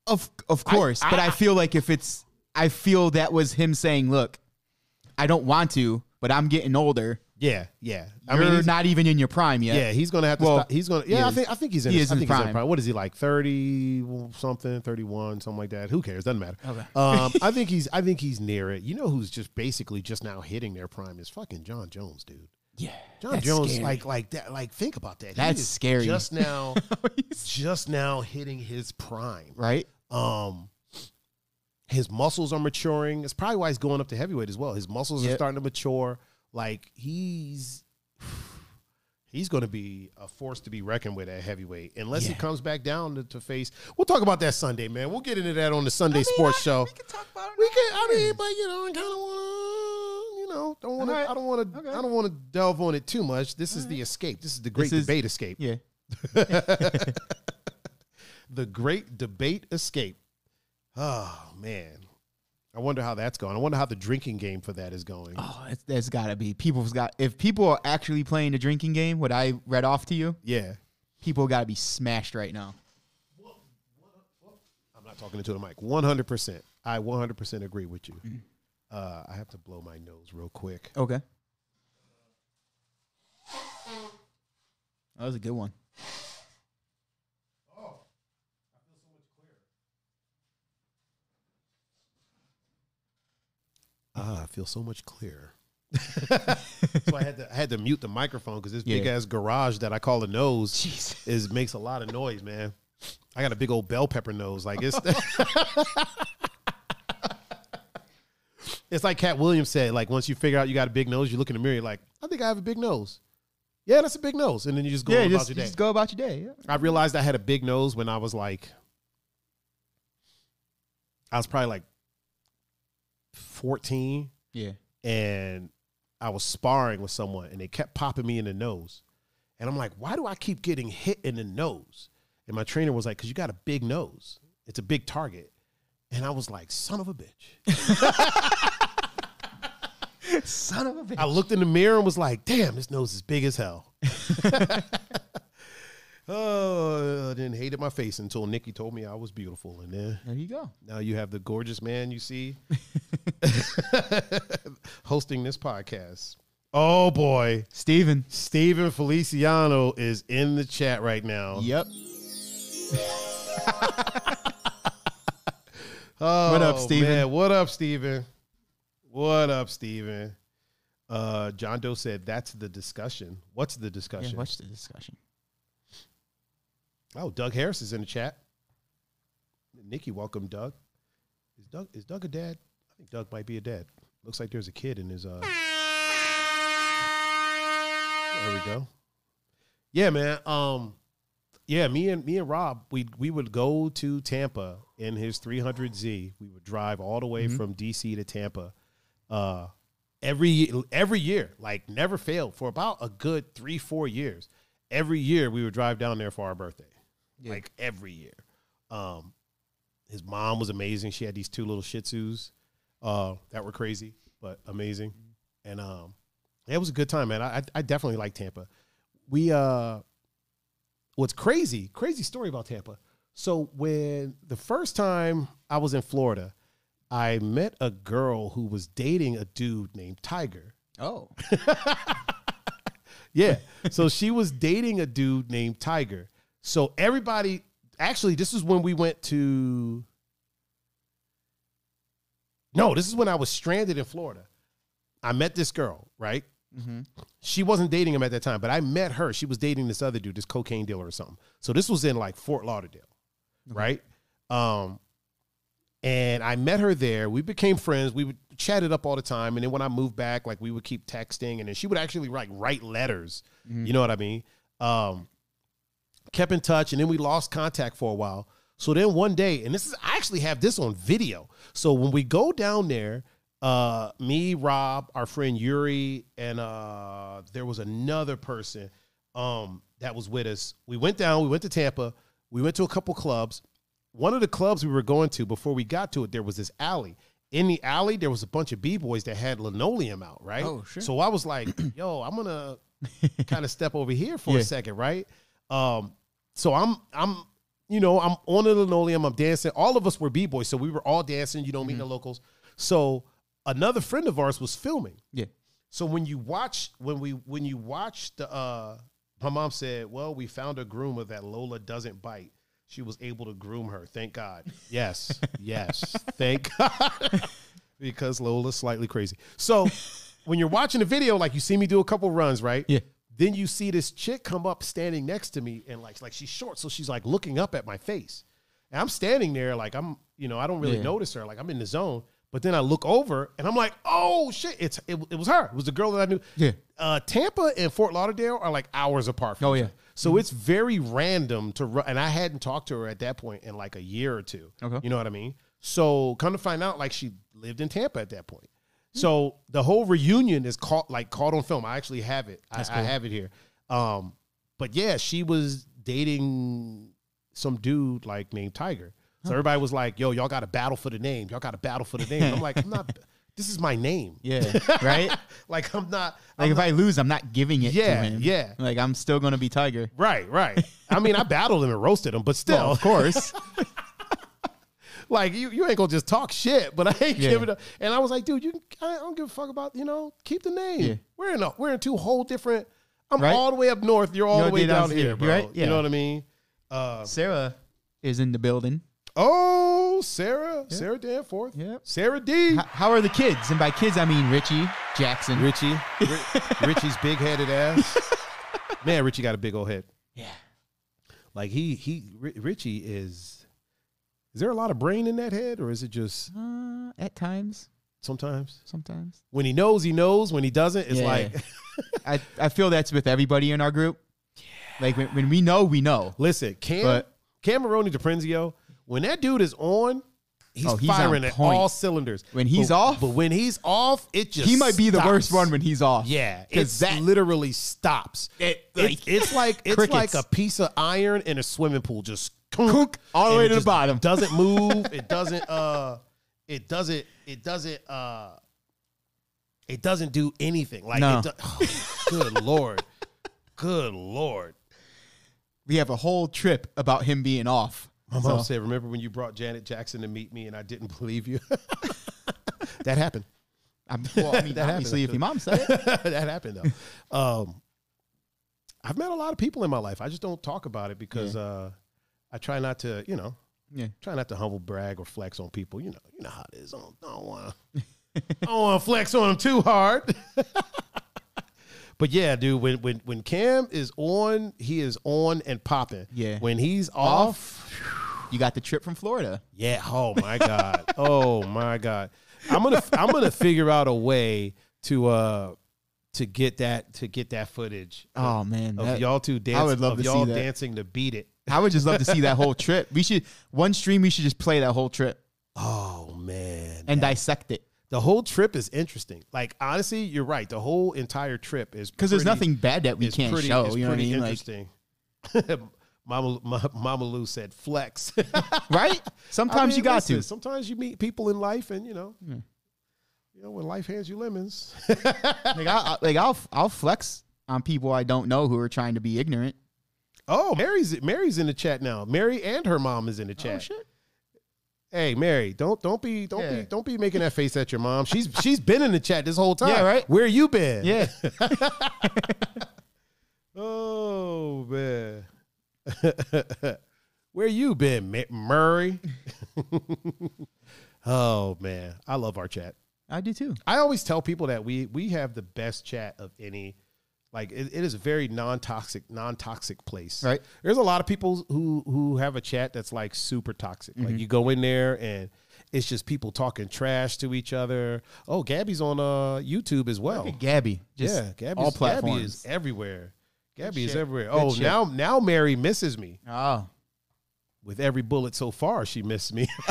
B: of of course, but I, feel like if it's I feel that was him saying, "Look, I don't want to, but I'm getting older.
A: Yeah, yeah. I
B: You're
A: he's-
B: not even in your prime yet."
A: Yeah, he's gonna have to.
B: Well,
A: stop. He's gonna. Yeah,
B: he
A: I
B: is.
A: think. I think he's in.
B: He
A: his,
B: is
A: I
B: in
A: think he's in
B: prime.
A: prime. What is he like? Thirty something, thirty-one, something like that. Who cares? Doesn't matter.
B: Okay. <laughs>
A: Um, I think he's. I think he's near it. You know who's just basically just now hitting their prime is fucking John Jones, dude.
B: yeah.
A: John
B: that's
A: Jones,
B: scary.
A: like like that, like think about that. He
B: That's
A: is
B: scary.
A: Just
B: <laughs>
A: now, just now hitting his prime.
B: right?
A: Um, his muscles are maturing. It's probably why he's going up to heavyweight as well. His muscles are
B: Yep.
A: starting to mature. Like he's he's going to be a force to be reckoned with at heavyweight, unless he
B: Yeah.
A: comes back down to, to face. We'll talk about that Sunday, man. We'll get into that on the Sunday sports show.
B: can talk about it.
A: We can, I mean, but you know, I kind of want to, you know, don't want
B: All right.
A: to. I don't want to.
B: Okay.
A: I don't want to delve on it too much. This is the escape. This is the great
B: This is-
A: debate escape.
B: yeah.
A: The Great Debate Escape. Oh man, I wonder how that's going. I wonder how the drinking game for that is going.
B: Oh, it's, there's got to be people's got if people are actually playing the drinking game, what I read off to you,
A: Yeah,
B: people got to be smashed right now.
A: I'm not talking into the mic. 100. percent I 100 percent agree with you. Uh, I have to blow my nose real quick.
B: Okay. That was a good one.
A: Ah, I feel so much clearer. <laughs> so I had to I had to mute the microphone because this
B: Yeah.
A: big ass garage that I call a nose
B: Jeez.
A: is makes a lot of noise, man. I got a big old bell pepper nose. Like it's <laughs> It's like Cat Williams said, like once you figure out you got a big nose, you look in the mirror, you're like, I think I have a big nose. Yeah, that's a big nose. And then you just go
B: yeah,
A: on
B: you
A: about
B: just,
A: your
B: you
A: day.
B: just go about your day. Yeah.
A: I realized I had a big nose when I was like, I was probably like 14
B: Yeah.
A: and I was sparring with someone and they kept popping me in the nose. And I'm like, why do I keep getting hit in the nose? And my trainer was like, because you got a big nose, it's a big target. And I was like, son of a bitch.
B: Son of a bitch.
A: I looked in the mirror and was like, damn, this nose is big as hell. <laughs> oh, I then hated my face until Nikki told me I was beautiful. And then
B: There you go.
A: Now you have the gorgeous man you see <laughs> hosting this podcast. Oh boy,
B: Steven.
A: Steven Feliciano is in the chat right now.
B: Yep.
A: Oh,
B: What up, Steven?
A: man. What up, Steven? What up, Steven? Uh, John Doe said, That's the discussion. What's the
B: Yeah,
A: discussion?
B: watch the discussion.
A: oh, Doug Harris is in the chat. Nikki, welcome, Doug. Is Doug is Doug a dad? I think Doug might be a dad. Looks like there's a kid in his uh There we go. Yeah, man. Um yeah, me and me and Rob, we we would go to Tampa in his 300Z. We would drive all the way from DC to Tampa. Uh every every year, like never failed for about a good 3 4 years. Every year we would drive down there for our birthday.
B: Yeah.
A: Like every year. Um his mom was amazing. She had these two little Shih Tzus uh, that were crazy, but amazing. And um, it was a good time, man. I, I- I definitely like Tampa. We uh, what's crazy? Crazy story about Tampa. So when the first time I was in Florida, I met a girl who was dating a dude named Tiger.
B: Oh.
A: Yeah. so she was dating a dude named Tiger. So everybody, actually, this is when we went to. No, this is when I was stranded in Florida. I met this girl, right?
B: Mm-hmm.
A: She wasn't dating him at that time, but I met her. She was dating this other dude, this cocaine dealer or something. So this was in like Fort Lauderdale, right? Um, and I met her there. We became friends. We would chat it up all the time. And then when I moved back, like we would keep texting, and then she would actually like write letters. You know what I mean? Um, kept in touch, and then we lost contact for a while. So then one day, and this is I actually have this on video. So when we go down there, uh, me, Rob, our friend Yuri, and uh, there was another person um, that was with us. We went down. We went to Tampa. We went to a couple clubs one of the clubs we were going to before we got to it, there was this alley. In the alley, there was a bunch of b boys that had linoleum out, right?
B: Oh, sure.
A: So I was like, <clears throat> "Yo, I'm
B: <laughs>
A: gonna kind of step over here for a
B: Yeah.
A: second, right?" Um, so I'm, I'm, you know, I'm on the linoleum, I'm dancing. All of us were b boys, so we were all dancing. You know, meeting the locals. So another friend of ours was filming.
B: Yeah.
A: So when you watch when we when you watch the uh my mom said, Well, we found a groomer that Lola doesn't bite. She was able to groom her. Thank God. Yes. yes. Thank God. because Lola's slightly crazy.
B: <laughs>
A: So when you're watching the video, like you see me do a couple runs, right?
B: Yeah.
A: Then you see this chick come up standing next to me and like like she's short, so she's like looking up at my face. And I'm standing there, like I'm, you know, I don't really
B: Yeah.
A: notice her. Like I'm in the zone. But then I look over and I'm like, oh shit, it's it, it was her. It was the girl that I knew.
B: Yeah.
A: Uh, Tampa and Fort Lauderdale are like hours apart. From
B: Oh,
A: each
B: yeah.
A: other. So it's very random to run, and I hadn't talked to her at that point in like a year or two.
B: Okay.
A: You know what I mean? So come to find out, like she lived in Tampa at that point.
B: Hmm.
A: So the whole reunion is caught like caught on film. I actually have it. I, I have it here. Um, but yeah, she was dating some dude like named Tiger. So everybody was like, "Yo, y'all got to battle for the name. Y'all got to battle for the name." I'm like, "I'm
B: <laughs>
A: not. This is my name.
B: Yeah. right?
A: Like I'm not. I'm
B: Like if
A: not-
B: I lose, I'm not giving it
A: Yeah,
B: to him.
A: yeah.
B: Like I'm still gonna be Tiger.
A: right, right. I mean, I battled him and roasted him, but still,
B: Well, of course.
A: <laughs> Like you, you ain't gonna just talk shit, but I ain't
B: Yeah.
A: giving up. And I was like, dude, you, I don't give a fuck about you know. Keep the name.
B: Yeah.
A: We're in a, we're in two whole different. I'm
B: Right?
A: all the way up north. You're all
B: You're
A: the way down,
B: down
A: here,
B: here,
A: bro.
B: right?
A: You
B: Yeah.
A: know what I mean? Uh,
B: Sarah is in the building.
A: oh, Sarah, Sarah Danforth,
B: Yeah.
A: Sarah D,
B: H- how are the kids? And by kids I mean Richie Jackson.
A: Richie, Ri- Richie's big headed ass.
B: <laughs>
A: Man, Richie got a big old head.
B: yeah.
A: Like he he Ri- Richie is. Is there a lot of brain in that head, or is it just?
B: Uh, at times.
A: sometimes.
B: sometimes.
A: When he knows, he knows. When he doesn't, it's
B: Yeah.
A: like,
B: I, I feel that's with everybody in our group. Like when, when we know, we know.
A: <laughs> listen, Cam
B: But-
A: Cameroni DiPrenzio, when that dude is on, he's,
B: Oh, he's on
A: firing at
B: point.
A: all cylinders.
B: When he's
A: But-
B: off-
A: but when he's off, it just
B: He might be the
A: stops.
B: worst one when he's off.
A: Yeah,
B: because
A: it's
B: that
A: literally stops.
B: It-
A: it's,
B: like-
A: it's like it's like
B: Crickets.
A: a piece of iron in a swimming pool, just
B: Kunk, all the
A: and
B: way
A: it
B: to the
A: just
B: bottom. <laughs>
A: Doesn't move. It doesn't. Uh, it doesn't. It doesn't. Uh, it doesn't do anything. Like,
B: No.
A: it do- <sighs> good lord, good lord.
B: we have a whole trip about him being off.
A: My mom
B: So,
A: said, "Remember when you brought Janet Jackson to meet me and I didn't believe you?" <laughs> that happened.
B: I'm,
A: <laughs>
B: well, I mean,
A: That
B: obviously, if
A: happened.
B: your mom said
A: <laughs>
B: it,
A: that happened though. Um, I've met a lot of people in my life. I just don't talk about it because uh, I try not to, you know,
B: yeah.
A: try not to humble brag or flex on people. You know, you know how it is. I don't, I don't want to, I don't want to flex on them too hard. <laughs> but yeah, dude, when when when Cam is on, he is on and popping.
B: Yeah.
A: When he's off
B: you got the trip from Florida.
A: yeah. Oh my god. oh my god. I'm gonna I'm gonna figure out a way to uh to get that to get that footage of,
B: Oh man,
A: of
B: that-
A: y'all two dancing.
B: would love
A: of
B: to see
A: y'all
B: that.
A: dancing to beat it.
B: I would just love to see that whole trip. We should one stream. We should just play that whole trip
A: Oh man.
B: and dissect it
A: the whole trip is interesting. Like honestly, you're right. The whole entire trip is
B: because there's
A: pretty-
B: nothing bad that we
A: is
B: can't
A: pretty,
B: show.
A: is
B: You know what I
A: pretty
B: mean? Like,
A: interesting. <laughs> Mama, Ma- Mama Lou said flex.
B: <laughs>
A: <laughs>
B: right? Sometimes
A: I mean,
B: you got
A: listen,
B: to.
A: Sometimes you meet people in life, and you know, you know, when life hands you lemons.
B: Like, I, I, like I'll I'll flex on people I don't know who are trying to be ignorant.
A: oh, Mary's Mary's in the chat now. Mary and her mom is in the
B: Oh,
A: chat. Hey, Mary, don't don't be don't
B: Yeah.
A: be don't be making that face at your mom. She's <laughs> she's been in the chat this whole time.
B: Yeah, right?
A: Where you been?
B: Yeah.
A: <laughs> Oh man. <laughs> Where you been, Ma- Murray? <laughs> oh man, I love our chat.
B: I do too.
A: I always tell people that we we have the best chat of any. Like it, it is a very non toxic, non toxic place.
B: Right.
A: There's a lot of people who who have a chat that's like super toxic.
B: Mm-hmm.
A: Like you go in there and it's just people talking trash to each other. Oh, Gabby's on uh YouTube as well.
B: Gabby. Just
A: yeah, Gabby's,
B: all
A: Gabby
B: platforms.
A: is everywhere. Gabby is
B: shit.
A: everywhere.
B: Good
A: Oh,
B: shit.
A: now now Mary misses me
B: oh.
A: with every bullet so far, she missed me. <laughs>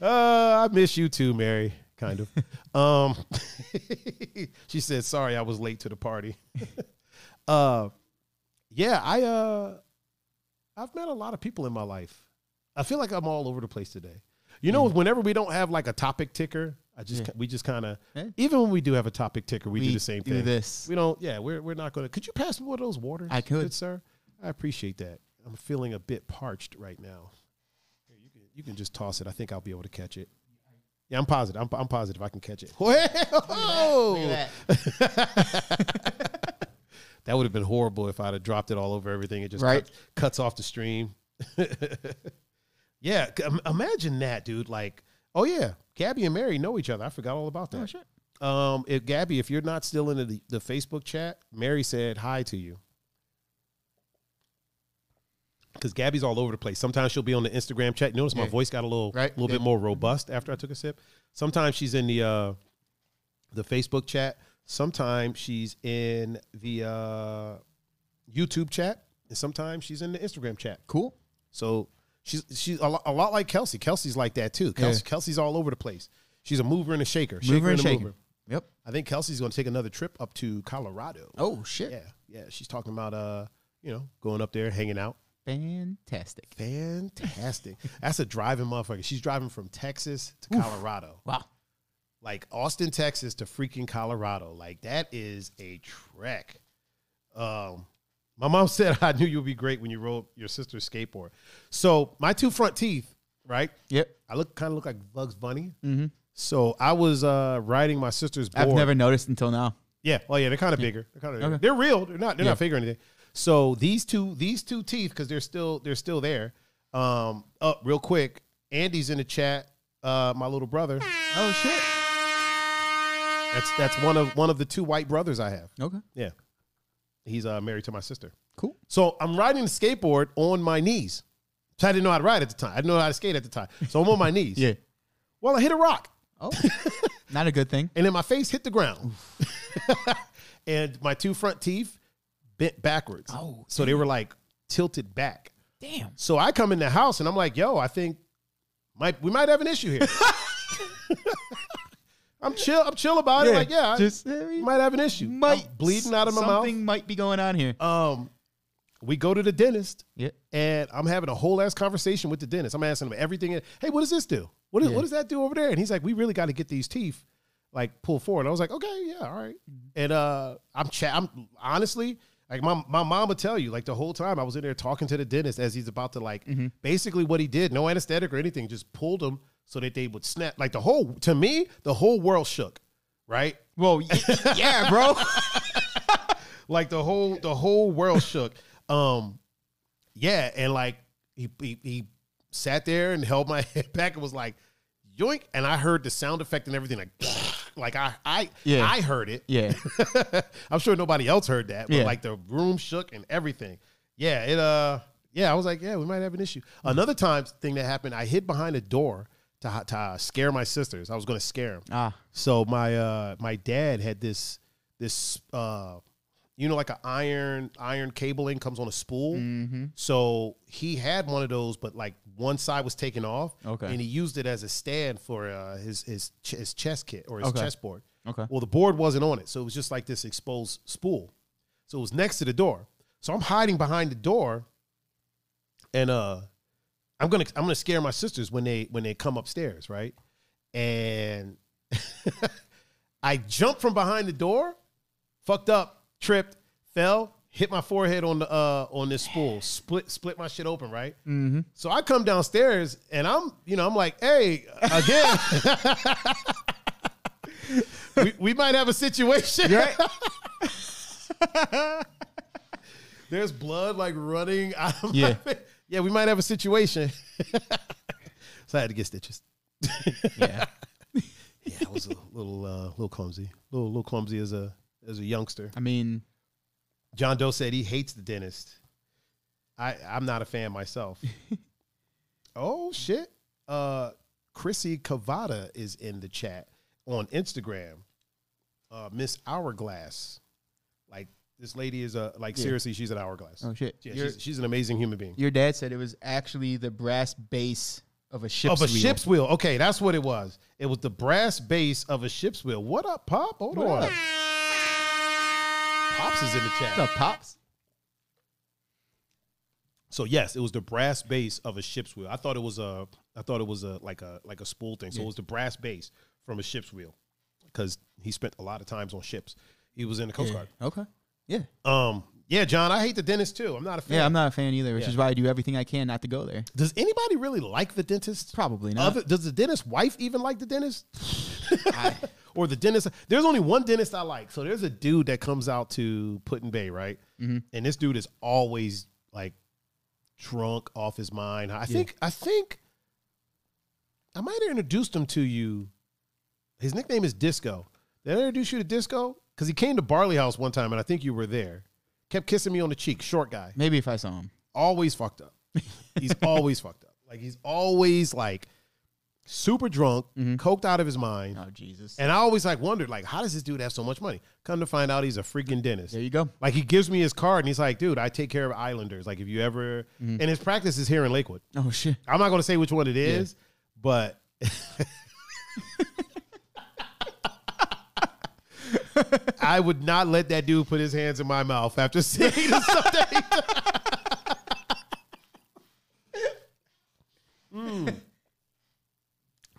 A: uh, I miss you too, Mary. Kind <laughs> of. Um, she said, "Sorry, I was late to the party." <laughs> uh, yeah, I uh, I've met a lot of people in my life. I feel like I'm all over the place today. You know, whenever we don't have like a topic ticker, I just we just kind of
B: Yeah.
A: even when we do have a topic ticker, we, do the same thing.
B: this.
A: We don't. Yeah, we're we're not going to. Could you pass me one of those waters?
B: I could.
A: good sir. I appreciate that. I'm feeling a bit parched right now. Here, you can you can just toss it. I think I'll be able to catch it. Yeah, I'm positive. I'm, I'm positive I can catch it. Whoa!
B: <laughs>
A: That would have been horrible if I'd have dropped it all over everything. It just
B: Right.
A: cut- cuts off the stream. <laughs> yeah, c- im- imagine that, dude. Like, oh yeah, Gabby and Mary know each other. I forgot all about that.
B: shit.
A: Um, if Gabby, if you're not still in the, the Facebook chat, Mary said hi to you. Because Gabby's all over the place. Sometimes she'll be on the Instagram chat. You notice my
B: Yeah.
A: voice got a little,
B: Right.
A: little bit
B: Yeah.
A: more robust after I took a sip. Sometimes she's in the uh, the Facebook chat. Sometimes she's in the uh, YouTube chat, and sometimes she's in the Instagram chat.
B: Cool.
A: So she's she's a lot, a lot like Kelsey. Kelsey's like that too. Kelsey,
B: Yeah.
A: Kelsey's all over the place. She's a mover and a shaker. Shaker
B: Mover and
A: a
B: shaker. Yep.
A: I think Kelsey's going to take another trip up to Colorado.
B: Oh shit.
A: yeah, yeah. She's talking about uh, you know, going up there, hanging out.
B: Fantastic. <laughs>
A: Fantastic. That's a driving motherfucker. She's driving from Texas to Colorado,
B: Wow.
A: like Austin, Texas to freaking Colorado. Like that is a trek. Um, my mom <laughs> said I knew you would be great when you rode your sister's skateboard. So my two front teeth, right?
B: Yep.
A: I look kind of look like Bugs Bunny. So I was uh, riding my sister's board.
B: Mm-hmm. I've never noticed until now.
A: Yeah. Oh yeah, they're kind of bigger. They're kind of
B: Okay.
A: they're real. They're not they're
B: Yeah.
A: not fake or anything. So these two these two teeth because they're still they're still there. Um, up real quick. Andy's in the chat. Uh, my little brother.
B: Oh shit.
A: That's that's one of one of the two white brothers I have.
B: Okay.
A: Yeah, he's uh, married to my sister.
B: Cool.
A: So I'm riding the skateboard on my knees. So I didn't know how to ride at the time. I didn't know how to skate at the time. So I'm on my knees.
B: <laughs> Yeah.
A: Well, I hit a rock.
B: <laughs> Oh, not a good thing.
A: and then my face hit the ground. <laughs> and my two front teeth bent backwards.
B: Oh,
A: so they were like tilted back.
B: Damn.
A: So I come in the house and I'm like, yo, I think might we might have an issue
B: <laughs>
A: here. I'm chill. I'm chill about it. Like, yeah, I
B: just I mean,
A: might have an issue. I'm
B: might
A: bleeding out of my
B: Something might be going on here.
A: mouth. Um, we go to the dentist
B: yeah.
A: and I'm having a whole ass conversation with the dentist. I'm asking him everything. Hey, what does this do? What, is,
B: Yeah.
A: what does that do over there? And he's like, we really got to get these teeth like pulled forward. I was like, okay, yeah, all right. And uh, I'm chat. I'm honestly like my my mom would tell you like the whole time I was in there talking to the dentist as he's about to like basically what he did, no anesthetic or anything, just pulled them so that they would snap. Like the whole to me, the whole world shook, right?
B: Well, y- <laughs> yeah, bro.
A: <laughs> like the whole the whole world shook um yeah and like he, he he sat there and held my <laughs> head back and was like yoink and i heard the sound effect and everything like <laughs> like i i
B: Yeah.
A: i heard it <laughs>
B: yeah.
A: i'm sure nobody else heard that but
B: Yeah.
A: like the room shook and everything yeah it uh yeah i was like yeah we might have an issue another time thing that happened i hid behind a door to, hi- to uh, scare my sisters i was going to scare them
B: Ah.
A: so my uh my dad had this this uh you know like an iron iron cabling comes on a spool. So he had one of those, but like one side was taken off.
B: Okay.
A: And he used it as a stand for uh, his his ch- his chess kit or his
B: Okay.
A: chessboard.
B: Okay.
A: Well, the board wasn't on it, so it was just like this exposed spool. So it was next to the door. So I'm hiding behind the door, and uh, I'm gonna I'm gonna scare my sisters when they when they come upstairs, right? And <laughs> I jumped from behind the door, fucked up, tripped, fell, hit my forehead on the uh on this spool, split split my shit open, right? Mm-hmm. So I come downstairs and I'm you know I'm like, hey,
B: <laughs>
A: again. We, we might have a situation.
B: You're right.
A: <laughs> There's blood like running out of
B: Yeah.
A: my face. Yeah, we might have a situation. <laughs> so I had to get
B: <laughs>
A: stitches.
B: Yeah.
A: Yeah, I was a little uh, little clumsy. Little little clumsy as a as a youngster.
B: I mean,
A: John Doe said he hates the dentist. I I'm not a fan
B: <laughs>
A: myself. oh shit. Uh Chrissy Cavada is in the chat on Instagram. Uh Miss Hourglass. Like this lady is a like
B: Yeah.
A: seriously, she's an hourglass.
B: oh shit.
A: Yeah,
B: your,
A: she's, she's an amazing human being.
B: your dad said it was actually the brass base of a ship's
A: Of a
B: wheel.
A: ship's wheel. Okay, that's what it was. It was the brass base of a ship's wheel. What up, Pop? Hold
B: What
A: on.
B: up?
A: Pops is in the chat.
B: The pops.
A: So yes, it was the brass base of a ship's wheel. I thought it was a, I thought it was a like a like a spool thing. So it was the brass base from a ship's wheel, because he spent a lot of times on ships. He was in the Coast Guard.
B: Okay. Yeah.
A: Um, yeah, John, I hate the dentist too. I'm not a fan.
B: Yeah, I'm not a fan either, which
A: Yeah.
B: is why I do everything I can not to go there.
A: Does anybody really like the dentist?
B: Probably not.
A: Other, does the dentist wife even like the dentist?
B: <laughs> I-
A: <laughs> or the dentist. There's only one dentist I like. So there's a dude that comes out to Put in Bay, right?
B: Mm-hmm.
A: And this dude is always like drunk off his mind. I think I think I might have introduced him to you. His nickname is Disco. Did I introduce you to Disco? Because he came to Barley House one time and I think you were there. Kept kissing me on the cheek, short guy
B: Maybe if I saw him.
A: always fucked up.
B: <laughs>
A: He's always fucked up. Like he's always like super drunk,
B: Mm-hmm.
A: coked out of his mind.
B: Oh Jesus.
A: And I always like wondered, like, how does this dude have so much money? Come to find out he's a freaking dentist.
B: There you go.
A: Like he gives me his card and he's like, dude, I take care of islanders. Like if you ever
B: Mm-hmm.
A: and his practice is here in Lakewood.
B: Oh shit.
A: I'm not gonna say which one it is, but I would not let that dude put his hands in my mouth after <laughs> seeing the stuff that he does. Mm.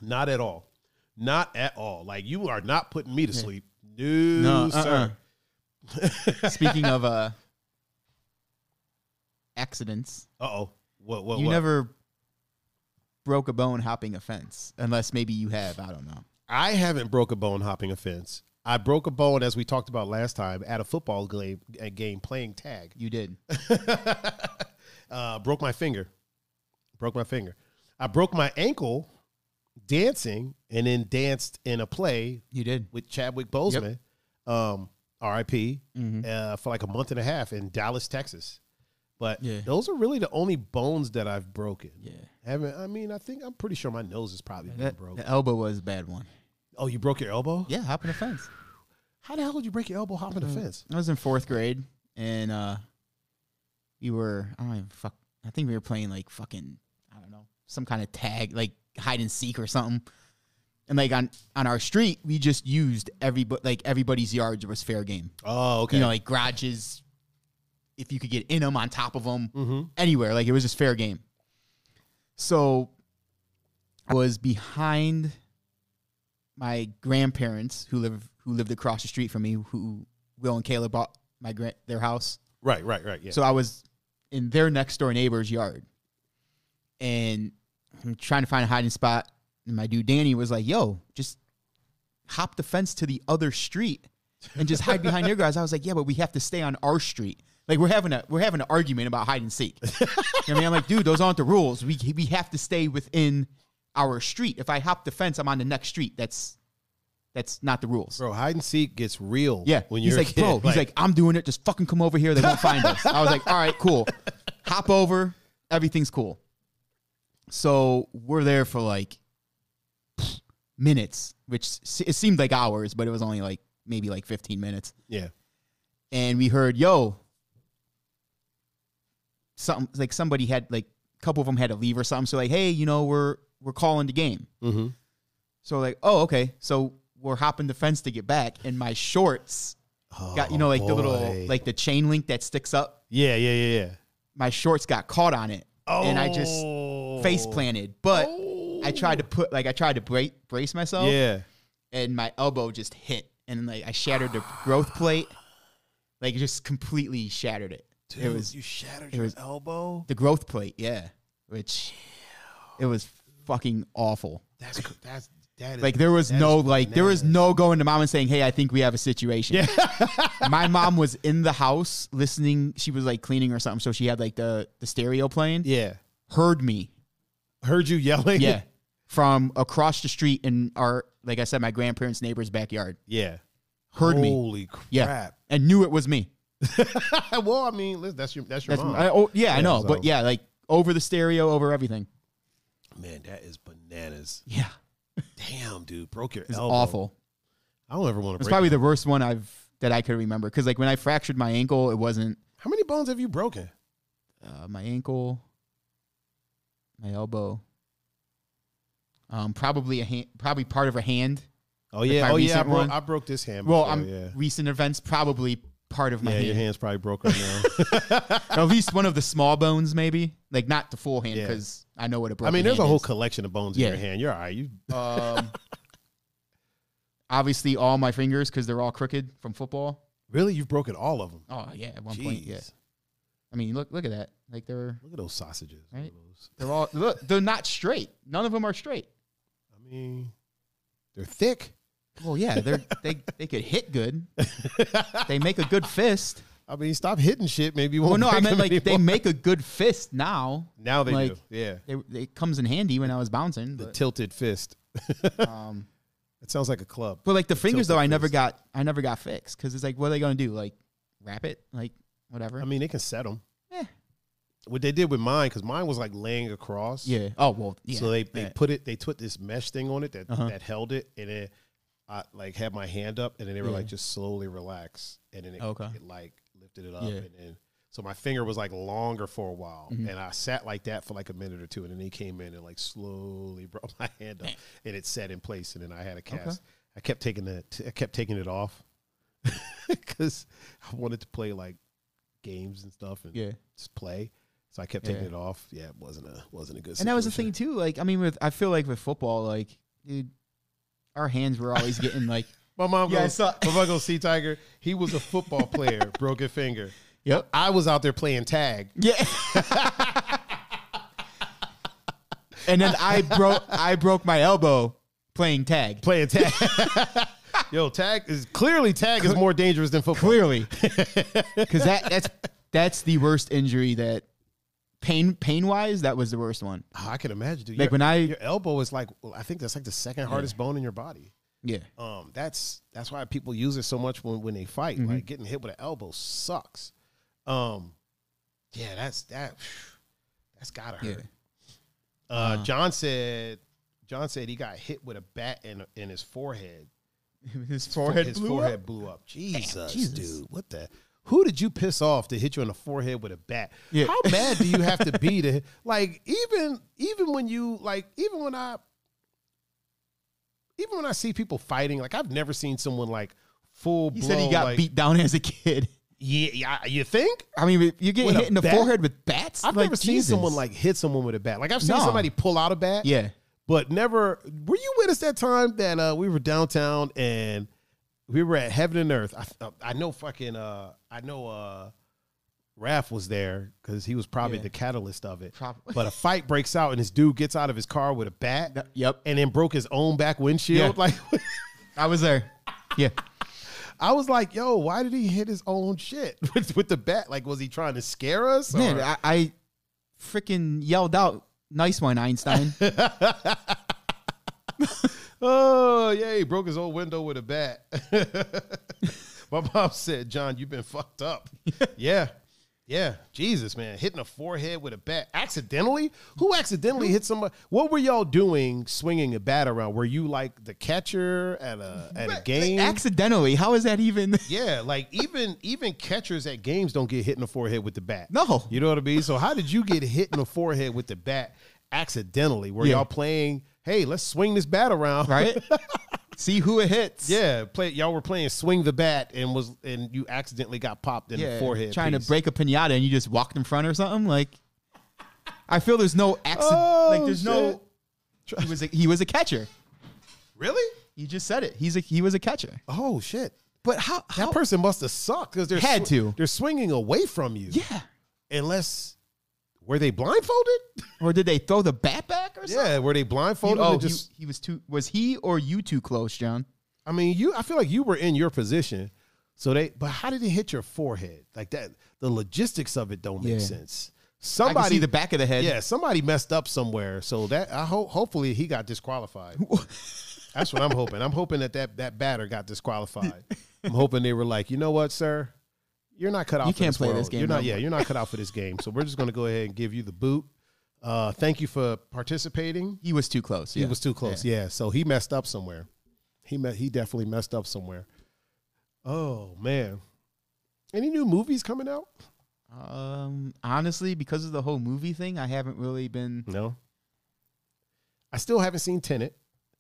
A: Not at all. Not at all. Like you are not putting me to sleep. No,
B: No,
A: sir.
B: uh-uh. Speaking of uh accidents,
A: Uh oh. What what
B: uh-uh. you
A: what?
B: never broke a bone hopping a fence, unless maybe you have. I don't know.
A: I haven't broke a bone hopping a fence. I broke a bone, as we talked about last time, at a football game, a game playing
B: <laughs>
A: tag.
B: You did.
A: uh, broke my finger. Broke my finger. I broke my ankle dancing and then danced in a play
B: You <laughs> did.
A: with Chadwick Boseman, um, RIP,
B: Mm-hmm.
A: uh, for like a month and a half in Dallas, Texas. But
B: Yeah.
A: those are really the only bones that I've broken.
B: Yeah.
A: Haven't, I mean, I think I'm pretty sure my nose is probably been
B: That,
A: broke.
B: the elbow was a bad one.
A: Oh, you broke your elbow?
B: Yeah, hopping a fence.
A: How the hell did you break your elbow hopping the fence?
B: I was in fourth grade, and uh, we were I don't even fuck. I think we were playing like fucking I don't know some kind of tag like hide and seek or something. And like on on our street, we just used every like everybody's yards was fair game.
A: Oh, okay.
B: You know, like garages, if you could get in them, on top of them, anywhere. Like it was just fair game. So I was behind my grandparents who live who lived across the street from me, who Will and Kayla bought my grand their house.
A: right, right, right. Yeah.
B: So I was in their next door neighbor's yard. And I'm trying to find a hiding spot. And my dude Danny was like, yo, just hop the fence to the other street and just hide behind your guys. I was like, yeah, but we have to stay on our street. Like we're having a we're having an argument about hide and seek. You know what I mean, I'm like, dude, those aren't the rules. We we have to stay within our street. If I hop the fence, I'm on the next street. That's that's not the rules.
A: Bro, hide and seek gets real.
B: Yeah.
A: When
B: he's
A: you're
B: like,
A: a kid.
B: bro, he's like, I'm doing it. Just fucking come over here. They won't find us. I was like, all right,
A: <laughs>
B: cool. Hop over. Everything's cool. So we're there for like minutes, which se- it seemed like hours, but it was only like maybe like 15 minutes.
A: yeah.
B: And we heard, yo, something like somebody had like a couple of them had to leave or something. So like, hey, you know, we're we're calling the game.
A: Mm-hmm.
B: So like, oh, okay. So we're hopping the fence to get back, and my shorts got you know like the little like the chain link that sticks up
A: Oh, yeah, yeah, yeah, yeah.
B: my shorts got caught on it and i just
A: Oh.
B: face planted but i tried to put like i tried to bra- brace myself
A: Yeah.
B: and my elbow just hit and like i shattered the growth plate like just completely shattered it it was
A: you shattered
B: was-
A: elbow.
B: the growth plate yeah which it was fucking awful
A: That's cr- that's that is
B: like there was
A: that is
B: no like there was
A: bananas.
B: no going to mom and saying hey i think we have a situation <laughs> my mom was in the house listening she was like cleaning or something so she had like the the stereo playing
A: Yeah.
B: heard
A: <laughs>
B: me.
A: Heard you yelling.
B: Yeah. From across the street in our, like I said, my grandparents' neighbor's backyard.
A: <laughs> Yeah.
B: Heard me.
A: Holy crap.
B: Yeah. And knew it was me.
A: <laughs> well, I mean, listen, that's your that's your
B: That's,
A: mom.
B: I, oh, yeah, I
A: Yeah,
B: know.
A: so-
B: But yeah, like over the stereo, over everything.
A: Man, that is bananas.
B: Yeah.
A: Damn, dude, broke your
B: It's
A: elbow.
B: awful.
A: I don't ever want to
B: It's
A: break.
B: probably
A: my-
B: the worst one I've, that I could remember. Cause like when I fractured my ankle, it wasn't
A: How many bones have you broken?
B: uh, my ankle, my elbow, um, probably a hand, probably part of a hand.
A: Oh
B: Like
A: yeah,
B: my
A: oh yeah. I
B: recent
A: broke,
B: one?
A: I broke this hand.
B: Well,
A: before,
B: I'm
A: yeah.
B: recent events, probably part of my
A: yeah,
B: hand.
A: your hand's probably broke right
B: <laughs>
A: now.
B: at least one of the small bones, maybe. Like not the full hand,
A: Yeah.
B: because I know what a
A: I
B: broken.
A: mean, there's a
B: hand
A: whole
B: is.
A: collection of bones
B: Yeah.
A: in your hand. You're all right. You
B: um, obviously, all my fingers because they're all crooked from football.
A: really you've broken all of them.
B: Oh yeah, at one point, yeah.
A: Jeez.
B: I mean, look, look at that. Like they're
A: Look at those sausages. Look at
B: Right.
A: those.
B: they're all look. They're not straight. None of them are straight.
A: I mean, they're thick.
B: Well, yeah, they're they they could hit good.
A: <laughs>
B: they make a good fist.
A: I mean, stop hitting shit. Maybe you
B: Well,
A: won't.
B: no, I
A: break
B: meant
A: them
B: like they <laughs>
A: anymore.
B: make a good fist now.
A: now they
B: like-
A: do. Yeah,
B: It, it comes in handy when I was bouncing.
A: the
B: But,
A: tilted fist. <laughs>
B: um,
A: It sounds like a club. <laughs>
B: But like the fingers
A: Tilted
B: though, I never
A: fist.
B: got I never got fixed because it's like, what are they gonna do? Like wrap it? Like whatever.
A: I mean, they can set them.
B: Eh.
A: What they did with mine, because mine was like laying across.
B: yeah. Oh well. Yeah.
A: so they, they
B: that.
A: put it. They put this mesh thing on it that
B: Uh-huh.
A: that held it, and then I like had my hand up, and then they were
B: Yeah.
A: like just slowly relax, and then it,
B: Okay.
A: it like lifted it up,
B: Yeah. Mm-hmm.
A: and then so my finger was like longer for a while, and I sat like that for like a minute or two, and then he came in and like slowly <laughs> brought my hand up, and it set in place, and then I had a cast. I kept taking that. I kept taking it off <laughs> because I wanted to play like games and stuff, and
B: Yeah.
A: just play. So I kept taking
B: Yeah.
A: it off. Yeah, it wasn't a wasn't a good.
B: And that was the
A: situation.
B: thing too. Like I mean, with I feel like with football, like dude, our hands were always getting like.
A: <laughs> My mom
B: Yeah, I
A: goes,
B: saw-
A: my mom goes, see Tiger. He was a football
B: <laughs>
A: player, broken finger.
B: Yep.
A: I was out there playing tag.
B: Yeah. and then I broke I broke my elbow playing tag.
A: Playing tag. <laughs> Yo, tag is clearly tag is more dangerous than football.
B: Clearly, because that that's <laughs> that's the worst injury that pain pain wise that was the worst one.
A: Oh, <laughs> I can imagine. Dude,
B: Like
A: your,
B: when I-
A: your elbow is like, well, I think that's like the second hardest bone in your body.
B: Yeah.
A: Um, that's that's why people use it so much when when they fight.
B: Mm-hmm.
A: Like getting hit with an elbow sucks. Um, yeah, <sighs> that's that. That's gotta hurt.
B: Yeah.
A: Uh, John said John said he got hit with a bat in in his forehead.
B: <laughs> His forehead
A: his
B: blew
A: forehead
B: up.
A: blew up. Jesus,
B: Jesus.
A: dude, what the? Who did you piss off to hit you in the forehead with a bat?
B: Yeah.
A: How mad do you have to be
B: <laughs>
A: to like even even when you like even when I even when I see people fighting like I've never seen someone like full.
B: He
A: blown,
B: said he got
A: like,
B: beat down <laughs> as a kid.
A: Yeah, yeah, you think?
B: I mean, you get
A: With a
B: hit in the
A: bat?
B: forehead with bats.
A: I've
B: Like,
A: never seen
B: Jesus.
A: someone like hit someone with a bat. Like I've seen
B: No.
A: somebody pull out a bat.
B: Yeah.
A: but never were you with us that time that uh, we were downtown and we were at heaven and earth i, I- I know fucking uh i know uh Raph was there because he was probably
B: Yeah.
A: the catalyst of it.
B: Probably.
A: But a fight breaks out and this dude gets out of his car with a bat
B: That- yep.
A: and then broke his own back windshield.
B: Yeah.
A: Like <laughs>
B: I was there. Yeah.
A: I was like, yo, why did he hit his own shit <laughs> with, with the bat? Like, was he trying to scare us? or-
B: Man, I, I freaking yelled out, nice
A: <laughs>
B: one, Einstein.
A: Oh, yeah, he broke his old window with a bat. <laughs> My mom said, John, you've been fucked
B: <laughs>
A: up. yeah. Yeah. Jesus, man. Hitting a forehead with a bat. Accidentally? Who accidentally hit somebody? What were y'all doing swinging a bat around? Were you like the catcher at a at a game?
B: Accidentally. How is that even? <laughs>
A: yeah, like even even catchers at games don't get hit in the forehead with the bat.
B: No.
A: You know what I mean? So how did you get hit in the forehead with the bat accidentally? Were
B: Yeah.
A: y'all playing, hey, let's swing this bat around?
B: Right? See who it hits.
A: Yeah, play y'all were playing swing the bat and was and you accidentally got popped in the forehead.
B: Trying
A: piece.
B: to break a pinata and you just walked in front or something. Like, I feel there's no accident.
A: Oh,
B: like, there's no.
A: shit.
B: He was, a, he was a catcher.
A: Really?
B: You just said it. He's a, he was a catcher.
A: Oh shit!
B: But how?
A: That
B: how
A: person must have sucked because they're
B: Had to.
A: They're swinging away from you.
B: yeah.
A: Unless were they blindfolded? <laughs>
B: Or did they throw the bat back or something?
A: yeah. Were they
B: He-
A: blindfolded?
B: oh,
A: and
B: he-
A: just,
B: he was too. Was he or you too close, John?
A: I mean, you. I feel like you were in your position. So they. But how did it hit your forehead like that? The logistics of it don't make
B: Yeah.
A: sense.
B: I can see
A: Somebody.
B: the back of the head.
A: yeah, somebody messed up somewhere. So that I hope. Hopefully, he got
B: <laughs>
A: disqualified. That's what I'm hoping. I'm hoping that that, that batter got disqualified. I'm hoping they were like, you know what, sir, you're not cut out.
B: You
A: for
B: can't
A: this
B: play this
A: world.
B: game
A: You're not.
B: no
A: Yeah,
B: more."
A: you're not cut out for this game. So we're just going to go ahead and give you the boot. Uh, thank you for participating.
B: He was too close.
A: He was too close. Yeah. So he messed up somewhere. He me- he definitely messed up somewhere. Oh man. Any new movies coming out?
B: Um, honestly, because of the whole movie thing, I haven't really been.
A: No. I still haven't seen Tenet.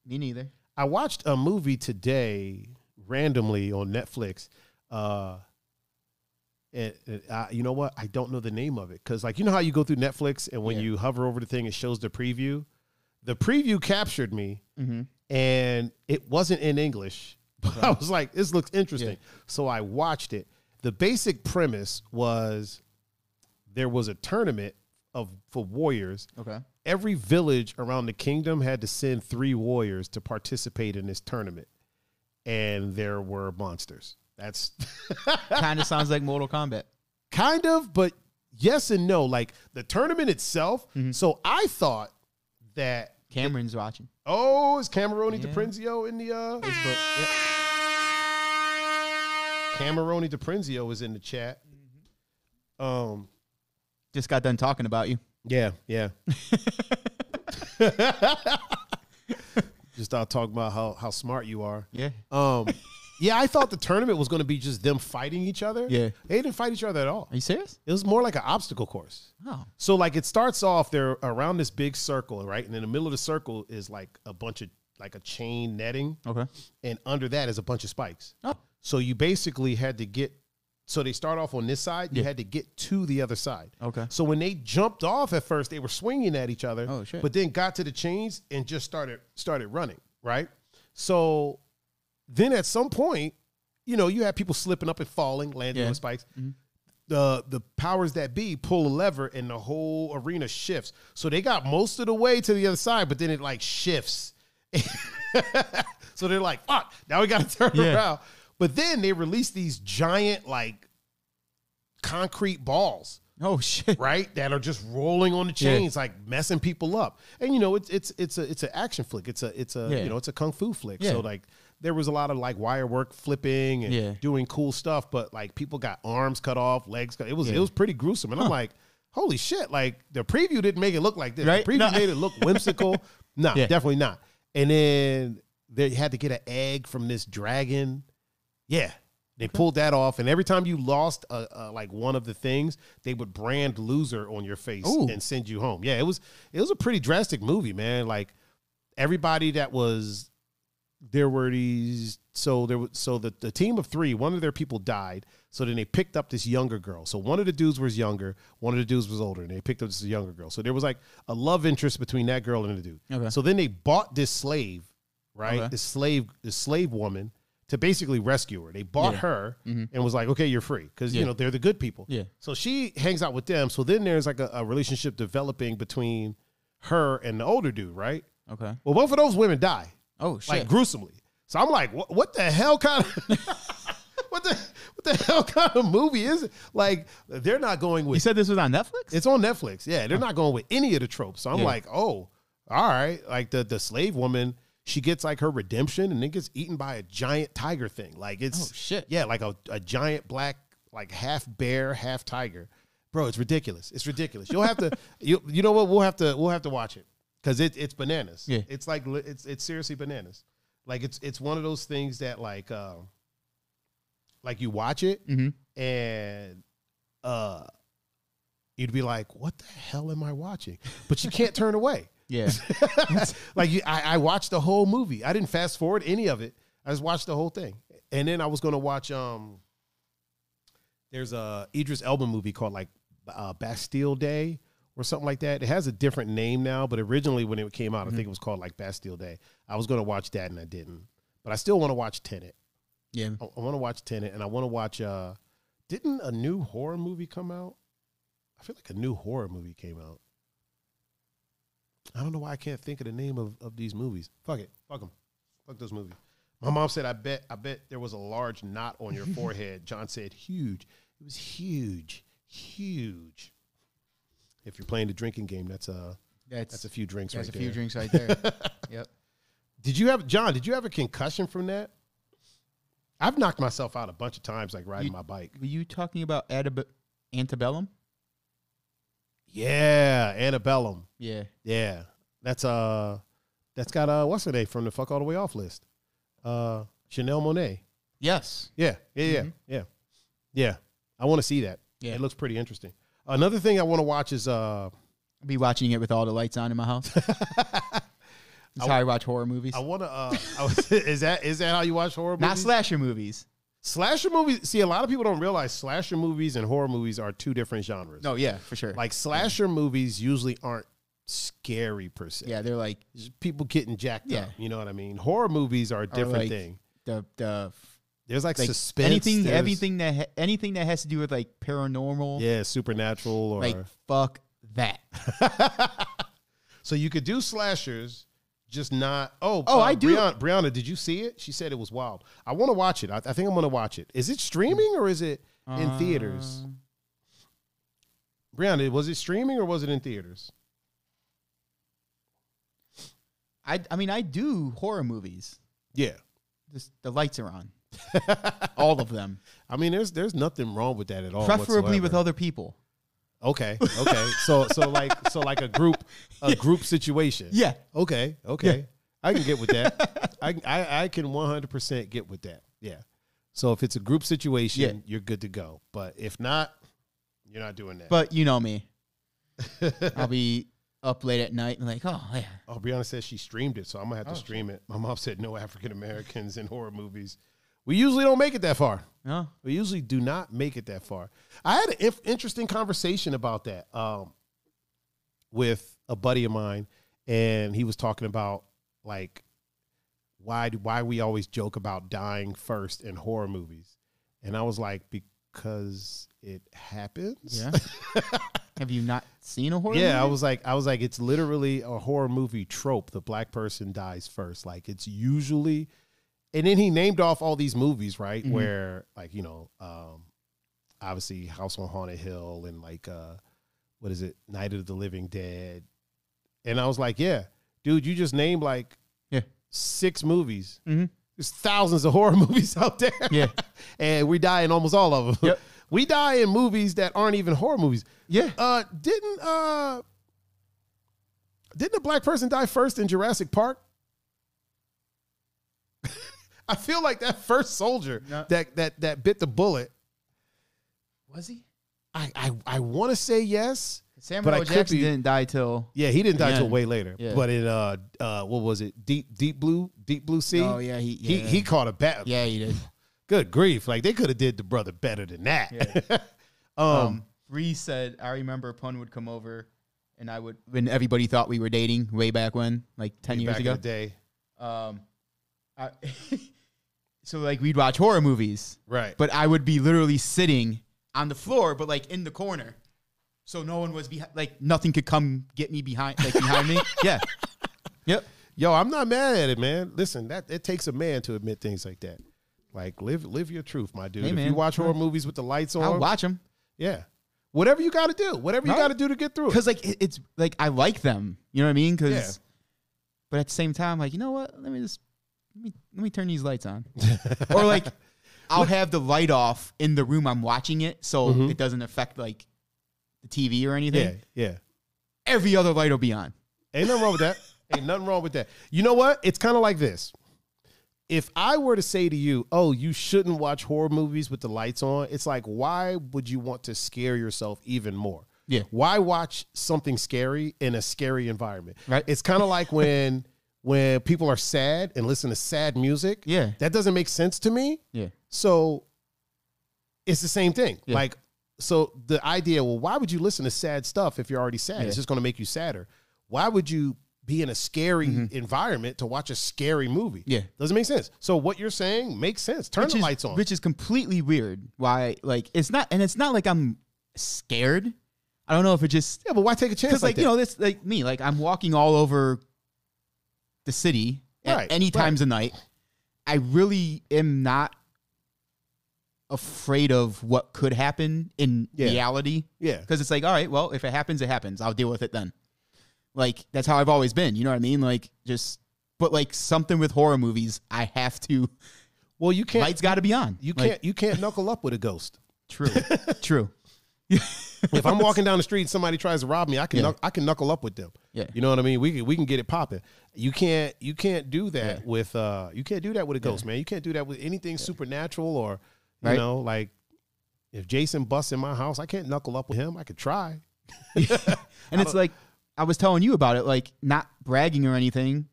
B: Me neither.
A: I watched a movie today randomly on Netflix. Uh, it, it- I- you know what? I don't know the name of it because, like, you know how you go through Netflix and when
B: Yeah.
A: you hover over the thing, it shows the preview. The preview captured me,
B: Mm-hmm.
A: and it wasn't in English. <laughs> But I was like, "This looks interesting," so I watched it. The basic premise was there was a tournament of for warriors,
B: Okay.
A: every village around the kingdom had to send three warriors to participate in this tournament, and there were monsters. That's <laughs>
B: kind of sounds like Mortal Kombat.
A: kind of, but yes and no. Like the tournament itself. So I thought that
B: Cameron's watching.
A: oh, is Cameroni
B: Yeah.
A: DiPrenzio in the uh?
B: His book. Yep.
A: Cameroni DiPrenzio is in the chat. Um,
B: Just got done talking about you.
A: yeah,
B: <laughs>
A: yeah. <laughs> Just I'll talk about how how smart you are.
B: Yeah. <laughs>
A: Um, yeah, I thought the tournament was going to be just them fighting each other.
B: Yeah.
A: they didn't fight each other at all.
B: Are you serious?
A: It was more like an obstacle course.
B: Oh.
A: So like it starts off they're around this big circle, right? And in the middle of the circle is like a bunch of like a chain netting,
B: Okay.
A: and under that is a bunch of spikes.
B: Oh.
A: So you basically had to get. So they start off on this side. You
B: Yeah.
A: had to get to the other side.
B: Okay.
A: So when they jumped off at first, they were swinging at each other.
B: Oh, shit.
A: But then got to the chains and just started started running. Right. So then at some point, you know, you have people slipping up and falling, landing
B: Yeah. Mm-hmm.
A: on spikes. The the powers that be pull a lever and the whole arena shifts. So they got most of the way to the other side, but then it like shifts. <laughs> so they're like, fuck, now we gotta <laughs> turn
B: Yeah.
A: around. But then they release these giant like concrete balls
B: Oh
A: <laughs>
B: shit.
A: right? That are just rolling on the
B: Yeah.
A: chains, like messing people up. And you know, it's it's it's a it's an action flick. It's a it's a
B: Yeah.
A: you know, it's a kung fu flick.
B: Yeah.
A: So like there was a lot of like wire work flipping and
B: Yeah.
A: doing cool stuff, but like people got arms cut off, legs cut. It was it was pretty gruesome. And I'm like, holy shit, like the preview didn't make it look like this.
B: Right?
A: The preview
B: No. <laughs>
A: made it look whimsical. No,
B: Yeah.
A: definitely not. And then they had to get an egg from this dragon. Yeah, they pulled that off. And every time you lost a, a, like one of the things, they would brand loser on your face
B: Ooh.
A: and send you home. Yeah, it was it was a pretty drastic movie, man. Like everybody that was there were these so there was so the, the team of three one of their people died so then they picked up this younger girl so one of the dudes was younger one of the dudes was older and they picked up this younger girl so there was like a love interest between that girl and the dude
B: Okay.
A: so then they bought this slave right
B: Okay.
A: this slave this slave woman to basically rescue her they bought
B: Yeah.
A: her
B: Mhm.
A: and was like okay you're free because
B: Yeah.
A: you know they're the good people
B: Yeah.
A: so she hangs out with them so then there's like a, a relationship developing between her and the older dude right
B: Okay.
A: well both of those women die
B: Oh shit.
A: like gruesomely. So I'm like, what, what the hell kind
B: <laughs>
A: of what the what the hell kind of movie is it? Like they're not going
B: you
A: with
B: said this was on Netflix?
A: it's on Netflix. Yeah, they're not going with any of the tropes. So I'm
B: Yeah.
A: like, oh, all right. Like the the slave woman, she gets like her redemption and then gets eaten by a giant tiger thing. Like it's
B: Oh, shit.
A: Yeah, like a, a giant black, like half bear, half tiger. Bro, it's ridiculous. It's ridiculous. You'll have to <laughs> you you know what? We'll have to we'll have to watch it. Cause it it's bananas.
B: Yeah.
A: It's like li- it's it's seriously bananas. Like it's it's one of those things that like um like you watch it
B: mm-hmm.
A: and uh you'd be like what the hell am i watching but you can't turn away
B: <laughs> Yeah.
A: <laughs> like you, I, I watched the whole movie i didn't fast forward any of it i just watched the whole thing and then i was going to watch um there's a idris elba movie called like uh, bastille day or something like that it has a different name now but originally when it came out i think it was called like bastille day i was going to watch that and i didn't but i still want to watch tenet
B: yeah.
A: I, I want to watch Tenet, and I want to watch. uh Didn't a new horror movie come out? I feel like a new horror movie came out. I don't know why I can't think of the name of, of these movies. Fuck it, fuck them, fuck those movies. My mom said, "I bet, I bet there was a large knot on
B: <laughs>
A: your forehead." John said, "Huge. It was huge, huge." If you're playing the drinking game, that's a
B: That's,
A: that's a few drinks
B: that's
A: right
B: a
A: there.
B: few drinks right <laughs> there. yep.
A: Did you have John? Did you have a concussion from that? I've knocked myself out a bunch of times, like riding
B: You-
A: my bike.
B: Were you talking about Adab- antebellum?
A: Yeah, Antebellum.
B: Yeah.
A: Yeah, that's uh, that's got uh, what's her name from the fuck all the way off list? Uh, Chanel Monet.
B: Yes.
A: Yeah, yeah, yeah,
B: Mhm.
A: yeah, yeah. I want to see that.
B: Yeah.
A: it looks pretty interesting. Another thing I want to watch is uh,
B: I'll be watching it with all the lights on in my <laughs> house. That's how I watch horror movies.
A: I want to uh, I- <laughs> is that is that how you watch horror?
B: Not
A: movies?
B: slasher movies.
A: slasher movies. See, a lot of people don't realize slasher movies and horror movies are two different genres.
B: No, yeah, for sure.
A: like slasher movies usually aren't scary per se.
B: yeah, they're like
A: Just people getting jacked up.
B: Yeah.
A: You know what I mean? Horror movies are a different
B: like,
A: thing.
B: the the
A: There's like,
B: like
A: suspense.
B: anything
A: there's-
B: everything that ha- anything that has to do with like paranormal.
A: Yeah, supernatural or
B: Like fuck that.
A: so you could do slashers, just not. Oh,
B: Oh, I do-
A: Brianna, Brianna, did you see it? She said it was wild. I want to watch it. I, I think I'm gonna watch it. Is it streaming or is it in theaters?
B: Um,
A: Brianna, was it streaming or was it in theaters?
B: I I mean I do horror movies.
A: Yeah.
B: Just the lights are <laughs> on. all of them.
A: I mean, there's there's nothing wrong with that at
B: Oh,
A: all.
B: Preferably with
A: whatsoever.
B: other people.
A: Okay. Okay. so so like so like a group a group situation.
B: Yeah.
A: Okay. Okay. I can get with that. I I, I can one hundred percent get with that. Yeah. So if it's a group situation,
B: Yeah.
A: you're good to go. But if not, you're not doing that.
B: But you know <laughs> me. I'll be up late at night and like, oh yeah.
A: oh, Brianna says she streamed it, so I'm gonna have to
B: Oh,
A: stream it. My mom said no African Americans in horror movies. We usually don't make it that far.
B: No.
A: We usually do not make it that far. I had an inf- interesting conversation about that um, with a buddy of mine, and he was talking about like why do, why we always joke about dying first in horror movies, and I was like because it happens.
B: <laughs> Yeah. Have you not seen a horror
A: Yeah,
B: movie?
A: I was like, I was like, it's literally a horror movie trope. The black person dies first. Like it's usually, and then he named off all these movies, right?
B: Mhm.
A: Where like you know, um, obviously House on Haunted Hill and like uh, what is it, Night of the Living Dead, and I was like, yeah, dude, you just named like
B: Yeah.
A: six movies.
B: Mhm.
A: There's thousands of horror <laughs> movies out there.
B: Yeah.
A: <laughs> and we die in almost all of them.
B: Yep.
A: <laughs> We die in Uh, movies that aren't even horror movies.
B: Yeah.
A: Uh, didn't uh, didn't a black person die first in Jurassic Park? <laughs> I feel like that first soldier
B: No.
A: that that that bit the bullet.
B: Was he?
A: I I, I want to say yes. But
B: Samuel
A: I
B: L.
A: could
B: Jackson
A: be-
B: didn't die till.
A: Yeah, he didn't die
B: Yeah.
A: till way later.
B: Yeah.
A: But in uh uh what was it? Deep Deep Blue Deep Blue Sea.
B: Oh yeah, he
A: He
B: yeah.
A: he caught a bat.
B: yeah he did.
A: Good grief! Like they could have did the brother better than that. <laughs> um,
B: Um, Bree said, "I remember Pun would come over, and I would when everybody thought we were dating way back when, like ten years
A: back in
B: ago.
A: the day,
B: Um, I, <laughs> so like we'd watch horror movies,
A: right?
B: but I would be literally sitting on the floor, but like in the corner, so no one was behind. Like nothing could come get me behind, like
A: <laughs>
B: behind me. Yeah, yep.
A: Yo, I'm not mad at it, man. Listen, that it takes a man to admit things like that. Like live live your truth, my dude.
B: Hey,
A: if you
B: man.
A: watch horror movies with the lights on,
B: I'll watch them
A: yeah, whatever you got to do, whatever you
B: Right.
A: got to do to get through it.
B: because like it, it's like I like them. You know what I mean? Because,
A: Yeah.
B: but at the same time, like you know what? Let me just let me let me turn these
A: <laughs>
B: lights on, or like I'll have the light off in the room I'm watching it, so
A: Mhm.
B: it doesn't affect like the TV or
A: Yeah,
B: anything.
A: yeah.
B: Every other light will be on.
A: Ain't nothing wrong with that. Ain't nothing wrong with that. You know what? It's kind of like this. If I were to say to you, "Oh, you shouldn't watch horror movies with the lights on," it's like, why would you want to scare yourself even more?
B: Yeah.
A: Why watch something scary in a scary environment?
B: Right.
A: It's kind of like when when people are sad and listen to sad music.
B: Yeah.
A: That doesn't make sense to me.
B: Yeah.
A: So it's the same thing.
B: Yeah.
A: Like, so the idea, well, why would you listen to sad stuff if you're already sad?
B: Yeah.
A: It's just going to make you sadder. Why would you be in a scary environment to watch a scary movie?
B: Mm-hmm. Yeah.
A: Doesn't make sense. So what you're saying makes sense. Turn
B: which
A: the
B: is,
A: lights on.
B: which is completely weird. Why? Like it's not, and it's not like I'm scared. I don't know if it just
A: yeah, but why take a chance
B: because
A: like,
B: like, you know this like me like i'm walking all over the city at
A: Right,
B: any
A: right.
B: times of night i really am not afraid of what could happen in
A: Yeah.
B: reality
A: Yeah.
B: because it's like all right well if it happens it happens i'll deal with it then like that's how i've always been you know what i mean like just but like something with horror movies i have to
A: Well, you can't.
B: lights gotta be on
A: you
B: Like,
A: can't. <laughs> You can't knuckle up with a ghost.
B: true true
A: If I'm
B: <laughs>
A: walking down the street, and somebody tries to rob me. I can.
B: Yeah.
A: Knuck, I can knuckle up with them.
B: Yeah.
A: You know what I mean? We can. We can get it popping. You can't. You can't do that with. Uh. You can't do that with a ghost, man. You can't do that with anything supernatural or. You
B: Right.
A: know, like if Jason busts in my house, I can't knuckle up with him. I could try.
B: And it's like I was telling you about it, like not bragging or anything,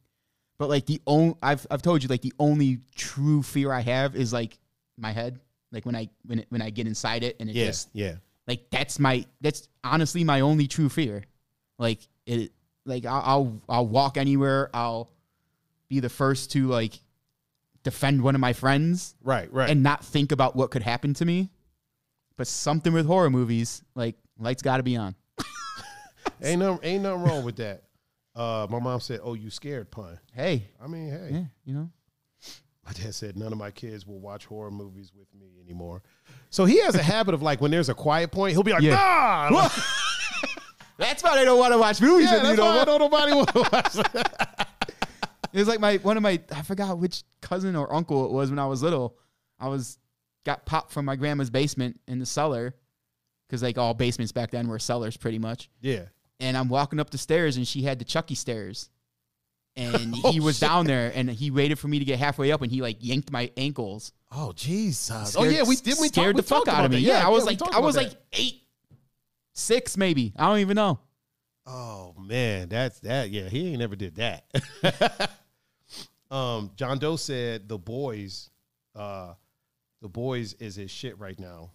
B: but like the only I've I've told you like the only true fear I have is like my head, like when I when it, when I get inside it and it
A: Yes.
B: just
A: Yeah.
B: like that's my that's honestly my only true fear. Like it like I'll, I'll I'll walk anywhere, I'll be the first to like defend one of my friends
A: Right. Right.
B: and not think about what could happen to me. But something with horror movies, like lights got to be on.
A: ain't nothing. Ain't nothing wrong with that. <laughs> Uh. My mom said, "Oh, you scared pun."
B: Hey,
A: I mean, hey.
B: yeah, you know.
A: my dad said none of my kids will watch horror movies with me anymore. So he has a habit of like when there's a quiet point, he'll be like,
B: Yeah.
A: ah,
B: <laughs>
A: like,
B: That's why they don't want to watch movies.
A: yeah,
B: with me
A: that's
B: no
A: why I
B: more.
A: don't nobody want to <laughs> watch that.
B: It was like my one of my I forgot which cousin or uncle it was when I was little. I was got popped from my grandma's basement in the cellar because like all basements back then were cellars pretty much.
A: Yeah.
B: And I'm walking up the stairs and she had the Chucky stairs, <laughs> and
A: Oh,
B: he was
A: shit.
B: down there and he waited for me to get halfway up and he like yanked my ankles.
A: Oh Jesus. oh
B: Scared-
A: yeah, we did. We talked-
B: scared
A: we
B: the fuck
A: talked about
B: out of me.
A: that.
B: Yeah, I was
A: we
B: like
A: talked
B: I
A: about
B: was
A: that.
B: like eight, six maybe. I don't even know.
A: oh man, that's that. Yeah, he ain't never did that. <laughs> um, John Doe said the boys, uh, the boys is his shit right now.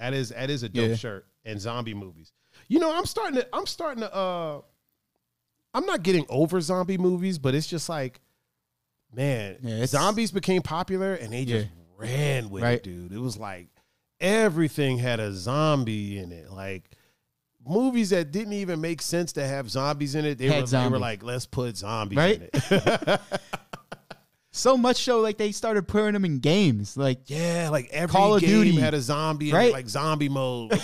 A: That is that is a dope
B: Yeah.
A: shirt and zombie movies. You know, I'm starting to I'm starting to uh I'm not getting over zombie movies, but it's just like man,
B: Yeah, it's-
A: zombies became popular and they just ran with
B: Right.
A: it, dude. It was like everything had a zombie in it. Like movies that didn't even make sense to have zombies in it, they,
B: Had
A: were, they were
B: zombie.
A: like, let's put zombies
B: Right?
A: in it.
B: So much so like they started putting them in games like.
A: yeah, like every
B: Call of
A: game
B: Duty.
A: had a zombie in it,
B: Right?
A: like zombie
B: <laughs>
A: mode.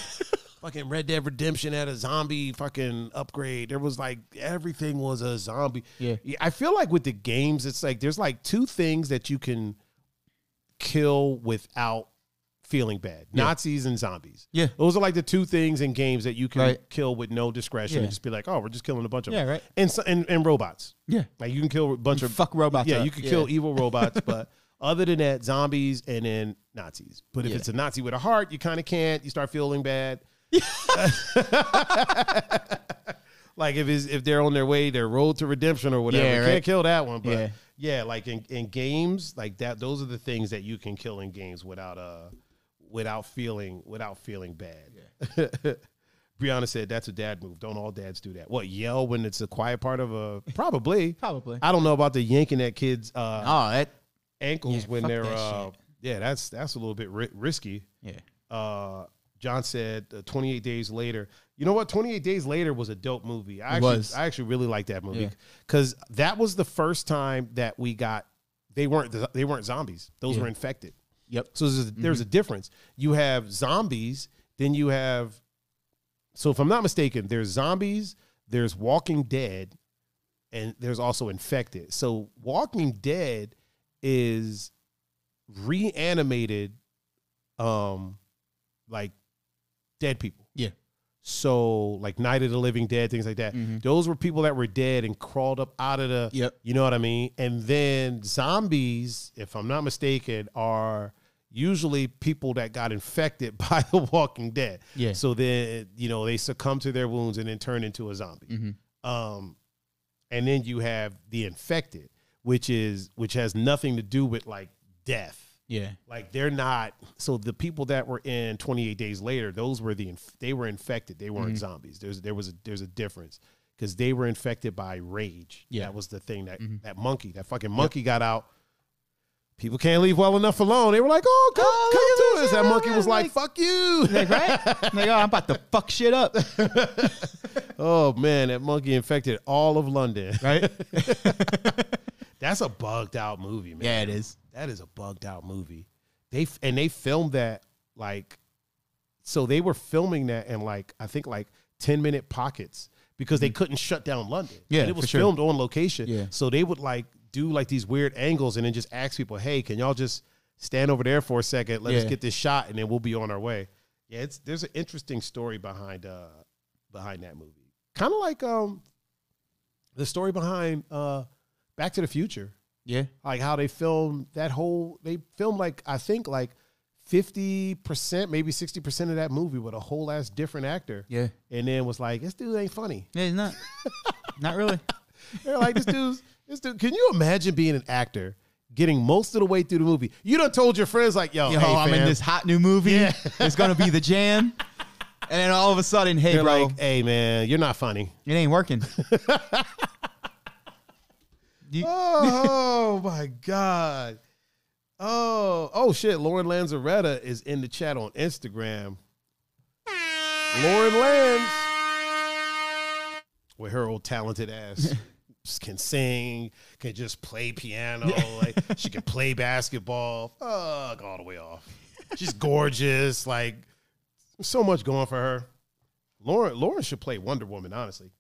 A: fucking Red Dead Redemption had a zombie fucking upgrade. There was like everything was a zombie.
B: Yeah.
A: I feel like with the games, it's like there's like two things that you can kill without feeling bad.
B: Yeah.
A: Nazis and zombies.
B: Yeah.
A: Those are like the two things in games that you can
B: Right.
A: kill with no discretion
B: Yeah.
A: and just be like, oh, we're just killing a bunch of
B: Yeah,
A: them.
B: right.
A: And, so, and and robots.
B: Yeah.
A: Like you can kill a bunch of
B: Fuck robots.
A: yeah,
B: up.
A: you can kill evil robots,
B: <laughs>
A: but other than that, zombies and then Nazis. But if
B: Yeah.
A: it's a Nazi with a heart, you kind of can't. You start feeling bad.
B: <laughs>
A: like if it's, if they're on their way, their road to redemption or whatever,
B: Yeah,
A: you
B: right.
A: can't kill that one. But
B: Yeah.
A: yeah, like in, in games, like that, those are the things that you can kill in games without uh without feeling without feeling bad. <laughs> Brianna said that's a dad move. Don't all dads do that? What yell when it's a quiet part of a probably
B: Probably.
A: I don't know about the yanking at kids' uh,
B: oh, that.
A: ankles
B: yeah,
A: when
B: fuck
A: they're.
B: that
A: Uh, yeah, that's that's a little bit ri- risky.
B: Yeah.
A: Uh, John said uh, 28 days later. You know what? 28 days later was a dope movie. I actually,
B: was.
A: I actually really liked that movie
B: Yeah.
A: because that was the first time that we got they weren't they weren't zombies. Those were infected.
B: Yep. Mm-hmm.
A: So there's a, there's a difference. You have zombies, then you have. So if I'm not mistaken, there's zombies, there's Walking Dead, and there's also infected. So Walking Dead is reanimated, um, like dead people.
B: Yeah.
A: So like Night of the Living Dead, things like that.
B: Mm-hmm.
A: Those were people that were dead and crawled up out of the.
B: Yep.
A: You know what I mean? And then zombies, if I'm not mistaken, are usually people that got infected <laughs> by the Walking Dead.
B: Yeah.
A: So then you know they succumb to their wounds and then turn into a zombie.
B: Mhm.
A: Um, and then you have the infected, which is which has nothing to do with like death
B: Yeah.
A: like they're not so the people that were in 28 days later those were the inf- they were infected they
B: Mm-hmm.
A: weren't zombies there's there was a, there's a difference because they were infected by rage
B: Yeah. Mm-hmm.
A: that was the thing that that monkey that fucking monkey got out people can't leave well enough alone they were like oh come,
B: look
A: come
B: at
A: to us
B: this,
A: that
B: yeah,
A: monkey
B: yeah,
A: was like,
B: like-
A: fuck you
B: Like, right? like, oh,
A: <laughs>
B: I'm about to fuck shit up.
A: oh man that monkey infected all of london <laughs>
B: Right?
A: that's a bugged out movie man
B: yeah, it is.
A: that is a bugged out movie. They f- and they filmed that like so they were filming that in like I think like 10 minute pockets because they couldn't shut down London.
B: Yeah,
A: And it
B: for
A: was
B: sure.
A: filmed on location.
B: Yeah.
A: So they would like do like these weird angles and then just ask people, "Hey, can y'all just stand over there for a second? Let us
B: Yeah.
A: get this shot and then we'll be on our way." Yeah, it's there's an interesting story behind uh behind that movie. Kind of like um the story behind uh Back to the Future
B: Yeah.
A: like how they filmed that whole they filmed like I think like 50%, maybe 60% of that movie with a whole ass different actor.
B: Yeah.
A: And then was like, this dude ain't funny.
B: Yeah, it's not. not
A: <laughs>
B: really.
A: They're like, this dude's <laughs> this dude, can you imagine being an actor getting most of the way through the movie? You done told your friends like, yo,
B: Yo,
A: Oh, hey,
B: Oh, I'm in
A: fam.
B: this hot new movie.
A: Yeah.
B: It's going to be
A: <laughs>
B: the jam. And then all of a sudden, hey,
A: They're
B: bro,
A: like, hey man, you're not funny.
B: it ain't working. You-
A: Oh my God. Oh, oh shit. Lauren Lanzaretta is in the chat on Instagram. Lauren Lanz with her old talented ass can sing, can just play piano, like she can play basketball. Fuck all the way off. She's gorgeous, like so much going for her. Lauren Lauren should play Wonder Woman, honestly.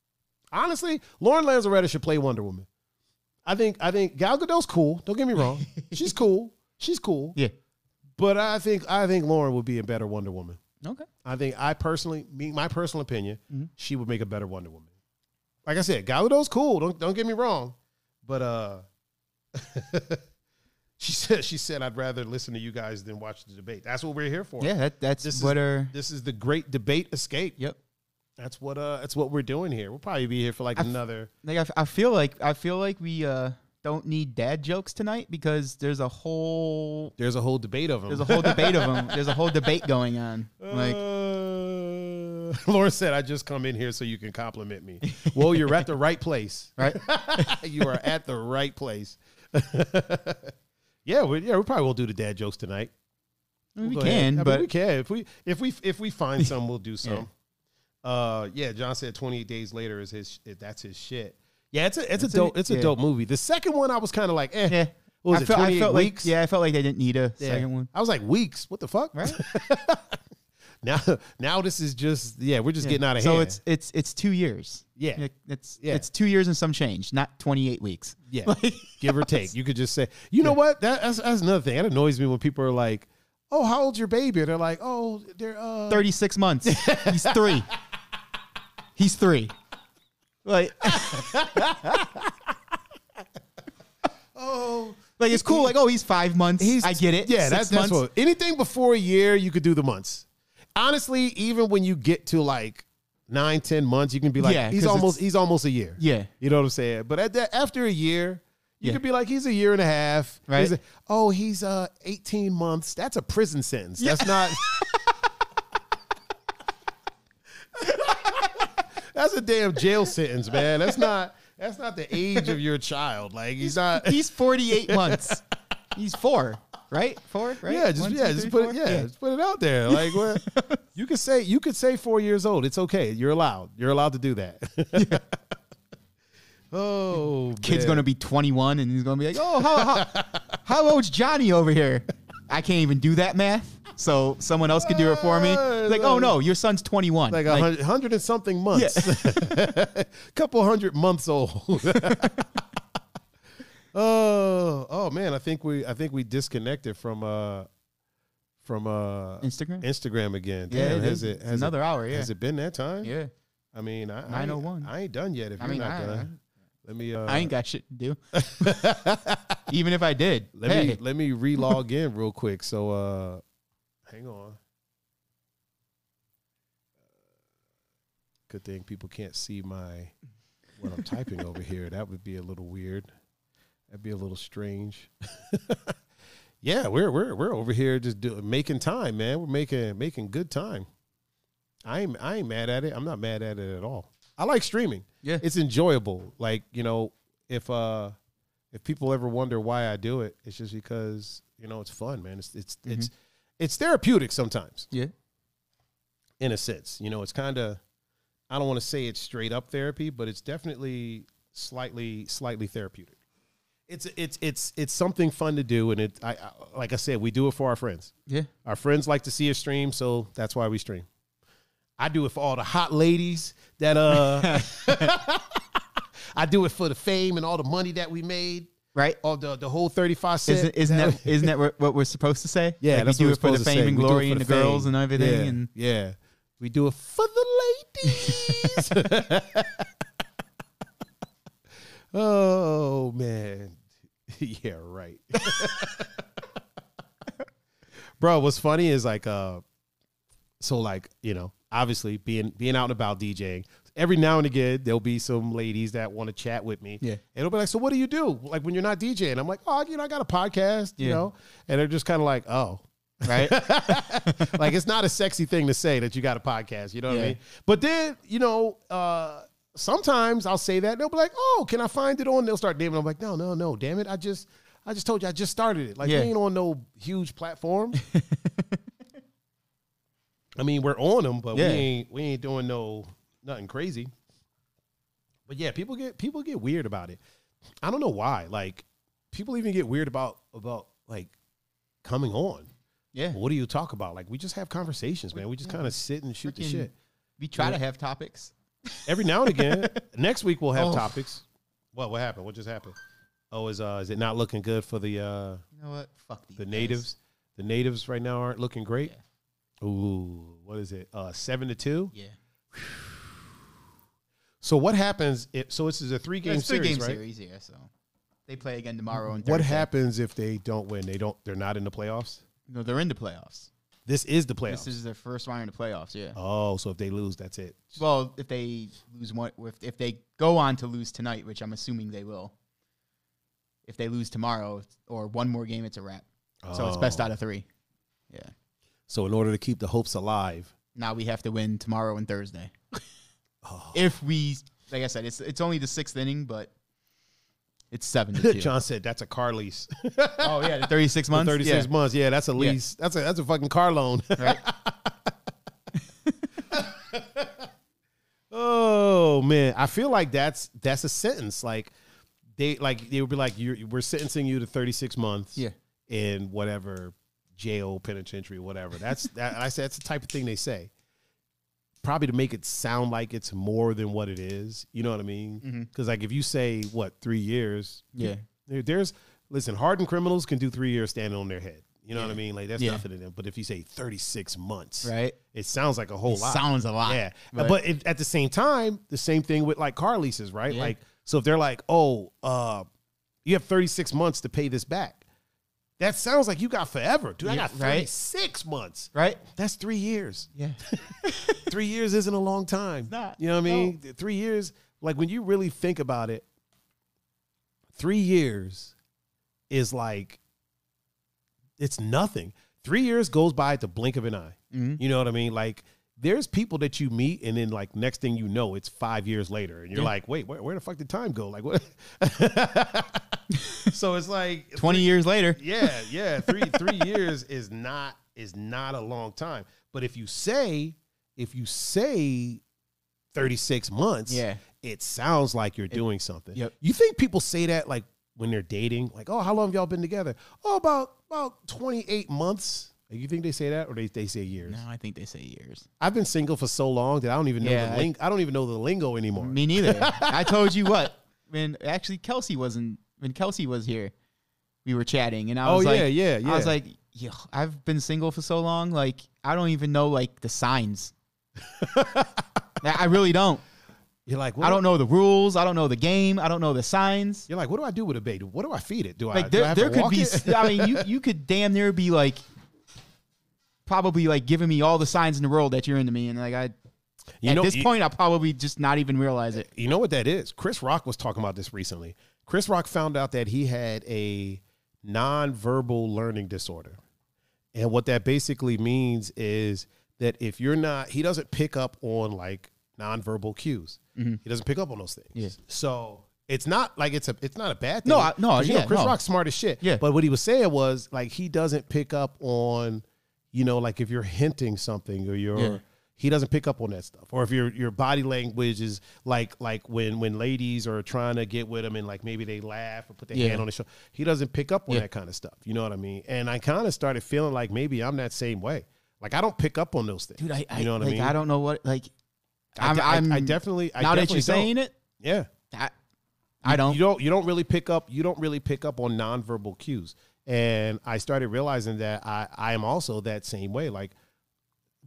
A: Honestly, Lauren Lanzaretta should play Wonder Woman. I think I think Gal Gadot's cool. Don't get me wrong. She's cool. She's cool.
B: <laughs>
A: <laughs>
B: yeah.
A: But I think I think Lauren would be a better Wonder Woman.
B: Okay.
A: I think I personally, me, my personal opinion,
B: Mm-hmm.
A: she would make a better Wonder Woman. Like I said, Gal Gadot's cool. Don't don't get me wrong, but uh, <laughs> she said she said I'd rather listen to you guys than watch the debate. That's what we're here for.
B: Yeah, that, that's
A: This is-
B: what are.
A: This is the great debate escape.
B: Yep.
A: That's what uh that's what we're doing here. We'll probably be here for like
B: I've-
A: another.
B: Like I, f- I feel like I feel like we uh don't need dad jokes tonight because there's a whole
A: There's a whole debate of them.
B: there's a whole debate of them. There's a whole debate
A: <laughs>
B: going on. Like
A: Uh, <laughs> Lauren said, "I just come in here so you can compliment me." <laughs> Well, you're at the right place.
B: right?
A: <laughs> you are at the right place. <laughs> yeah, we, yeah, we probably won't do the dad jokes tonight.
B: I mean, we
A: Go ahead. I
B: can,
A: mean,
B: but
A: we can if we if we if we
B: <laughs>
A: find some, we'll do some. Uh, yeah, John said 28 days later is his. That's his shit. Yeah, it's a it's a
B: a-
A: dope it's a
B: yeah.
A: dope movie. The second one, I was kind of like, eh.
B: yeah.
A: What was
B: I
A: it,
B: felt, I
A: 28
B: felt
A: weeks?
B: like yeah, I felt like they didn't need a
A: Yeah.
B: second one.
A: I was like, weeks. What the fuck?
B: Right?
A: <laughs> Now, now this is just yeah. We're just getting out of
B: so
A: hand.
B: it's it's it's two years.
A: Yeah.
B: Like, it's
A: Yeah.
B: it's two years and some change, not twenty eight weeks. <laughs>
A: <laughs> Yeah, give or take. You could just say, you know what? That, that's that's another thing. That annoys me when people are like, oh, how old's your baby? And they're like, oh, they're uh,
B: 36 months. He's three. He's three. Like,
A: oh.
B: like it's cool. Like, oh, he's five months.
A: He's-
B: I get it.
A: Yeah,
B: Six
A: that's, that's
B: months.
A: what. Anything before a year, you could do the months. Honestly, even when you get to like nine, ten months, you can be like,
B: Yeah,
A: he's
B: 'cause
A: almost,
B: it's-
A: he's almost a year.
B: Yeah.
A: you know what I'm saying. But at that, after a year, you
B: Yeah.
A: could be like, he's a year and a half.
B: Right.
A: He's a- oh, he's uh, 18 months. That's a prison sentence. That's
B: <laughs>
A: not. that's a damn jail sentence, man. That's not. That's not the age of your child. Like he's uh, not.
B: He's 48 months. He's four, right? Four, right?
A: Yeah, just
B: One, two,
A: yeah,
B: three,
A: just put
B: four?
A: it yeah, just put it out there. Like <laughs> what you could say you could say four years old. It's okay. You're allowed. You're allowed to do that. <laughs> oh
B: Kid's
A: man.
B: gonna be 21, and he's gonna be like, "Oh, how how, how old's Johnny over here?" I can't even do that math, so someone else can do it for me. It's like, oh no, your son's
A: Uh,
B: 21.
A: like a
B: Like,
A: hundred, hundred and something months. <laughs> Couple hundred months old. <laughs> oh oh man, I think we I think we disconnected from uh from uh
B: Instagram.
A: Instagram again.
B: Yeah,
A: Damn,
B: it
A: has
B: is.
A: it
B: It's
A: has
B: another
A: it,
B: hour, yeah.
A: Has it been that time?
B: yeah,
A: I mean, I, I, ain't,
B: 901.
A: I ain't done yet. If
B: I
A: you're
B: mean,
A: not
B: I-
A: done, let me. Uh,
B: I ain't got shit to
A: <laughs>
B: do. even if I did,
A: let
B: hey,
A: me let
B: <laughs>
A: me re-log in real quick. So, uh, hang on. Uh, Good thing people can't see my what I'm typing over here. That would be a little weird. That'd be a little strange. <laughs> yeah, we're we're we're over here just do, making time, man. We're making making good time. I ain't I ain't mad at it. I'm not mad at it at all. I like streaming.
B: Yeah.
A: It's enjoyable. Like, you know, if uh if people ever wonder why I do it, it's just because, you know, it's fun, man. It's it's it's it's therapeutic sometimes
B: yeah,
A: in a sense. You know, it's kind of I don't want to say it's straight up therapy, but it's definitely slightly slightly therapeutic. It's it's it's it's something fun to do, and it I, I like I said we do it for our friends.
B: yeah,
A: Our friends like to see us stream, so that's why we stream. I do it for all the hot ladies that
B: <laughs>
A: uh. <laughs> I do it for the fame and all the money that we made,
B: right.
A: all the the whole thirty five cent.
B: Isn't isn't that isn't that what- what we're supposed to say?
A: <laughs> Yeah,
B: like,
A: that's
B: we do
A: what
B: it for
A: we're
B: the
A: supposed to
B: fame
A: say.
B: and
A: We do it
B: glory
A: for
B: and the
A: fame.
B: girls and everything,
A: Yeah,
B: and
A: yeah, we do it for the ladies. <laughs>
B: <laughs>
A: oh man, <laughs> yeah,
B: <laughs>
A: right, bro. What's funny is like, uh, so like you know, obviously being being out and about DJing. Every now and again, there'll be some ladies that want to chat with me.
B: Yeah.
A: And it'll be like, so what do you do? Like when you're not DJing, I'm like, oh, you know, I got a podcast, you
B: Yeah.
A: know, and they're just kind of like, oh,
B: right.
A: <laughs> like it's not a sexy thing to say that you got a podcast. You know what I
B: Yeah.
A: mean? But then you know, uh, sometimes I'll say that and they'll be like, "Oh, can I find it on?" They'll start naming. I'm like, "No, no, no, damn it! I just, I just told you I just started it. Like
B: Yeah.
A: we ain't on no huge platform. I mean, we're on them, but
B: Yeah.
A: we ain't we ain't doing no nothing crazy. But yeah, people get people get weird about it. I don't know why. Like people even get weird about about like coming on.
B: Yeah,
A: What do you talk about? Like we just have conversations, man. We just kind of sit and shoot the
B: Freaking-
A: shit.
B: we try to have topics.
A: Every now and
B: <laughs>
A: again. next week we'll have
B: Oh.
A: topics. What what happened? What just happened? Oh, is uh is it not looking good for the uh
B: You know what? Fuck these
A: the
B: guys.
A: natives? The natives right now aren't looking great. Ooh, what is it? Uh seven to two?
B: Yeah.
A: So what happens if so this is a three game
B: it's three
A: series,
B: game
A: right?
B: series, yeah. So they play again tomorrow and
A: What
B: Thursday.
A: happens if they don't win? They don't they're not in the playoffs?
B: No, they're in the playoffs.
A: This is the playoffs.
B: This is their first round of the playoffs. Yeah.
A: oh, so if they lose, that's it.
B: Well, if they lose one, if, if they go on to lose tonight, which I'm assuming they will. If they lose tomorrow or one more game, it's a wrap. So it's best
A: Oh.
B: out of three. Yeah.
A: So in order to keep the hopes alive,
B: Now we have to win tomorrow
A: <laughs>
B: and Thursday. If we, like I said, it's it's only the sixth inning, but it's
A: <laughs>
B: seven to two.
A: John said that's a car lease.
B: oh yeah, the 36 months.
A: For 36
B: yeah.
A: months. Yeah, that's a lease. That's a that's a fucking car loan.
B: Right.
A: <laughs> oh man, I feel like that's that's a sentence. Like they like they would be like you're we're sentencing you to 36 months.
B: Yeah.
A: In whatever jail, penitentiary, whatever. That's that I said that's the type of thing they say. Probably to make it sound like it's more than what it is. You know what I mean? Because like if you say what three years,
B: Mm-hmm. Yeah.
A: there- there's listen, hardened criminals can do three years standing on their head. You know what I mean? Like that's
B: Yeah.
A: nothing to them. But if you say 36 months,
B: Right.
A: it sounds like a whole lot.
B: Sounds a lot.
A: Yeah.
B: but,
A: But, it, at the same time, the same thing with like car leases, right?
B: Yeah.
A: Like, so if they're like, oh, uh, you have 36 months to pay this back. That sounds like you got forever. Dude, I
B: Yeah,
A: got
B: right.
A: 36 months.
B: right?
A: That's three years. <laughs>
B: Yeah.
A: three years isn't a long time.
B: not.
A: You know what I mean? Three years, like when you really think about it, three years is like it's nothing. Three years goes by at the blink of an eye.
B: Mhm.
A: You know what I mean? Like there's people that you meet, and then like next thing you know, it's five years later, and you're
B: Yeah.
A: like, wait, where, where the fuck did time go? Like what? <laughs> so it's like
B: <laughs> 20
A: <laughs>
B: years later.
A: yeah, yeah. Three three <laughs> years is not is not a long time. But if you say if you say thirty six months,
B: Yeah.
A: it sounds like you're doing something.
B: yep.
A: You think people say that like when they're dating, like, oh, how long have y'all been together? Oh, about about twenty eight months. Like, you think they say that, or they they say years?
B: No, I think they say years.
A: I've been single for so long that I don't even know
B: Yeah, I-
A: the ling- I don't even know the lingo anymore.
B: Me neither. I told you what. When actually Kelsey wasn't when Kelsey was here, we were chatting and I
A: oh
B: was
A: yeah,
B: like
A: yeah, yeah.
B: I was like, Yo, I've been single for so long, like I don't even know like
A: <laughs>
B: the signs. I I really don't.
A: you're like,
B: I don't know the rules. I don't know the game. I don't know the signs.
A: You're like, what do I do with a baby? What do I feed it? Do I
B: Like
A: do I
B: there,
A: have
B: there
A: to
B: could
A: walk
B: be.
A: it?
B: I mean, you you could damn near be like, probably like giving me all the signs in the world that you're into me, and like I
A: <laughs> You
B: at
A: know,
B: this
A: you-
B: point I probably just not even realize it.
A: you know what that is? Chris Rock was talking about this recently. Chris Rock found out that he had a nonverbal learning disorder. And what that basically means is that if you're not, he doesn't pick up on like nonverbal cues. He doesn't pick up on those things.
B: Mm-hmm. Yeah.
A: So it's not like it's a it's not a bad thing.
B: No, I- no,
A: 'Cause, you know,
B: yeah,
A: Chris
B: no.
A: Rock's smart as shit.
B: Yeah.
A: But what he was saying was like he doesn't pick up on, you know, like if you're hinting something or you're
B: Yeah.
A: he doesn't pick up on that stuff or if your your body language is like like when when ladies are trying to get with him and like maybe they laugh or put their
B: Yeah.
A: hand on his shoulder he doesn't pick up on
B: Yeah.
A: that kind of stuff you know what i mean and i kind of started feeling like maybe i'm that same way like i don't pick up on those things
B: Dude, I, I
A: you know what
B: like,
A: i mean
B: I don't know what like. I'm,
A: de-
B: I, am
A: I definitely I
B: now that
A: definitely
B: you're saying
A: don't.
B: it,
A: yeah
B: I, I don't.
A: you don't you don't really pick up you don't really pick up on nonverbal cues and i started realizing that i i am also that same way like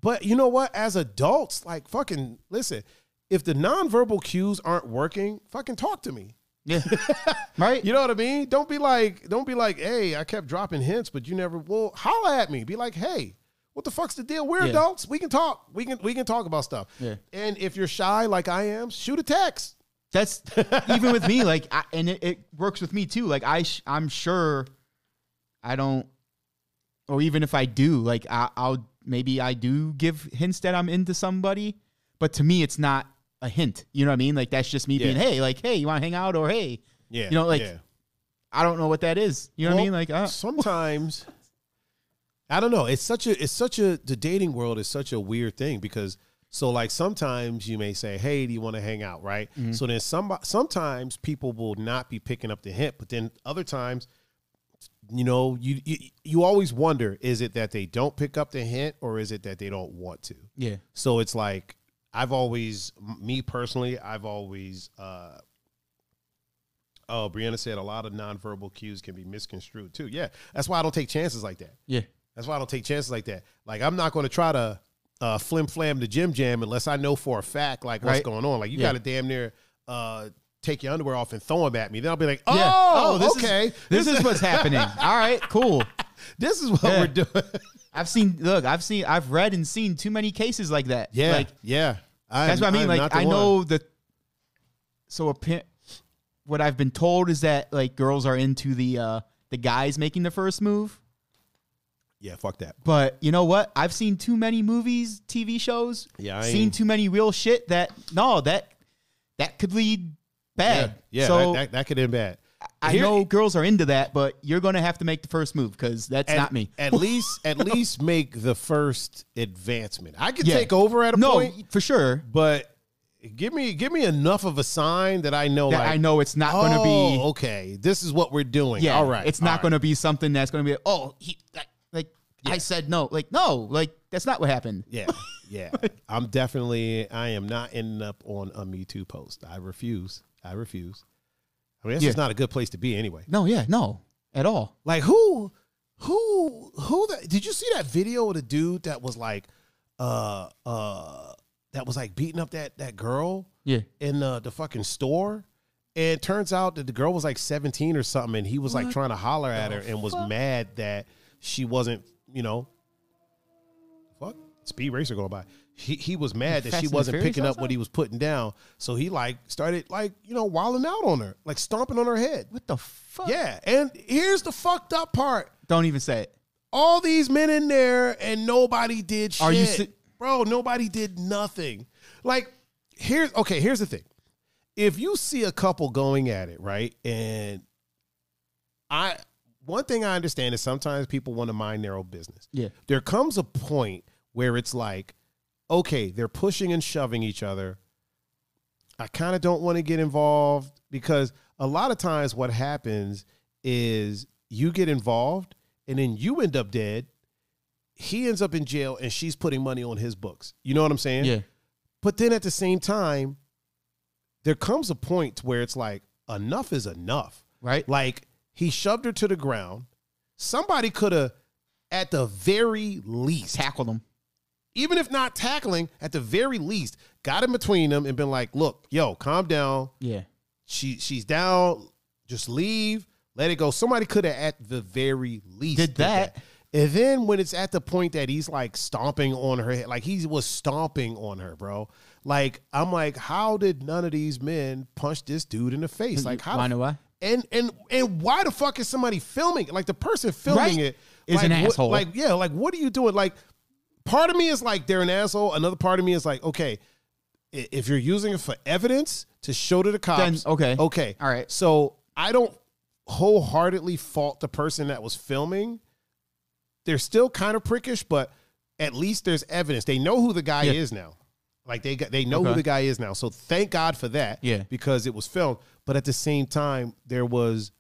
A: but you know what as adults like fucking listen if the nonverbal cues aren't working fucking talk to me
B: yeah,
A: <laughs>
B: right.
A: you know what i mean don't be like don't be like hey i kept dropping hints but you never will holla at me be like hey what the fuck's the deal we're
B: Yeah.
A: adults we can talk we can we can talk about stuff
B: Yeah.
A: and if you're shy like i am shoot a text <laughs>
B: That's even with me, like, I, and it, it works with me too. Like, I, sh- I'm sure I don't, or even if I do, like, I, I'll maybe I do give hints that I'm into somebody, but to me, it's not a hint. You know what I mean? Like, that's just me
A: Yeah.
B: being, hey, like, hey, you want to hang out, or hey,
A: yeah
B: You know, like,
A: yeah.
B: I don't know what that is. You know what I mean?
A: Well,
B: Like, uh,
A: sometimes I don't know. It's such a it's such a the dating world is such a weird thing because so like sometimes you may say, "Hey, do you want to hang out?" Right.
B: Mm-hmm.
A: So then some sometimes people will not be picking up the hint, but then other times, you know, you you, you always wonder: is it that they don't pick up the hint, or is it that they don't want to?
B: yeah,
A: So it's like I've always, m- me personally, I've always. uh Oh, Brianna said a lot of nonverbal cues can be misconstrued too. Yeah, that's why I don't take chances like that.
B: yeah,
A: That's why I don't take chances like that. Like I'm not going to try to uh, flim flam the gym jam unless I know for a fact like what's
B: Right.
A: going on. Like you
B: Yeah.
A: got to damn near uh, take your underwear off and throw them at me. Then I'll be like, oh,
B: yeah.
A: this
B: this
A: okay,
B: is this is
A: <laughs>
B: what's happening. All right, cool.
A: this is what
B: Yeah.
A: we're doing. <laughs>
B: I've seen, look, I've seen, I've read and seen too many cases like that.
A: yeah,
B: like
A: yeah. I
B: That's
A: am-
B: what I mean.
A: am not
B: like
A: the
B: I
A: one.
B: know that. So appa- what I've been told is that like girls are into the uh the guys making the first move.
A: Yeah, fuck that.
B: But you know what? I've seen too many movies, TV shows.
A: Yeah, I
B: seen
A: ain't-
B: too many real shit that no that that could lead
A: Yeah,
B: bad.
A: yeah.
B: so
A: that, that, that could end bad.
B: I
A: Here-
B: know girls are into that, but you're gonna have to make the first move because that's
A: at-
B: not me.
A: At least
B: <laughs>
A: at least make the first advancement. I can
B: Yeah.
A: take over at a
B: no,
A: point,
B: for sure.
A: but give me give me enough of a sign that I know
B: That
A: like
B: I know it's not gonna be.
A: "Oh, okay. This is what we're doing.
B: Yeah,
A: all right.
B: It's
A: all
B: not
A: right."
B: going to be something that's going to be oh he like, like I said no like no like that's not what happened.
A: Yeah, yeah. I'm definitely. I am not ending up on a Me Too post. I refuse. I refuse. I mean, that's
B: Yeah.
A: just not a good place to be anyway.
B: No, yeah, no at all.
A: Like who? who who the, did you see that video of the dude that was like uh uh that was like beating up that that girl
B: Yeah.
A: in the, the fucking store and it turns out that the girl was like 17 or something and he was like trying to holler at her and was mad that she wasn't you know fuck speed racer going by he, he was mad that
B: Fast
A: she
B: and the
A: wasn't
B: Furious
A: picking up
B: also?
A: what he was putting down so he like started like you know wilding out on her like stomping on her head
B: What the fuck?
A: yeah and here's the fucked up part
B: Don't even say it.
A: all these men in there and nobody did shit.
B: Are you se-
A: Bro, nobody did nothing. Like, here's okay, here's the thing. If you see a couple going at it, right? And I one thing I understand is sometimes people want to mind their own business.
B: Yeah.
A: There comes a point where it's like, okay, they're pushing and shoving each other. I kind of don't want to get involved because a lot of times what happens is you get involved and then you end up dead. He ends up in jail and she's putting money on his books. You know what I'm saying?
B: Yeah.
A: But then at the same time, there comes a point where it's like, enough is enough.
B: Right?
A: Like he shoved her to the ground. Somebody could have, at the very least,
B: Tackle them.
A: even if not tackling, at the very least, got in between them and been like, "Look, yo, calm down.
B: Yeah.
A: She she's down. Just leave. Let it go." Somebody could have, at the very least,
B: Did that.
A: And then when it's at the point that he's like stomping on her head, like he was stomping on her, bro. Like I'm like, how did none of these men punch this dude in the face? Like how
B: Mm-hmm. Why
A: the
B: know why?
A: and and and why the fuck is somebody filming it? Like the person filming
B: Right.
A: it
B: Is
A: like,
B: an
A: what-
B: asshole.
A: Like yeah, like what are you doing? Like part of me is like they're an asshole. Another part of me is like okay, i- if you're using it for evidence to show to the cops,
B: Then, okay.
A: okay,
B: All right.
A: So I don't wholeheartedly fault the person that was filming. They're still kind of prickish, but at least there's evidence. They know who the guy
B: Yeah.
A: is now. Like they got, they know who
B: Okay.
A: the guy is now. So thank God for that.
B: Yeah.
A: Because it was filmed. But at the same time, there was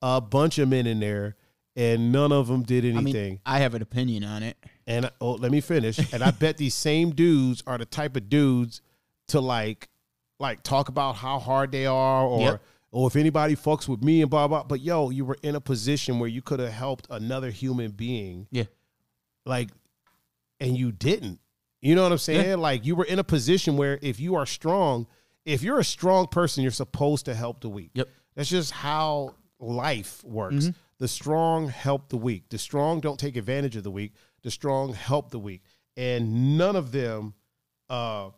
A: a bunch of men in there and none of them did
B: I
A: anything.
B: mean, I have an opinion on it.
A: and oh, let me finish. And I bet these same dudes are the type of dudes to like like talk about how hard they are or
B: Yep.
A: or if anybody fucks with me and blah blah. But yo, you were in a position where you could have helped another human being
B: Yeah.
A: like and you didn't you know what i'm saying like you were in a position where if you are strong if you're a strong person you're supposed to help the weak
B: Yep.
A: that's just how life works
B: Mm-hmm.
A: the strong help the weak the strong don't take advantage of the weak the strong help the weak and none of them uh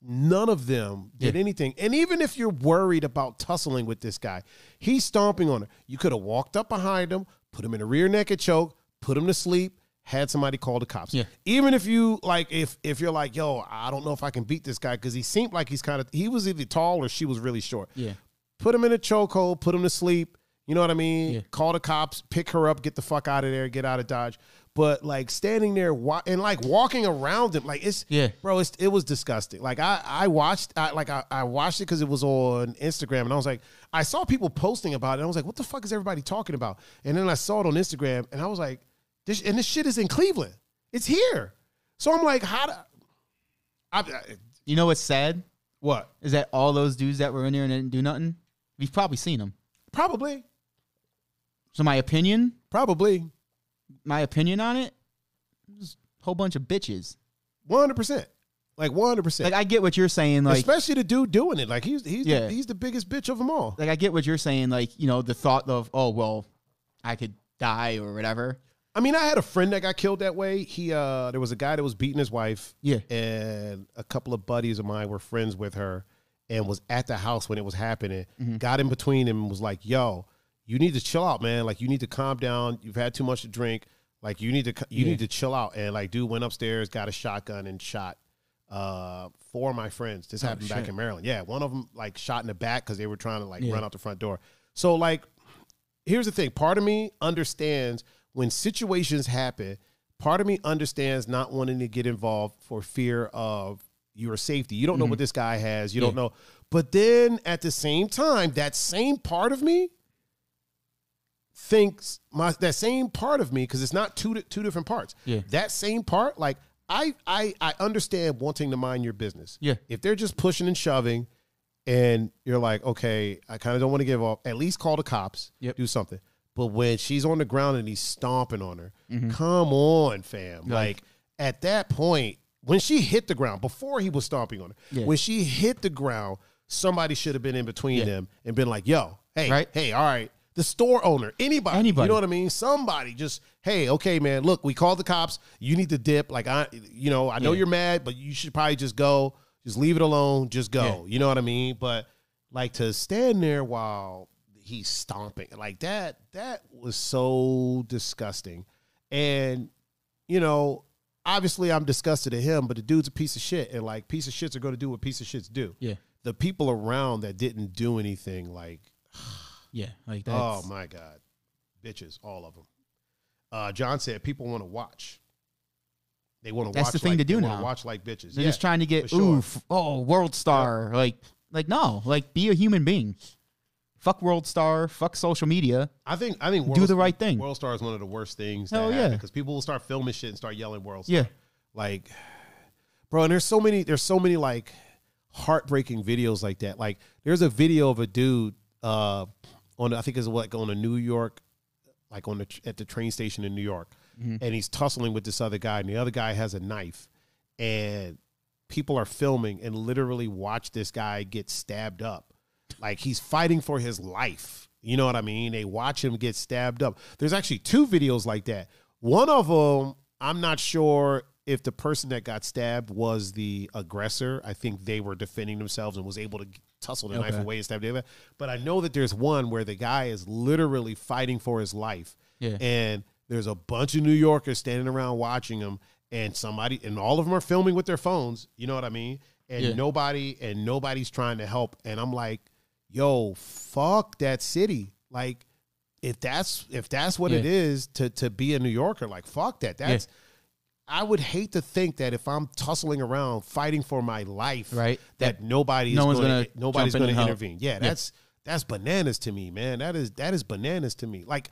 A: none of them did
B: Yeah.
A: anything and even if you're worried about tussling with this guy he's stomping on her you could have walked up behind him put him in a rear naked choke put him to sleep had somebody call the cops
B: Yeah.
A: even if you like if if you're like yo i don't know if i can beat this guy because he seemed like he's kind of he was either tall or she was really short
B: Yeah.
A: put him in a chokehold, put him to sleep. You know what I mean?
B: Yeah.
A: Call the cops, pick her up, get the fuck out of there, get out of Dodge. But like standing there wa- and like walking around him, like it's
B: Yeah.
A: bro, it's, it was disgusting. Like I I watched, I like I, I watched it because it was on Instagram, and I was like, I saw people posting about it, and I was like, what the fuck is everybody talking about? And then I saw it on Instagram, and I was like, this and this shit is in Cleveland, it's here. So I'm like, how do I, I
B: You know what's sad?
A: what?
B: Is that all those dudes that were in there and didn't do nothing? We've probably seen them.
A: Probably,
B: So my opinion,
A: probably,
B: my opinion on it, is a whole bunch of bitches.
A: one hundred percent, like one hundred percent.
B: Like I get what you're saying. Like
A: especially the dude doing it. Like he's he's
B: Yeah.
A: the, he's the biggest bitch of them all.
B: like I get what you're saying. Like you know the thought of oh well, I could die or whatever.
A: I mean, I had a friend that got killed that way. He uh, there was a guy that was beating his wife.
B: Yeah.
A: and a couple of buddies of mine were friends with her, and was at the house when it was happening.
B: Mm-hmm.
A: Got in between them and was like, "Yo, you need to chill out, man. Like you need to calm down. You've had too much to drink. Like you need to c- you
B: Yeah.
A: need to chill out." And like, dude went upstairs, got a shotgun, and shot uh four of my friends. This happened back
B: Oh, shit.
A: in Maryland. Yeah, one of them like shot in the back because they were trying to like
B: Yeah.
A: run out the front door. So like here's the thing part of me understands when situations happen part of me understands not wanting to get involved for fear of your safety you don't know what this guy has you don't
B: Mm-hmm. Yeah.
A: know but then at the same time that same part of me thinks my that same part of me because it's not two di- two different parts
B: Yeah.
A: that same part like I, I i understand wanting to mind your business
B: Yeah.
A: if they're just pushing and shoving and you're like, okay, I kind of don't want to give up, at least call the cops,
B: Yep.
A: do something. But when she's on the ground and he's stomping on her,
B: Mm-hmm.
A: come on, fam. Like at that point, when she hit the ground, before he was stomping on her,
B: Yeah.
A: when she hit the ground, somebody should have been in between
B: Yeah.
A: them and been like, yo, hey,
B: Right.
A: hey, all right. The store owner, anybody,
B: Anybody.
A: you know what I mean? Somebody just, hey, okay, man, look, we called the cops. You need to dip. Like I, you know, I know
B: Yeah.
A: you're mad, but you should probably just go, just leave it alone, just go. You know what I mean? But like to stand there while he's stomping like that, that was so disgusting. And you know, obviously I'm disgusted at him, but the dude's a piece of shit, and like piece of shits are going to do what piece of shits do.
B: Yeah.
A: The people around that didn't do anything, like
B: Yeah. Like
A: Oh
B: that's
A: my god, bitches, all of them. Uh, John said people want to watch. They want to.
B: That's
A: watch
B: the thing
A: like,
B: to do
A: they wanna
B: now.
A: Watch like bitches.
B: they're
A: yeah.
B: just trying to get
A: for sure.
B: ooh, f- oh, world star. Like like no, like be a human being. Fuck world star, fuck social media.
A: I think. I think.
B: Do the right thing.
A: World Star is one of the worst things.
B: Hell
A: that
B: yeah.
A: yeah, because people will start filming shit and start yelling World Star.
B: Yeah.
A: like, bro. And there's so many. There's so many like heartbreaking videos like that. Like, there's a video of a dude uh, on. I think it's what on a New York like on the tr- at the train station in New York, and he's tussling with this other guy, and the other guy has a knife, and people are filming and literally watch this guy get stabbed up, like he's fighting for his life. You know what I mean? They watch him get stabbed up. There's actually two videos like that. One of them, I'm not sure if the person that got stabbed was the aggressor. I think they were defending themselves and was able to tussle the knife
B: Okay.
A: away ways to have to do that. But I know that there's one where the guy is literally fighting for his life.
B: Yeah.
A: And there's a bunch of New Yorkers standing around watching him and somebody and all of them are filming with their phones, you know what I mean? And
B: Yeah.
A: nobody and nobody's trying to help. And I'm like, yo, fuck that city. Like if that's if that's what it
B: Yeah.
A: is to to be a New Yorker, like fuck that. That's I would hate to think that if I'm tussling around fighting for my life,
B: Right.
A: that nobody is
B: no
A: going
B: one's
A: to
B: gonna
A: nobody's
B: jump in
A: going
B: and
A: to
B: help.
A: intervene. Yeah, that's that's bananas to me, man. That is that is bananas to me. Like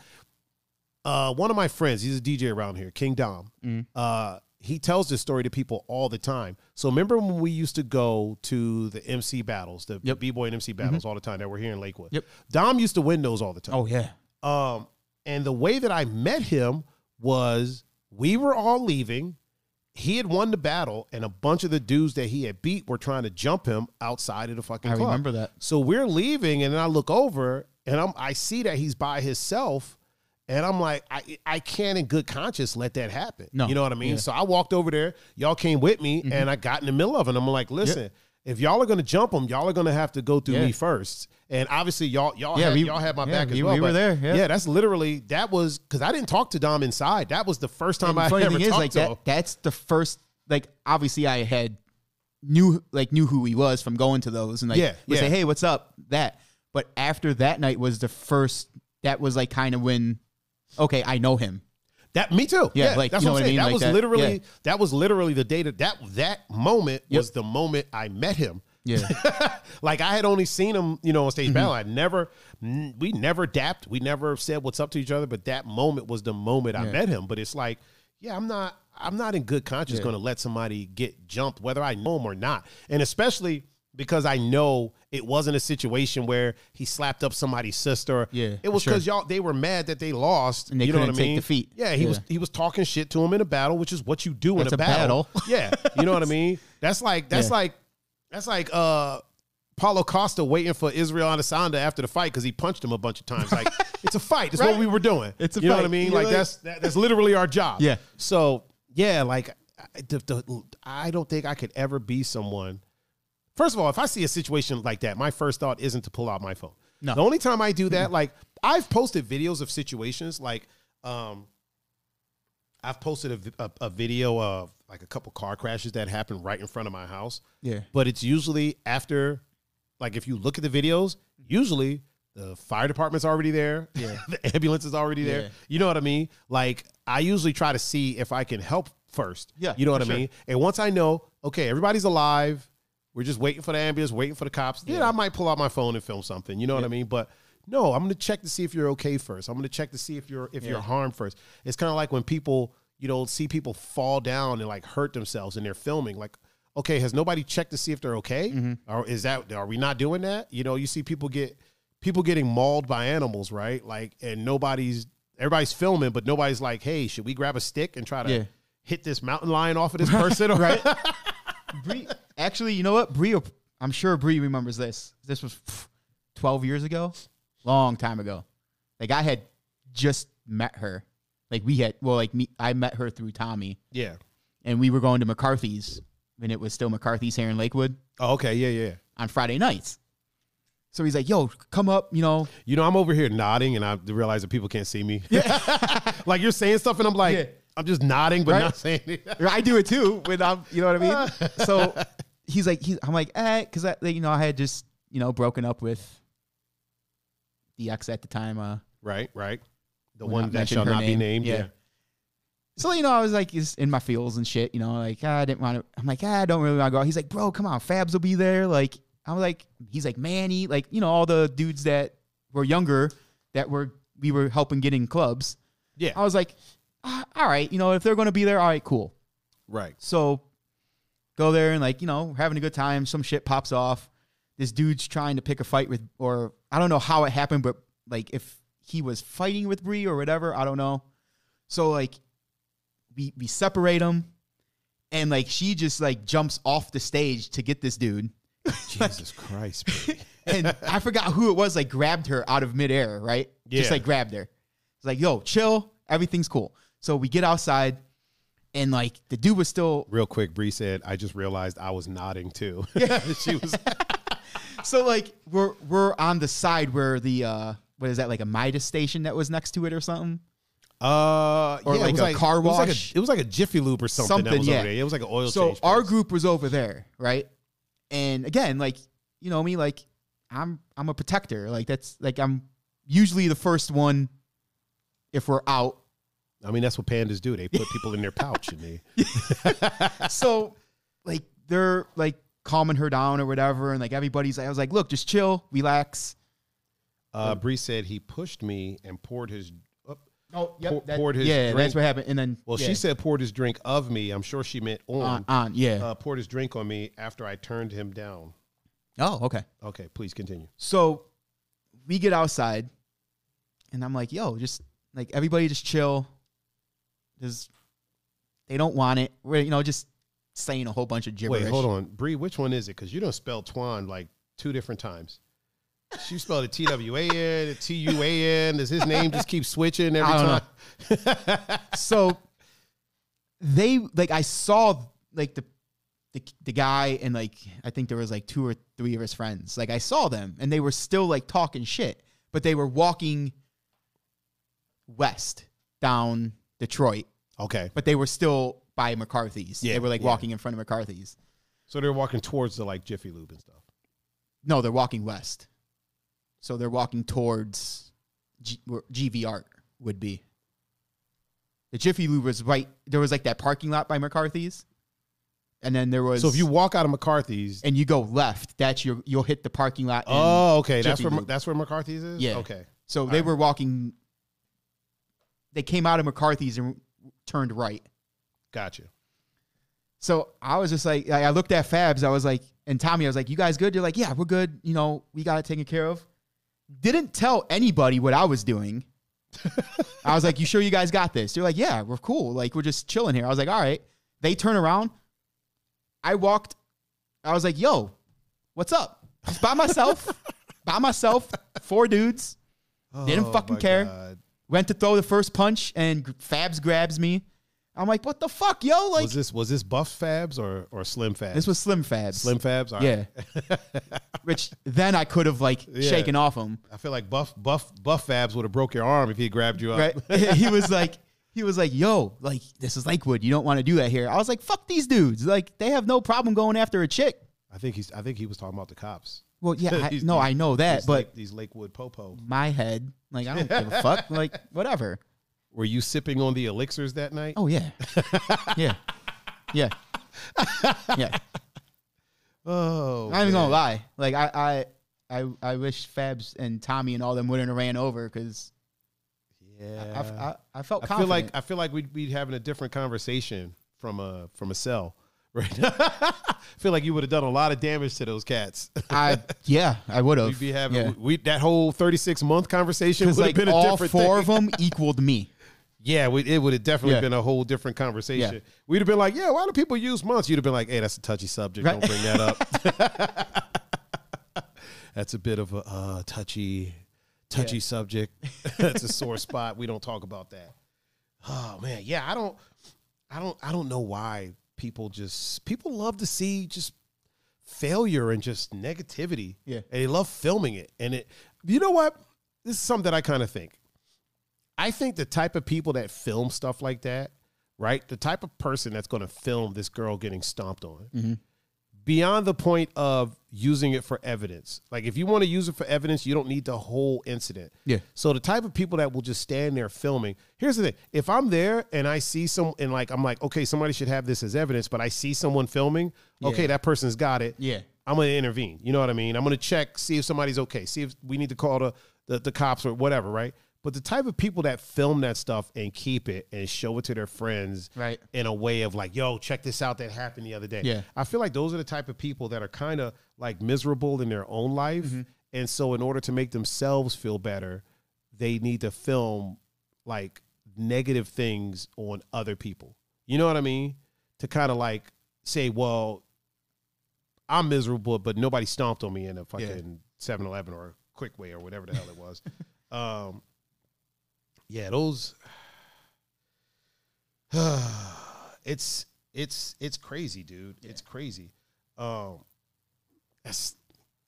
A: uh one of my friends, he's a DJ around here, King Dom.
B: Mm.
A: Uh he tells this story to people all the time. So remember when we used to go to the MC battles, the
B: Yep. Mm-hmm.
A: B-boy and MC battles all the time that were here in Lakewood.
B: Yep.
A: Dom used to win those all the time.
B: Oh yeah.
A: Um, and the way that I met him was we were all leaving. He had won the battle, and a bunch of the dudes that he had beat were trying to jump him outside of the fucking
B: I
A: club.
B: remember that.
A: So we're leaving, and then I look over, and I'm I see that he's by himself, and I'm like, I I can't in good conscience let that happen.
B: No.
A: you know what I mean.
B: Yeah. Mm-hmm.
A: So I walked over there. Y'all came with me, and I got in the middle of it. and I'm like, listen. If y'all are gonna jump him, y'all are gonna have to go through
B: Yeah.
A: me first. And obviously, y'all y'all
B: Yeah,
A: had,
B: we-
A: y'all had my
B: yeah,
A: back as
B: we-
A: well.
B: we were
A: but-
B: there, yeah.
A: yeah, that's literally that was because I didn't talk to Dom inside. That was the first time
B: And
A: I
B: the funny
A: ever
B: thing is,
A: talked
B: like
A: to him.
B: that, that's the first. Like obviously, I had knew like knew who he was from going to those, and like
A: Yeah,
B: would say,
A: yeah.
B: "Hey, what's up?" That. But after that night was the first. That was like kind of when, okay, I know him.
A: That me too.
B: Yeah, like,
A: that's
B: you know
A: what I'm
B: what I
A: saying.
B: mean?
A: That
B: Like
A: was
B: that,
A: literally
B: yeah.
A: that was literally the day that that that moment
B: Yep.
A: was the moment I met him.
B: Yeah,
A: <laughs> like I had only seen him, you know, on
B: Mm-hmm.
A: stage battle. I never, n- we never dapped. We never said what's up to each other. But that moment was the moment I met him. But it's like, yeah, I'm not, I'm not in good conscience going to let somebody get jumped, whether I know him or not, and especially because I know it wasn't a situation where he slapped up somebody's sister.
B: Yeah,
A: it was
B: for sure.
A: because y'all they were mad that they lost.
B: And they
A: you know what I
B: couldn't take
A: mean?
B: defeat.
A: Yeah, he was
B: Yeah.
A: he was talking shit to him in a battle, which is what you do
B: That's
A: in
B: a
A: a battle.
B: battle.
A: yeah, you
B: <laughs>
A: know what I mean. That's like that's
B: Yeah.
A: like that's like uh Paulo Costa waiting for Israel Adesanya after the fight because he punched him a bunch of times.
B: <laughs>
A: Like it's a fight. It's what
B: Right.
A: we were doing.
B: It's a
A: you know what I
B: fight.
A: mean.
B: You're
A: Like,
B: like-
A: that's that, that's literally our job.
B: Yeah.
A: So yeah, like I, the, the, I don't think I could ever be someone. First of all, if I see a situation like that, my first thought isn't to pull out my phone.
B: No.
A: The only time I do that, like I've posted videos of situations like. um I've posted a vi- a, a video of like a couple car crashes that happened right in front of my house.
B: Yeah.
A: But it's usually after, like, if you look at the videos, usually the fire department's already there. <laughs>
B: Yeah.
A: the ambulance is already there.
B: Yeah.
A: You know what I mean? Like, I usually try to see if I can help first.
B: Yeah,
A: You know what I
B: for sure.
A: mean? And once I know, okay, everybody's alive. We're just waiting for the ambulance, waiting for the cops. Then I might pull out my phone and film something. You know what I mean? But no, I'm gonna check to see if you're okay first. I'm gonna check to see if you're if you're harmed first. It's kind of like when people, you know, see people fall down and like hurt themselves and they're filming. Like,
B: Mm-hmm.
A: okay, has nobody checked to see if they're okay? Or is that are we not doing that? You know, you see people get people getting mauled by animals, right? Like, and nobody's everybody's filming, but nobody's like, hey, should we grab a stick and try to
B: Yeah.
A: hit this mountain lion off of
B: <laughs>
A: this person? right?
B: <laughs> Bree, actually, you know what? Bree, I'm sure Bree remembers this. This was 12 years ago, long time ago. Like I had just met her. Like we had, well, like me, I met her through Tommy,
A: <laughs> Yeah.
B: and we were going to McCarthy's when it was still McCarthy's here in Lakewood
A: Oh, okay. Yeah, yeah.
B: on Friday nights. So he's like, "Yo, come up, you know."
A: You know, I'm over here nodding, and I realize that people can't see me. <laughs> like you're saying stuff, and I'm like,
B: Yeah.
A: I'm just nodding, but
B: Right.
A: not saying it. <laughs>
B: I do it too when I'm, you know what I mean. So he's like, he's, I'm like, eh, because I, you know, I had just, you know, broken up with DX at the time. Uh,
A: Right, right. The
B: We'll
A: one
B: not
A: that
B: mention
A: shall
B: her
A: not be
B: name.
A: named.
B: Yeah.
A: Yeah.
B: So you know, I was like just in my feels and shit. You know, like I didn't want to. I'm like, ah, I don't really want to go. out." He's like, bro, come on, Fabs will be there. Like I'm like, he's like Manny, like you know, all the dudes that were younger that were we were helping get in clubs.
A: Yeah.
B: I was like, ah, all right, you know, if they're gonna be there, all right, cool.
A: Right.
B: So go there and like, you know, we're having a good time. Some shit pops off. This dude's trying to pick a fight with, or I don't know how it happened, but like if he was fighting with Bree or whatever, I don't know. So like we we separate them and like she just like jumps off the stage to get this dude.
A: Jesus Christ.
B: <laughs>
A: baby.
B: And I forgot who it was like grabbed her out of midair, right? Just
A: Yeah.
B: like grabbed her. It's like, yo, chill, everything's cool. So we get outside and like the dude was still <laughs>
A: Real quick, Bree said, I just realized I was nodding too. <laughs> she was
B: So like we're we're on the side where the uh what is that like a Midas station that was next to it or something?
A: uh
B: Or
A: yeah, it
B: like
A: was
B: a car
A: It was like
B: wash?
A: a, it was like a Jiffy Lube or something, that
B: Something,
A: was
B: yeah.
A: over there. It was like an oil
B: So
A: change.
B: our
A: place.
B: group was over there, right? And again, like you know me, like I'm I'm a protector. Like that's like I'm usually the first one if we're out.
A: I mean, that's what pandas do. They put people in their pouch and
B: <laughs>
A: they
B: so like they're like calming her down or whatever, and like everybody's I was like, look, just chill, relax.
A: uh Bree said he pushed me and poured his oh,
B: Oh,
A: yep, Pour- that- poured his
B: yeah,
A: drink.
B: that's what happened. And then
A: well,
B: yeah,
A: she said poured his drink of me. I'm sure she meant
B: on,
A: on.
B: on yeah.
A: Uh, poured his drink on me after I turned him down.
B: oh, okay.
A: Okay, please continue.
B: So we get outside, and I'm like, yo, just like everybody just chill. There's, they don't want it. We're, you know, just saying a whole bunch of gibberish.
A: Wait, hold on, Bree. Which one is it? Because you don't spell Twan like two different times. She spelled it T W A N, T U A N. Does his name just keep switching every
B: <laughs> I don't
A: time?
B: So they, like, I saw, like, the, the, the guy and like I think there was like two or three of his friends. Like I saw them and they were still like talking shit, but they were walking west down Detroit,
A: Okay,
B: but they were still by McCarthy's.
A: Yeah,
B: they were like
A: yeah.
B: walking in front of McCarthy's.
A: so they're walking towards the like Jiffy Lube and stuff.
B: No, they're walking west. So they're walking towards G- where GV Art would be. The Jiffy Lube was right. There was like that parking lot by McCarthy's, and then there was.
A: So if you walk out of McCarthy's,
B: and you go left, that's your you'll hit the parking lot. and-
A: oh, okay, that's
B: Jiffy
A: where
B: Lube.
A: that's where McCarthy's is.
B: Yeah.
A: Okay.
B: so they were walking. They came out of McCarthy's and turned right.
A: Gotcha.
B: So I was just like, I I looked at Fabs. I was like, and Tommy, I was like, you guys good? They're like, yeah, we're good. You know, we got it taken care of. Didn't tell anybody what I was doing. I was like, you sure you guys got this? They're like, yeah, we're cool. Like, we're just chilling here. I was like, all right. They turn around. I walked. I was like, yo, what's up? Just by myself,
A: <laughs>
B: by myself, four dudes. Didn't fucking
A: Oh my
B: care.
A: God.
B: Went to throw the first punch, and Fabs grabs me. I'm like, what the fuck, yo? Like,
A: was this was this Buff Fabs or or Slim Fabs?
B: this was Slim Fabs.
A: Slim Fabs. All right.
B: Yeah. Which then I could have like
A: Yeah.
B: shaken
A: <laughs>
B: off him.
A: <laughs> I feel like Buff Buff Buff Fabs would have broke your arm if he grabbed you up.
B: Right? <laughs> he was like, he was like, yo, like this is Lakewood. You don't want to do that here. I was like, fuck these dudes. Like they have no problem going after a chick.
A: I think he's. I think he was talking about the cops.
B: Well,
A: <laughs>
B: yeah, I,
A: These-
B: no, I know that,
A: These
B: but
A: Lake- these Lakewood popo.
B: my head, like I don't give a
A: <laughs>
B: fuck. Like whatever.
A: Were you sipping on the elixirs that night? <laughs>
B: Oh yeah, yeah, yeah,
A: <laughs>
B: yeah.
A: Oh,
B: I'm not even gonna lie. Like I, I, I, I wish Fabs and Tommy and all them wouldn't have ran over because
A: yeah.
B: I, I, I felt
A: I feel
B: confident.
A: like I feel like we'd be having a different conversation from a from a cell <laughs> right now. feel like you would have done a lot of damage to those cats. <laughs>
B: I yeah, I would have.
A: We'd be having we, that whole 36 month conversation would
B: because
A: have
B: like
A: been a
B: all
A: different thing.
B: four of them equaled me.
A: Yeah, we, it would have definitely
B: Yeah.
A: been a whole different conversation.
B: Yeah.
A: We'd have been like, yeah, why do people use months? You'd have been like, hey, that's a touchy subject.
B: Right.
A: Don't bring that up.
B: <laughs>
A: that's a bit of a uh, touchy, touchy subject. <laughs> that's a sore spot. We don't talk about that. Oh man, yeah, I don't, I don't, I don't know why people just people love to see just failure and just negativity.
B: Yeah.
A: and they love filming it. And it, you know what? This is something that I kind of think. I think the type of people that film stuff like that, right? The type of person that's going to film this girl getting stomped on,
B: Mm-hmm.
A: beyond the point of using it for evidence. Like, if you want to use it for evidence, you don't need the whole incident.
B: Yeah.
A: So the type of people that will just stand there filming. Here's the thing: if I'm there and I see some, and like I'm like, okay, somebody should have this as evidence, but I see someone filming. Okay,
B: Yeah.
A: that person's got it.
B: Yeah.
A: I'm gonna intervene. You know what I mean? I'm gonna check, see if somebody's okay, see if we need to call the the, the cops or whatever, right? But the type of people that film that stuff and keep it and show it to their friends,
B: Right.
A: in a way of like, yo, check this out that happened the other day.
B: Yeah.
A: I feel like those are the type of people that are kind of like miserable in their own life, and so in order to make themselves feel better, they need to film like negative things on other people. You know what I mean? To kind of like say, well, I'm miserable, but nobody stomped on me in a fucking 7 Eleven or Quick Way or whatever the hell it was. um, yeah, those. <sighs> it's it's it's crazy, dude. It's crazy. Um, that's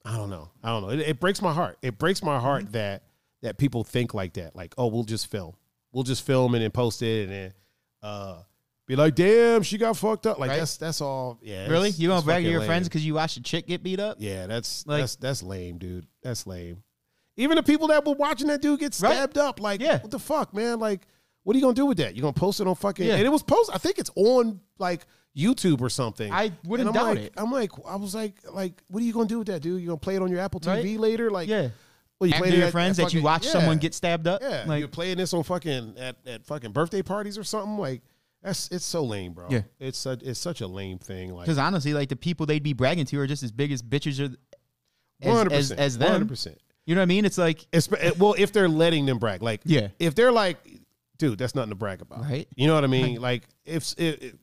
A: I don't know. I don't know. It, it breaks my heart. It breaks my
B: Mm-hmm.
A: heart that that people think like that. Like, oh, we'll just film. We'll just film and then post it and then uh, be like, damn, she got fucked up. Like
B: Right.
A: that's that's all. Yeah.
B: Really?
A: it's-
B: You gonna
A: it's
B: brag to
A: fucking
B: your
A: lame.
B: friends because you watched a chick get beat up?
A: Yeah, that's
B: Like-
A: that's that's lame, dude. That's lame. Even the people that were watching that dude get
B: Right.
A: stabbed up, like,
B: Yeah.
A: what the fuck, man? Like, what are you gonna do with that? You gonna post it on fucking?
B: Yeah.
A: And it was post. I think it's on like YouTube or something.
B: I wouldn't
A: And I'm
B: doubt
A: like-
B: it.
A: I'm like, I was like, like, what are you gonna do with that, dude? You gonna play it on your Apple TV
B: Right?
A: later? Like,
B: Yeah.
A: Well, you
B: After
A: played it
B: your
A: at-
B: friends
A: at
B: that you
A: fucking-
B: watched
A: yeah.
B: someone get stabbed up.
A: Yeah,
B: Like,
A: you're playing this on fucking at, at fucking birthday parties or something. Like, that's it's so lame, bro.
B: Yeah.
A: it's such it's such a lame thing. Like,
B: Because honestly, like the people they'd be bragging to are just as big as bitches are, as,
A: 100
B: as,
A: percent,
B: as them.
A: 100%.
B: You know what I mean? It's like,
A: Espe- uh, well, if they're letting them brag, like
B: Yeah.
A: if they're like, dude, that's nothing to brag about,
B: Right.
A: You know what I mean? Like if, if, if-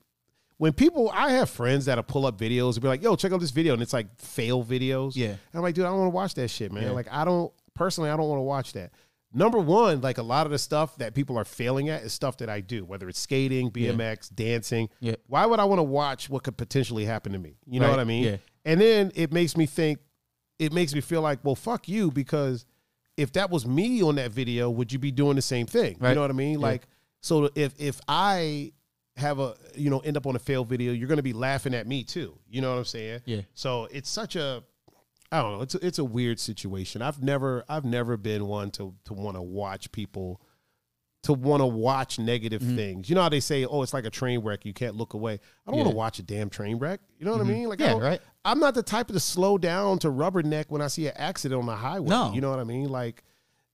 A: when people, I have friends that'll pull up videos and be like, "Yo, check out this video," and it's like fail videos.
B: Yeah.
A: and I'm like, dude, I don't want to watch that shit, man.
B: Yeah.
A: Like, I don't personally, I don't want to watch that. Number one, like a lot of the stuff that people are failing at is stuff that I do, whether it's skating, BMX, dancing.
B: Yeah.
A: Why would I want to watch what could potentially happen to me? You know
B: Right.
A: what I mean?
B: Yeah.
A: And then it makes me think, it makes me feel like, well, fuck you, because if that was me on that video, would you be doing the same thing? You
B: Right.
A: know what I mean?
B: Yeah.
A: Like, so if if I have a you know end up on a failed video, you're gonna be laughing at me too. You know what I'm saying?
B: Yeah.
A: So it's such a I don't know. It's a, it's a weird situation. I've never I've never been one to to want to watch people to want to watch negative
B: Mm-hmm.
A: things. You know how they say, "Oh, it's like a train wreck. You can't look away." I don't want
B: Yeah. Mm-hmm.
A: to watch a damn train wreck. You know what I mean? Like, I
B: Yeah,
A: don't-
B: right.
A: I'm not the type to slow down to rubberneck when I see an accident on the highway.
B: No.
A: You know what I mean? Like,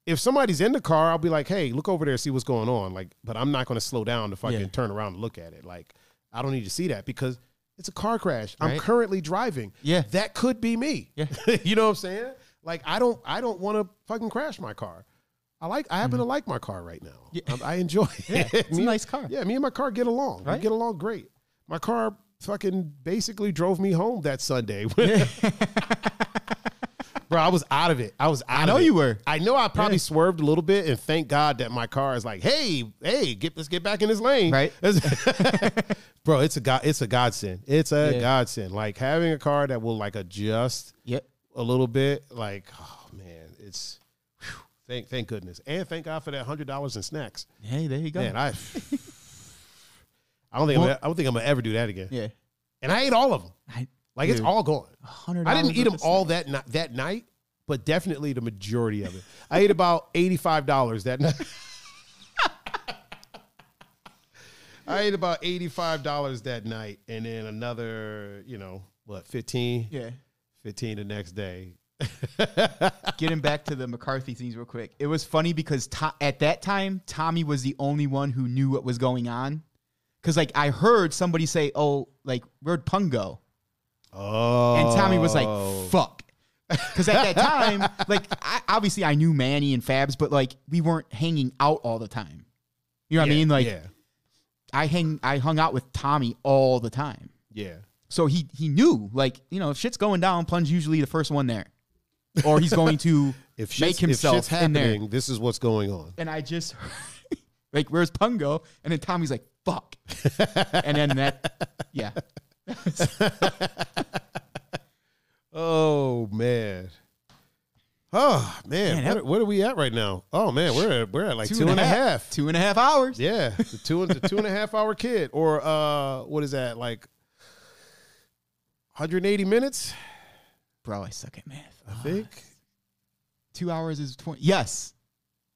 A: if somebody's in the car, I'll be like, "Hey, look over there, see what's going on." Like, but I'm not going to slow down if I
B: Yeah.
A: can turn around and look at it. Like, I don't need to see that because it's a car crash. I'm
B: Right.
A: currently driving.
B: Yeah.
A: that could be me.
B: Yeah.
A: <laughs> you know what I'm saying? Like, I don't, I don't want to fucking crash my car. I like, I happen to like my car right now.
B: Mm-hmm.
A: Um,
B: <laughs> Yeah.
A: I, I enjoy it. <laughs>
B: it's a
A: Me-
B: nice car.
A: yeah, me and my car get along.
B: Right?
A: We get along great. My car fucking basically drove me home that Sunday. <laughs> Bro, I was out of it. I was out
B: know
A: of it.
B: you were.
A: I know I probably swerved a little bit, and thank God that my car is like, hey, hey, get let's get back in this lane.
B: Right.
A: <laughs> Bro, it's a god it's a godsend. It's a
B: Yeah.
A: godsend. Like having a car that will like adjust
B: Yep.
A: a little bit, like, oh man, it's whew, thank thank goodness. And thank God for that hundred dollars in snacks.
B: Hey, there you go.
A: Man, I, I <laughs> don't think I'm
B: Well-
A: gonna, I don't think I'm gonna ever do that again.
B: yeah.
A: And I ate all of them.
B: I,
A: Like it's
B: Dude.
A: all gone.
B: $100
A: I didn't eat
B: worth
A: them
B: of
A: all that night. That night, but definitely the majority of it. I ate about eighty five dollars that <laughs> night. I ate about eighty five dollars that night, and then another, you know, what fifteen?
B: Yeah.
A: fifteen the next day.
B: Getting back to the McCarthy things real quick. It was funny because to- at that time, Tommy was the only one who knew what was going on. because like I heard somebody say, "Oh, like word pungo,"
A: Oh.
B: and Tommy was like, "Fuck," because at
A: <laughs>
B: that time, like I, obviously I knew Manny and Fabs, but like we weren't hanging out all the time. You know what I
A: Yeah,
B: mean? Like
A: yeah,
B: I hang, I hung out with Tommy all the time,
A: yeah.
B: so he he knew like you know if shit's going down, Plunge usually the first one there, or he's going to
A: <laughs> If shit's,
B: make himself
A: if shit's
B: in there.
A: happening, this is what's going on.
B: and I just <laughs> like, "Where's Pungo?" And then Tommy's like,
A: <laughs>
B: "Fuck," and then that, yeah,
A: Oh man. Oh man,
B: Man,
A: what,
B: that-
A: what are we at right now? Oh man, we're at, we're at like two and a half.
B: two and a half hours.
A: Yeah, the two and the two and a half hour kid, or uh, what is that like? 180 minutes,
B: Bro, I suck at math.
A: I think.
B: Two hours is twenty. Yes,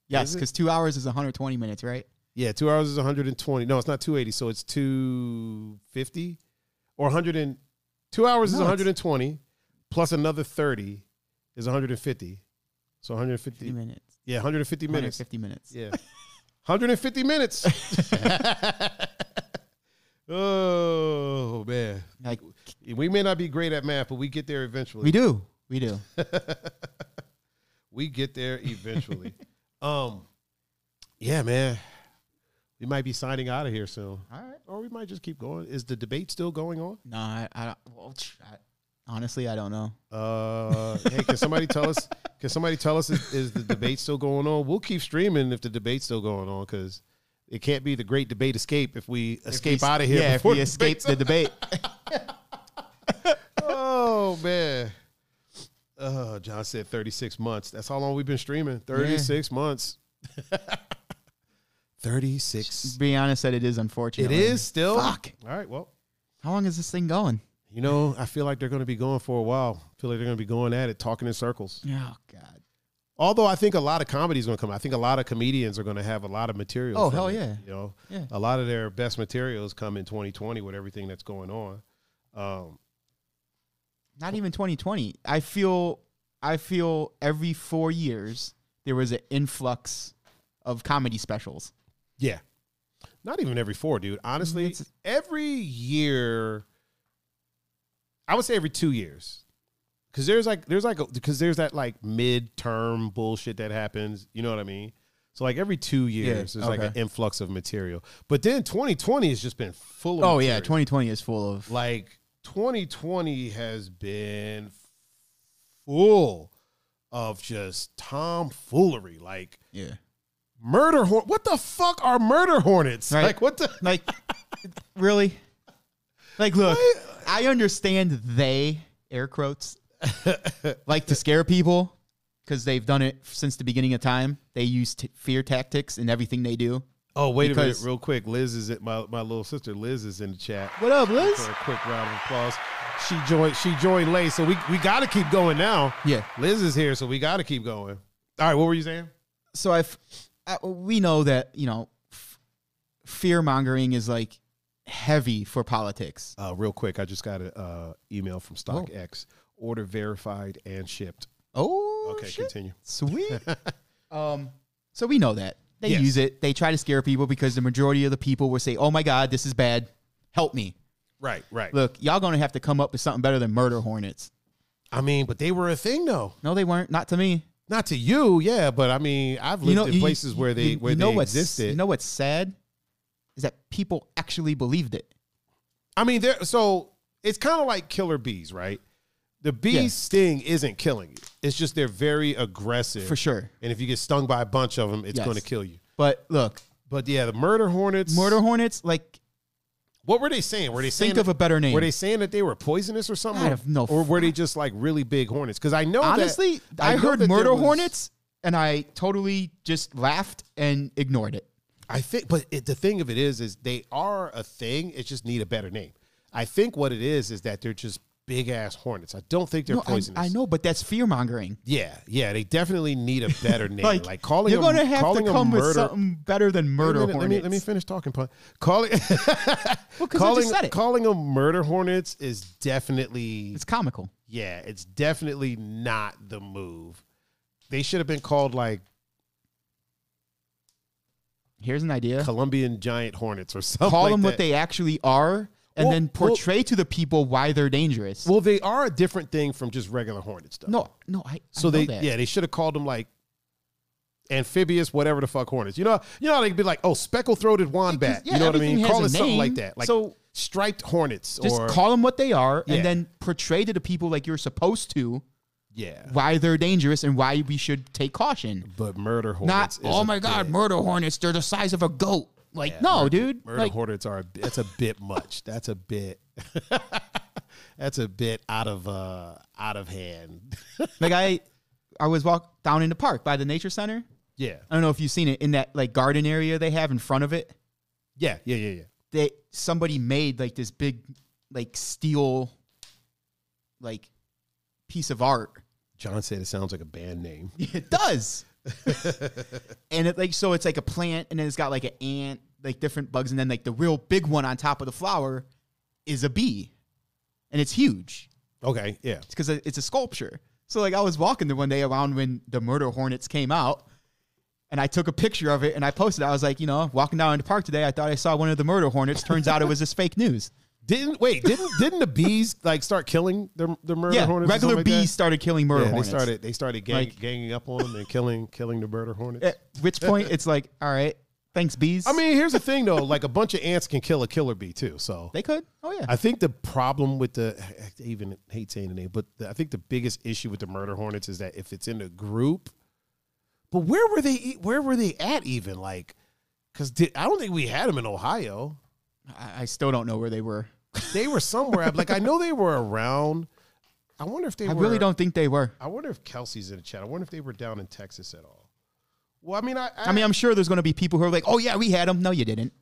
B: yes,
A: Is it?
B: because two hours is one hundred twenty minutes, right?
A: Yeah, two hours is 120. No, it's not 280, so it's 250 or 100 and two hours
B: No,
A: is
B: it's-
A: 120 plus another 30 is 150. So 150,
B: Fifty minutes,
A: yeah, 150
B: one hundred
A: minutes.
B: fifty minutes.
A: <laughs> Yeah. 150
B: <laughs>
A: minutes. oh, man.
B: Like
A: We may not be great at math, but we get there eventually.
B: we do, we do. <laughs>
A: We get there eventually. <laughs> um, yeah, man. We might be signing out of here soon.
B: All right.
A: Or we might just keep going. Is the debate still going on?
B: No, I, I, don't- well, tch, I honestly I don't know.
A: Uh, hey, can somebody tell us? Can somebody tell us is, is the debate still going on? We'll keep streaming if the debate's still going on because it can't be the great debate escape if we escape
B: If we-
A: out of here.
B: Yeah, if
A: before
B: we
A: the
B: escape
A: debate's
B: the debate,
A: <laughs> oh man. Oh, John said 36 months. That's how long we've been streaming. 36
B: <laughs>
A: months. 36.
B: be honest, that it is
A: It
B: unfortunate.
A: is still.
B: Fuck.
A: All right, well,
B: How long is this thing going?
A: you know, I feel like they're going to be going for a while. I feel like they're going to be going at it, talking in circles.
B: Oh God.
A: Although I think a lot of comedy is going to come. I think a lot of comedians are going to have a lot of material.
B: Oh,
A: from
B: hell
A: it,
B: yeah.
A: You know,
B: Yeah.
A: a lot of their best materials come in 2020 with everything that's going on. Um,
B: not even 2020 i feel i feel every four years there was an influx of comedy specials
A: Yeah. Not even every four, dude. Honestly,
B: it's-
A: every year, I would say every two years, because there's like there's like because there's that like midterm bullshit that happens. You know what I mean? So like every two years, there's like
B: okay.
A: an influx of material. But then 2020 has just been full. of
B: oh yeah
A: material.
B: 2020 is full of
A: Like 2020 has been full of just tomfoolery. Like
B: yeah
A: murder horn. What the fuck are murder hornets?
B: Right.
A: Like what the
B: <laughs> like really like look
A: What?
B: i understand they air quotes <laughs> like to scare people because they've done it since the beginning of time they use t- fear tactics in everything they do
A: Oh, wait a minute,
B: Because-
A: real quick. Liz is at my, my little sister Liz is in the chat
B: what up liz
A: for a quick round of applause. She joined she joined late, so we, we gotta keep going now.
B: yeah
A: Liz is here, so we gotta keep going. All right, what were you saying?
B: so I've, I uh, we know that you know f- fear mongering is like heavy for politics.
A: Uh, real quick, I just got an uh, email from StockX. Order verified and shipped.
B: Oh,
A: Okay,
B: shit.
A: continue.
B: sweet.
A: <laughs>
B: um, so we know that they
A: Yes.
B: use it. They try to scare people because the majority of the people will say, "Oh my God, this is bad. Help me."
A: Right, right.
B: Look, y'all gonna have to come up with something better than murder hornets.
A: I mean, but they were a thing though.
B: No, they weren't. Not to me.
A: Not to you, yeah, but I mean, I've lived
B: you know,
A: in
B: you-
A: places where they
B: you-
A: where
B: you know
A: they
B: what's,
A: existed.
B: You know what's sad is that people actually believed it.
A: I mean, there. So it's kind of like killer bees, right? The bee
B: Yeah.
A: sting isn't killing you. It's just they're very aggressive
B: For sure.
A: And if you get stung by a bunch of them, it's
B: Yes.
A: going to kill you.
B: But look,
A: But yeah, the murder hornets.
B: murder hornets, like
A: What were they saying? Were they saying
B: think of a better name.
A: Were they saying that they were poisonous or something?
B: I have no
A: Or were they just like really big hornets? Because I know that-
B: Honestly, I,
A: know
B: heard
A: that there
B: murder
A: was-
B: hornets and I totally just laughed and ignored it.
A: I think, but it, the thing of it is, is they are a thing. It just need a better name. I think what it is is that they're just big ass hornets. I don't think they're
B: No, I,
A: poisonous.
B: I know, but that's fear mongering.
A: Yeah, yeah, they definitely need a
B: <laughs>
A: better name. like,
B: Like,
A: calling
B: You're
A: them,
B: going to have to
A: calling them
B: come
A: murder.
B: with something better than
A: Wait a
B: murder
A: minute, let,
B: hornets.
A: me, let me finish talking. Pun. Calling,
B: Well, 'cause I
A: calling,
B: just said it.
A: calling them murder hornets is definitely
B: it's comical.
A: yeah, it's definitely not the move. They should have been called like
B: Here's an idea.
A: Colombian giant hornets or something.
B: Call
A: like
B: them
A: that.
B: what they actually are, and
A: Well,
B: then
A: well-
B: portray to the people why they're dangerous.
A: Well, they are a different thing from just regular hornets, though.
B: no, no, I. I
A: So
B: know
A: they
B: that.
A: yeah they should have called them like amphibious whatever the fuck hornets. You know you know how they'd be like oh speckle throated wombat.
B: yeah,
A: you know what I
B: everything
A: mean?
B: has
A: Call
B: a
A: it something like
B: name.
A: that. Like
B: So-
A: striped hornets
B: just
A: or
B: call them what they are,
A: Yeah.
B: and then portray to the people like you're supposed to
A: yeah.
B: why they're dangerous and why we should take caution.
A: But murder
B: Not
A: hornets. is
B: oh
A: a
B: my god,
A: bit-
B: murder hornets! They're the size of a goat. Like no, dude.
A: murder
B: like
A: hornets are a, bit- that's a bit much. That's a bit. <laughs> that's a bit out of uh out of hand. <laughs>
B: like I, I was walk down in the park by the nature center.
A: yeah.
B: I don't know if you've seen it in that like garden area they have in front of it.
A: Yeah. Yeah. Yeah. Yeah.
B: That somebody made like this big like steel like piece of art. <laughs>
A: John said it sounds like a band name. <laughs>
B: It does. and it like so it's like a plant and then it's got like an ant, like different bugs, and then like the real big one on top of the flower is a bee. And it's huge.
A: Okay. Yeah.
B: It's because it's a sculpture. So like I was walking there one day around when the murder hornets came out, and I took a picture of it and I posted. it. I was like, you know, walking down in the park today, I thought I saw one of the murder hornets. Turns out it was just fake news.
A: Didn't wait? Didn't didn't the bees like start killing the the <laughs> murder
B: yeah,
A: hornets? or
B: regular
A: something like that?
B: bees started killing murder
A: Yeah,
B: hornets.
A: they started they started gang,
B: Like- Eh,
A: ganging up on them and killing killing the murder hornets.
B: At which point it's like, all right, thanks bees.
A: I mean, here's the thing though: like a bunch of ants can kill a killer bee too. So
B: they could. Oh yeah,
A: I think the problem with the I even hate saying the name, but the, I think the biggest issue with the murder hornets is that if it's in a group, but where were they? e- Where were they at? Even like, because I don't think we had them in Ohio.
B: I, I still don't know where they were.
A: They were somewhere. like I know they were around. I wonder if they.
B: I
A: were,
B: really don't think they were.
A: I wonder if Kelsey's in the chat. I wonder if they were down in Texas at all. Well, I mean, I,
B: I mean, I'm sure there's going to be people who are like, oh yeah, we had them. No, you didn't.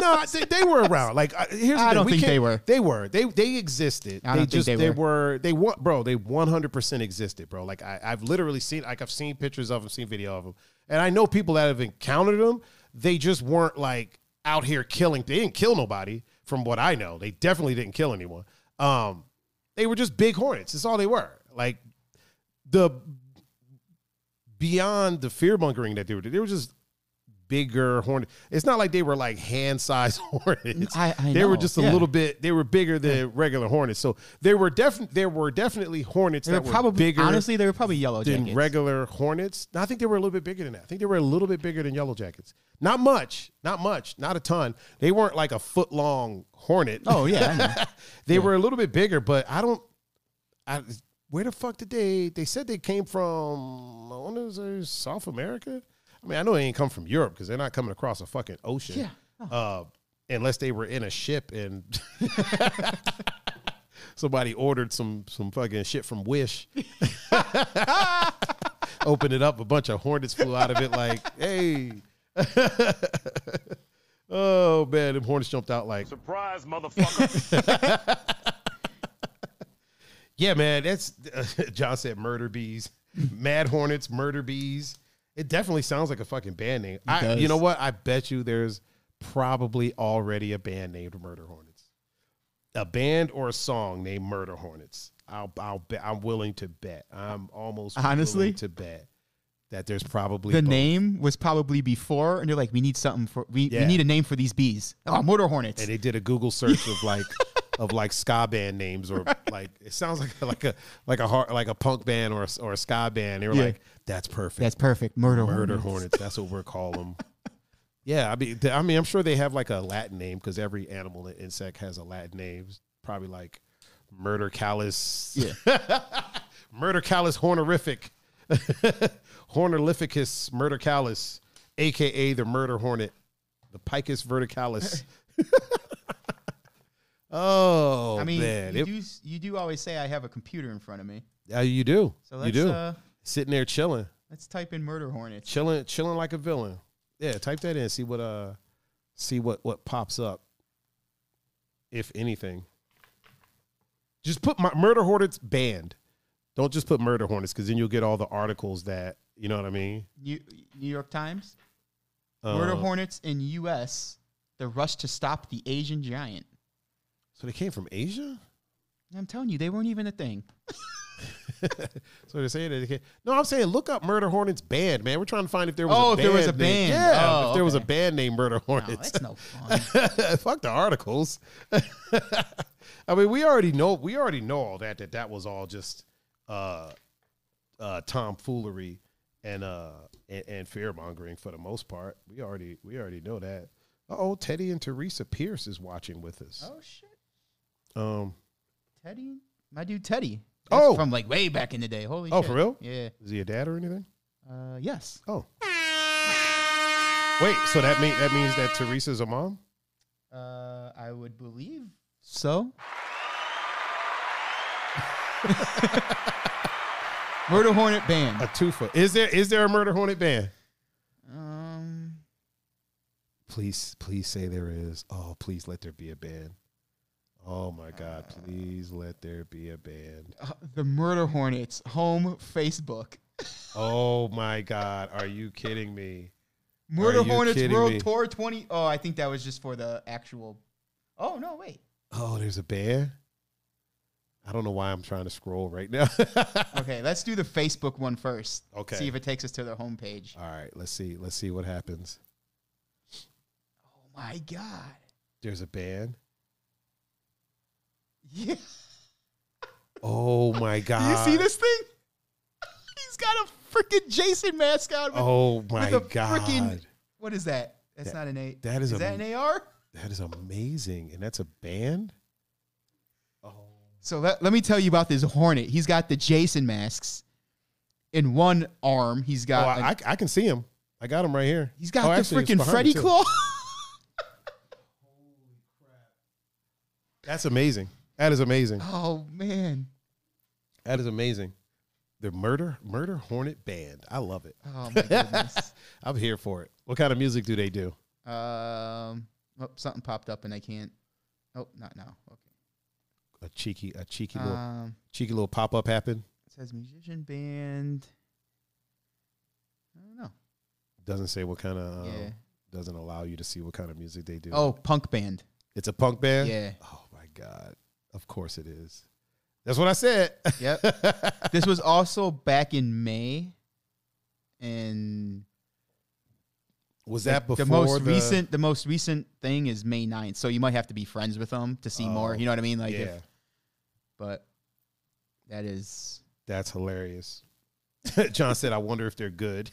A: No, I- they, they were around. Like I- here's the
B: I
A: thing.
B: don't
A: We
B: think
A: can't-
B: they were.
A: They were. They they existed.
B: I don't
A: they
B: think
A: just
B: they
A: they
B: were.
A: were they want bro. They 100 percent existed, bro. Like I, I've literally seen like I've seen pictures of them, seen video of them, and I know people that have encountered them. They just weren't like out here killing. They didn't kill nobody, from what I know. They definitely didn't kill anyone. Um, they were just big hornets. That's all they were. Like the beyond the fear mongering that they were, they were just bigger hornets. It's not like they were like hand sized <laughs> hornets.
B: I- I
A: they were
B: know,
A: just a
B: yeah.
A: little bit. They were bigger than regular hornets. So there were definitely there were definitely hornets
B: They were
A: that
B: probably
A: were bigger
B: honestly, they were probably yellow
A: than
B: jackets.
A: regular hornets. No, I think they were a little bit bigger than that. I think they were a little bit bigger than yellow jackets. Not much. Not much. Not a ton. They weren't like a foot long hornet.
B: oh yeah,
A: <laughs>
B: I know.
A: They were a little bit bigger, but I don't. I where the fuck did they? They said they came from. I wonder if it was South America. I mean, I know they ain't come from Europe because they're not coming across a fucking ocean.
B: Yeah. Oh.
A: Uh, unless they were in a ship and <laughs> somebody ordered some some fucking shit from Wish. <laughs> Opened it up, a bunch of hornets flew out of it. Like, hey. <laughs> oh man, them hornets jumped out like
C: Surprise, motherfucker.
A: <laughs> Yeah, man, that's <laughs> John said murder bees, mad hornets, murder bees. It definitely sounds like a fucking band name. I,
B: does.
A: you know what? I bet you there's probably already a band named Murder Hornets, a band or a song named Murder Hornets. I'll, I'll bet. I'm willing to bet. I'm almost
B: Honestly?
A: willing to bet that there's probably
B: the
A: both.
B: name was probably before, and they're like, we need something for we,
A: Yeah.
B: we need a name for these bees. Oh, mortar hornets.
A: and they did a Google search of like <laughs> of like ska band names or like it sounds like like a like a hard, like a punk band or a, or a ska band. They were
B: Yeah.
A: like, that's perfect.
B: That's perfect. Murder,
A: murder
B: hornets.
A: hornets. That's what we're call them. Yeah, I mean, th- I mean, I'm sure they have like a Latin name because every animal and insect has a Latin name. It's Probably like murder callus. <laughs> murder callus hornerific, <laughs> hornerificus murder callus, aka the murder hornet, the picus
B: <laughs>
A: verticalis. <laughs> oh,
B: I mean,
A: man,
B: you,
A: It-
B: do, you do always say I have a computer in front of me.
A: yeah, you do,
B: So
A: you
B: let's
A: do.
B: uh,
A: Sitting there chilling.
B: let's type in murder hornets.
A: chilling chilling like a villain yeah type that in see what uh see what what pops up if anything just put my murder hornets banned don't just put murder hornets because then you'll get all the articles that you know what i mean
B: New, New York Times.
A: Uh,
B: murder hornets in U.S. The rush to stop the Asian giant.
A: so they came from asia
B: I'm telling you, they weren't even a thing.
A: so they're saying that they can't. No, I'm saying look up Murder Hornets band, man. We're trying to find if there was
B: Oh,
A: a
B: if
A: band
B: there was a
A: named-
B: band.
A: Yeah,
B: Oh,
A: if there was a
B: okay. Oh,
A: band named Murder
B: No,
A: Hornets.
B: that's no fun.
A: <laughs> Fuck the articles. <laughs> I mean, we already know we already know all that that that was all just uh uh tomfoolery and uh and, and fear mongering for the most part. We already we already know that. Uh oh, Teddy and Teresa Pierce is watching with us.
B: oh shit,
A: Um
B: Teddy, my dude Teddy.
A: Oh.
B: from like way back in the day. Holy.
A: Oh,
B: shit.
A: for real?
B: Yeah.
A: is he a dad or anything?
B: Uh, yes.
A: Oh. Wait, so that mean that means that Teresa's a mom?
B: Uh, I would believe so. Murder Hornet
A: A
B: Band.
A: twofer. Is there is there a murder hornet band?
B: Um,
A: Please, please say there is. Oh, please let there be a band. Oh my God,
B: Ah.
A: please let there be a band.
B: uh, the Murder Hornets home Facebook.
A: Oh my God, are you kidding me?
B: Murder
A: Are you
B: Hornets
A: kidding
B: World
A: me?
B: Tour 20. Oh, I think that was just for the actual. Oh no, wait.
A: Oh, there's a band? I don't know why I'm trying to scroll right now. <laughs> All
B: Okay, let's do the Facebook one first.
A: Okay.
B: See if it takes us to their homepage.
A: right, let's see. Let's see what happens.
B: Oh my god.
A: There's a band.
B: Yeah. <laughs>
A: Oh my
B: Do <laughs> you
A: God.
B: see this thing? <laughs> He's got a freaking Jason mask on. With,
A: Oh my
B: a
A: God.
B: frickin' what is that? That's
A: That-
B: not an A.
A: that is a-
B: is that an AR?
A: That is amazing. And that's a band? Oh.
B: So let, let me tell you about this Hornet. He's got the Jason masks. In one arm, he's
A: Oh,
B: got. an-
A: I, I, I can see him. I got him right here.
B: he's got
A: Oh,
B: the
A: actually, it's
B: freaking
A: behind me,
B: Freddy
A: too.
B: claw. <laughs>
A: That's amazing. That is amazing.
B: oh man.
A: That is amazing. The murder murder hornet band. I love it.
B: Oh
A: <laughs>
B: my goodness.
A: I'm here for it. What kind of music do they do?
B: Um, oh, something popped up and I can't. Oh, not now. Okay.
A: A cheeky a cheeky little
B: Um,
A: cheeky little pop up happened.
B: it says musician band. I don't know.
A: Doesn't say what kind of um,
B: yeah.
A: doesn't allow you to see what kind of music they do.
B: Oh, punk band.
A: It's a punk band?
B: Yeah.
A: Oh my God. Of course it is. That's what I said. <laughs>
B: Yep. <laughs> this was also back in May, and
A: Was that
B: like,
A: before
B: the most recent the most recent thing is May 9th. So you might have to be friends with them to see more.
A: Oh,
B: You know what I mean? Like,
A: yeah.
B: if, but that is
A: That's
B: <laughs>
A: hilarious. John said, I wonder if they're good.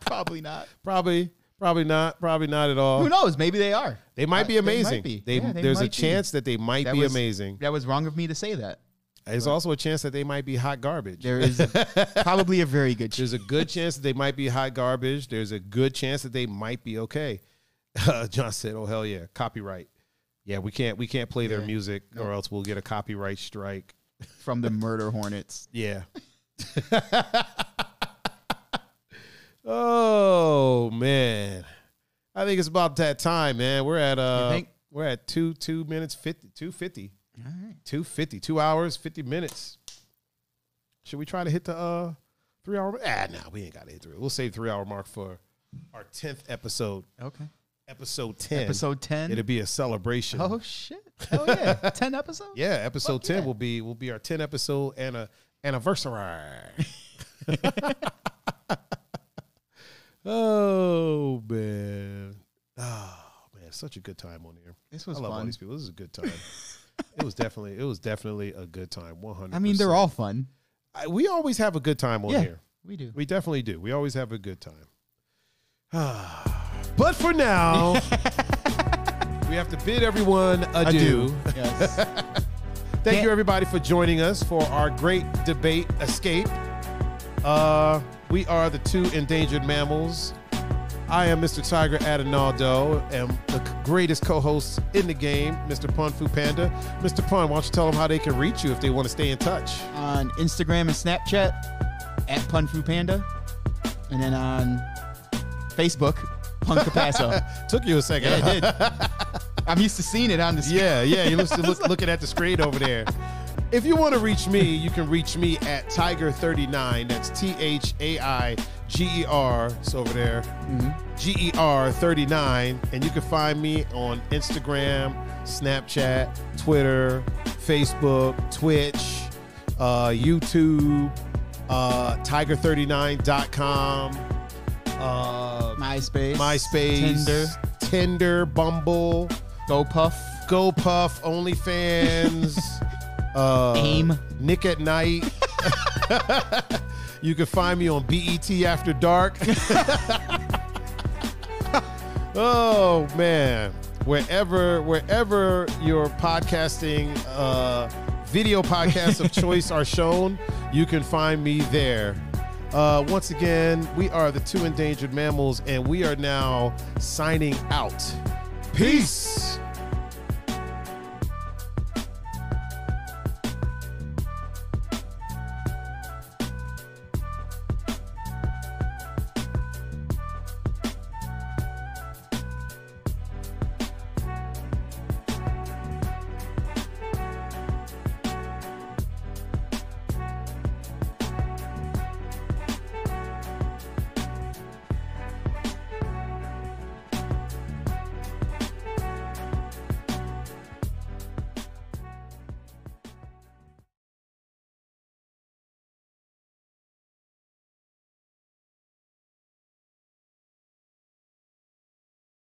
B: probably not.
A: probably, probably not. Probably not at all.
B: Who knows? Maybe they are.
A: They might
B: Uh,
A: be
B: they
A: amazing.
B: might be.
A: They-
B: Yeah, they
A: there's a
B: might be.
A: chance that they might
B: That
A: be
B: was-
A: amazing.
B: That was wrong of me to say that.
A: There's also a chance that they might be hot garbage.
B: There is probably a very good chance.
A: There's a good chance that they might be hot garbage. There's a good chance that they might be okay. <laughs> John said, "Oh hell yeah, copyright. Yeah, we can't we can't play their
B: Yeah.
A: music or
B: Nope.
A: else we'll get a copyright strike."
B: from the murder hornets. <laughs>
A: Yeah. oh man, I think it's about that time, man. We're at uh,
B: think?
A: we're at two two minutes fifty two fifty
B: All right.
A: two fifty two hours fifty minutes. Should we try to hit the uh three hour? Ah, nah, we ain't got to hit three. We'll save three hour mark for our tenth episode,
B: Okay.
A: episode ten.
B: Episode 10.
A: It'll be a celebration.
B: oh, shit. Oh, yeah. 10 episodes?
A: Yeah, episode
B: Fuck
A: ten
B: yeah.
A: will be will be our ten episode and a anniversary. <laughs> oh man, oh man, such a good time on here.
B: This
A: I
B: was
A: love all
B: fun.
A: these people. This is a good
B: <laughs>
A: time. it was definitely it was definitely a good time. One hundred.
B: I mean, they're all fun.
A: we always have a good time on
B: Yeah.
A: here.
B: We do.
A: We definitely do. We always have a good time. <sighs> but for
B: <laughs>
A: now, we have to bid everyone adieu.
B: Yes.
A: Thank
B: Yeah.
A: you, everybody, for joining us for our great debate escape. Uh, we are the two endangered mammals. I am Mr. Tiger Adinaldo, and the c- greatest co host in the game, Mr. Pun Fu Panda. Mr. Pun, why don't you tell them how they can reach you if they want to stay in touch?
B: on Instagram and Snapchat at Punfu Panda. And then on Facebook, Punk Capasso.
A: Took you a second.
B: yeah, it did. <laughs> I'm used to seeing it on <laughs> the screen.
A: Yeah, yeah. You're look, look, looking at the screen over there. If you want to reach me, you can reach me at Tiger39. That's T H A I G E R. It's over there. G E R 39. And you can find me on Instagram, Snapchat, Twitter, Facebook, Twitch. uh, YouTube, uh, tiger39.com, uh,
B: MySpace,
A: MySpace,
B: Tinder,
A: Tinder, Bumble,
B: GoPuff,
A: GoPuff, OnlyFans, uh,
B: AIM.
A: Nick at Night. <laughs> you can find me on BET After Dark. <laughs> oh man, wherever wherever your podcasting uh, video podcasts of choice are shown, you can find me there. Uh, once again, we are the two endangered mammals, and we are now signing out. Peace.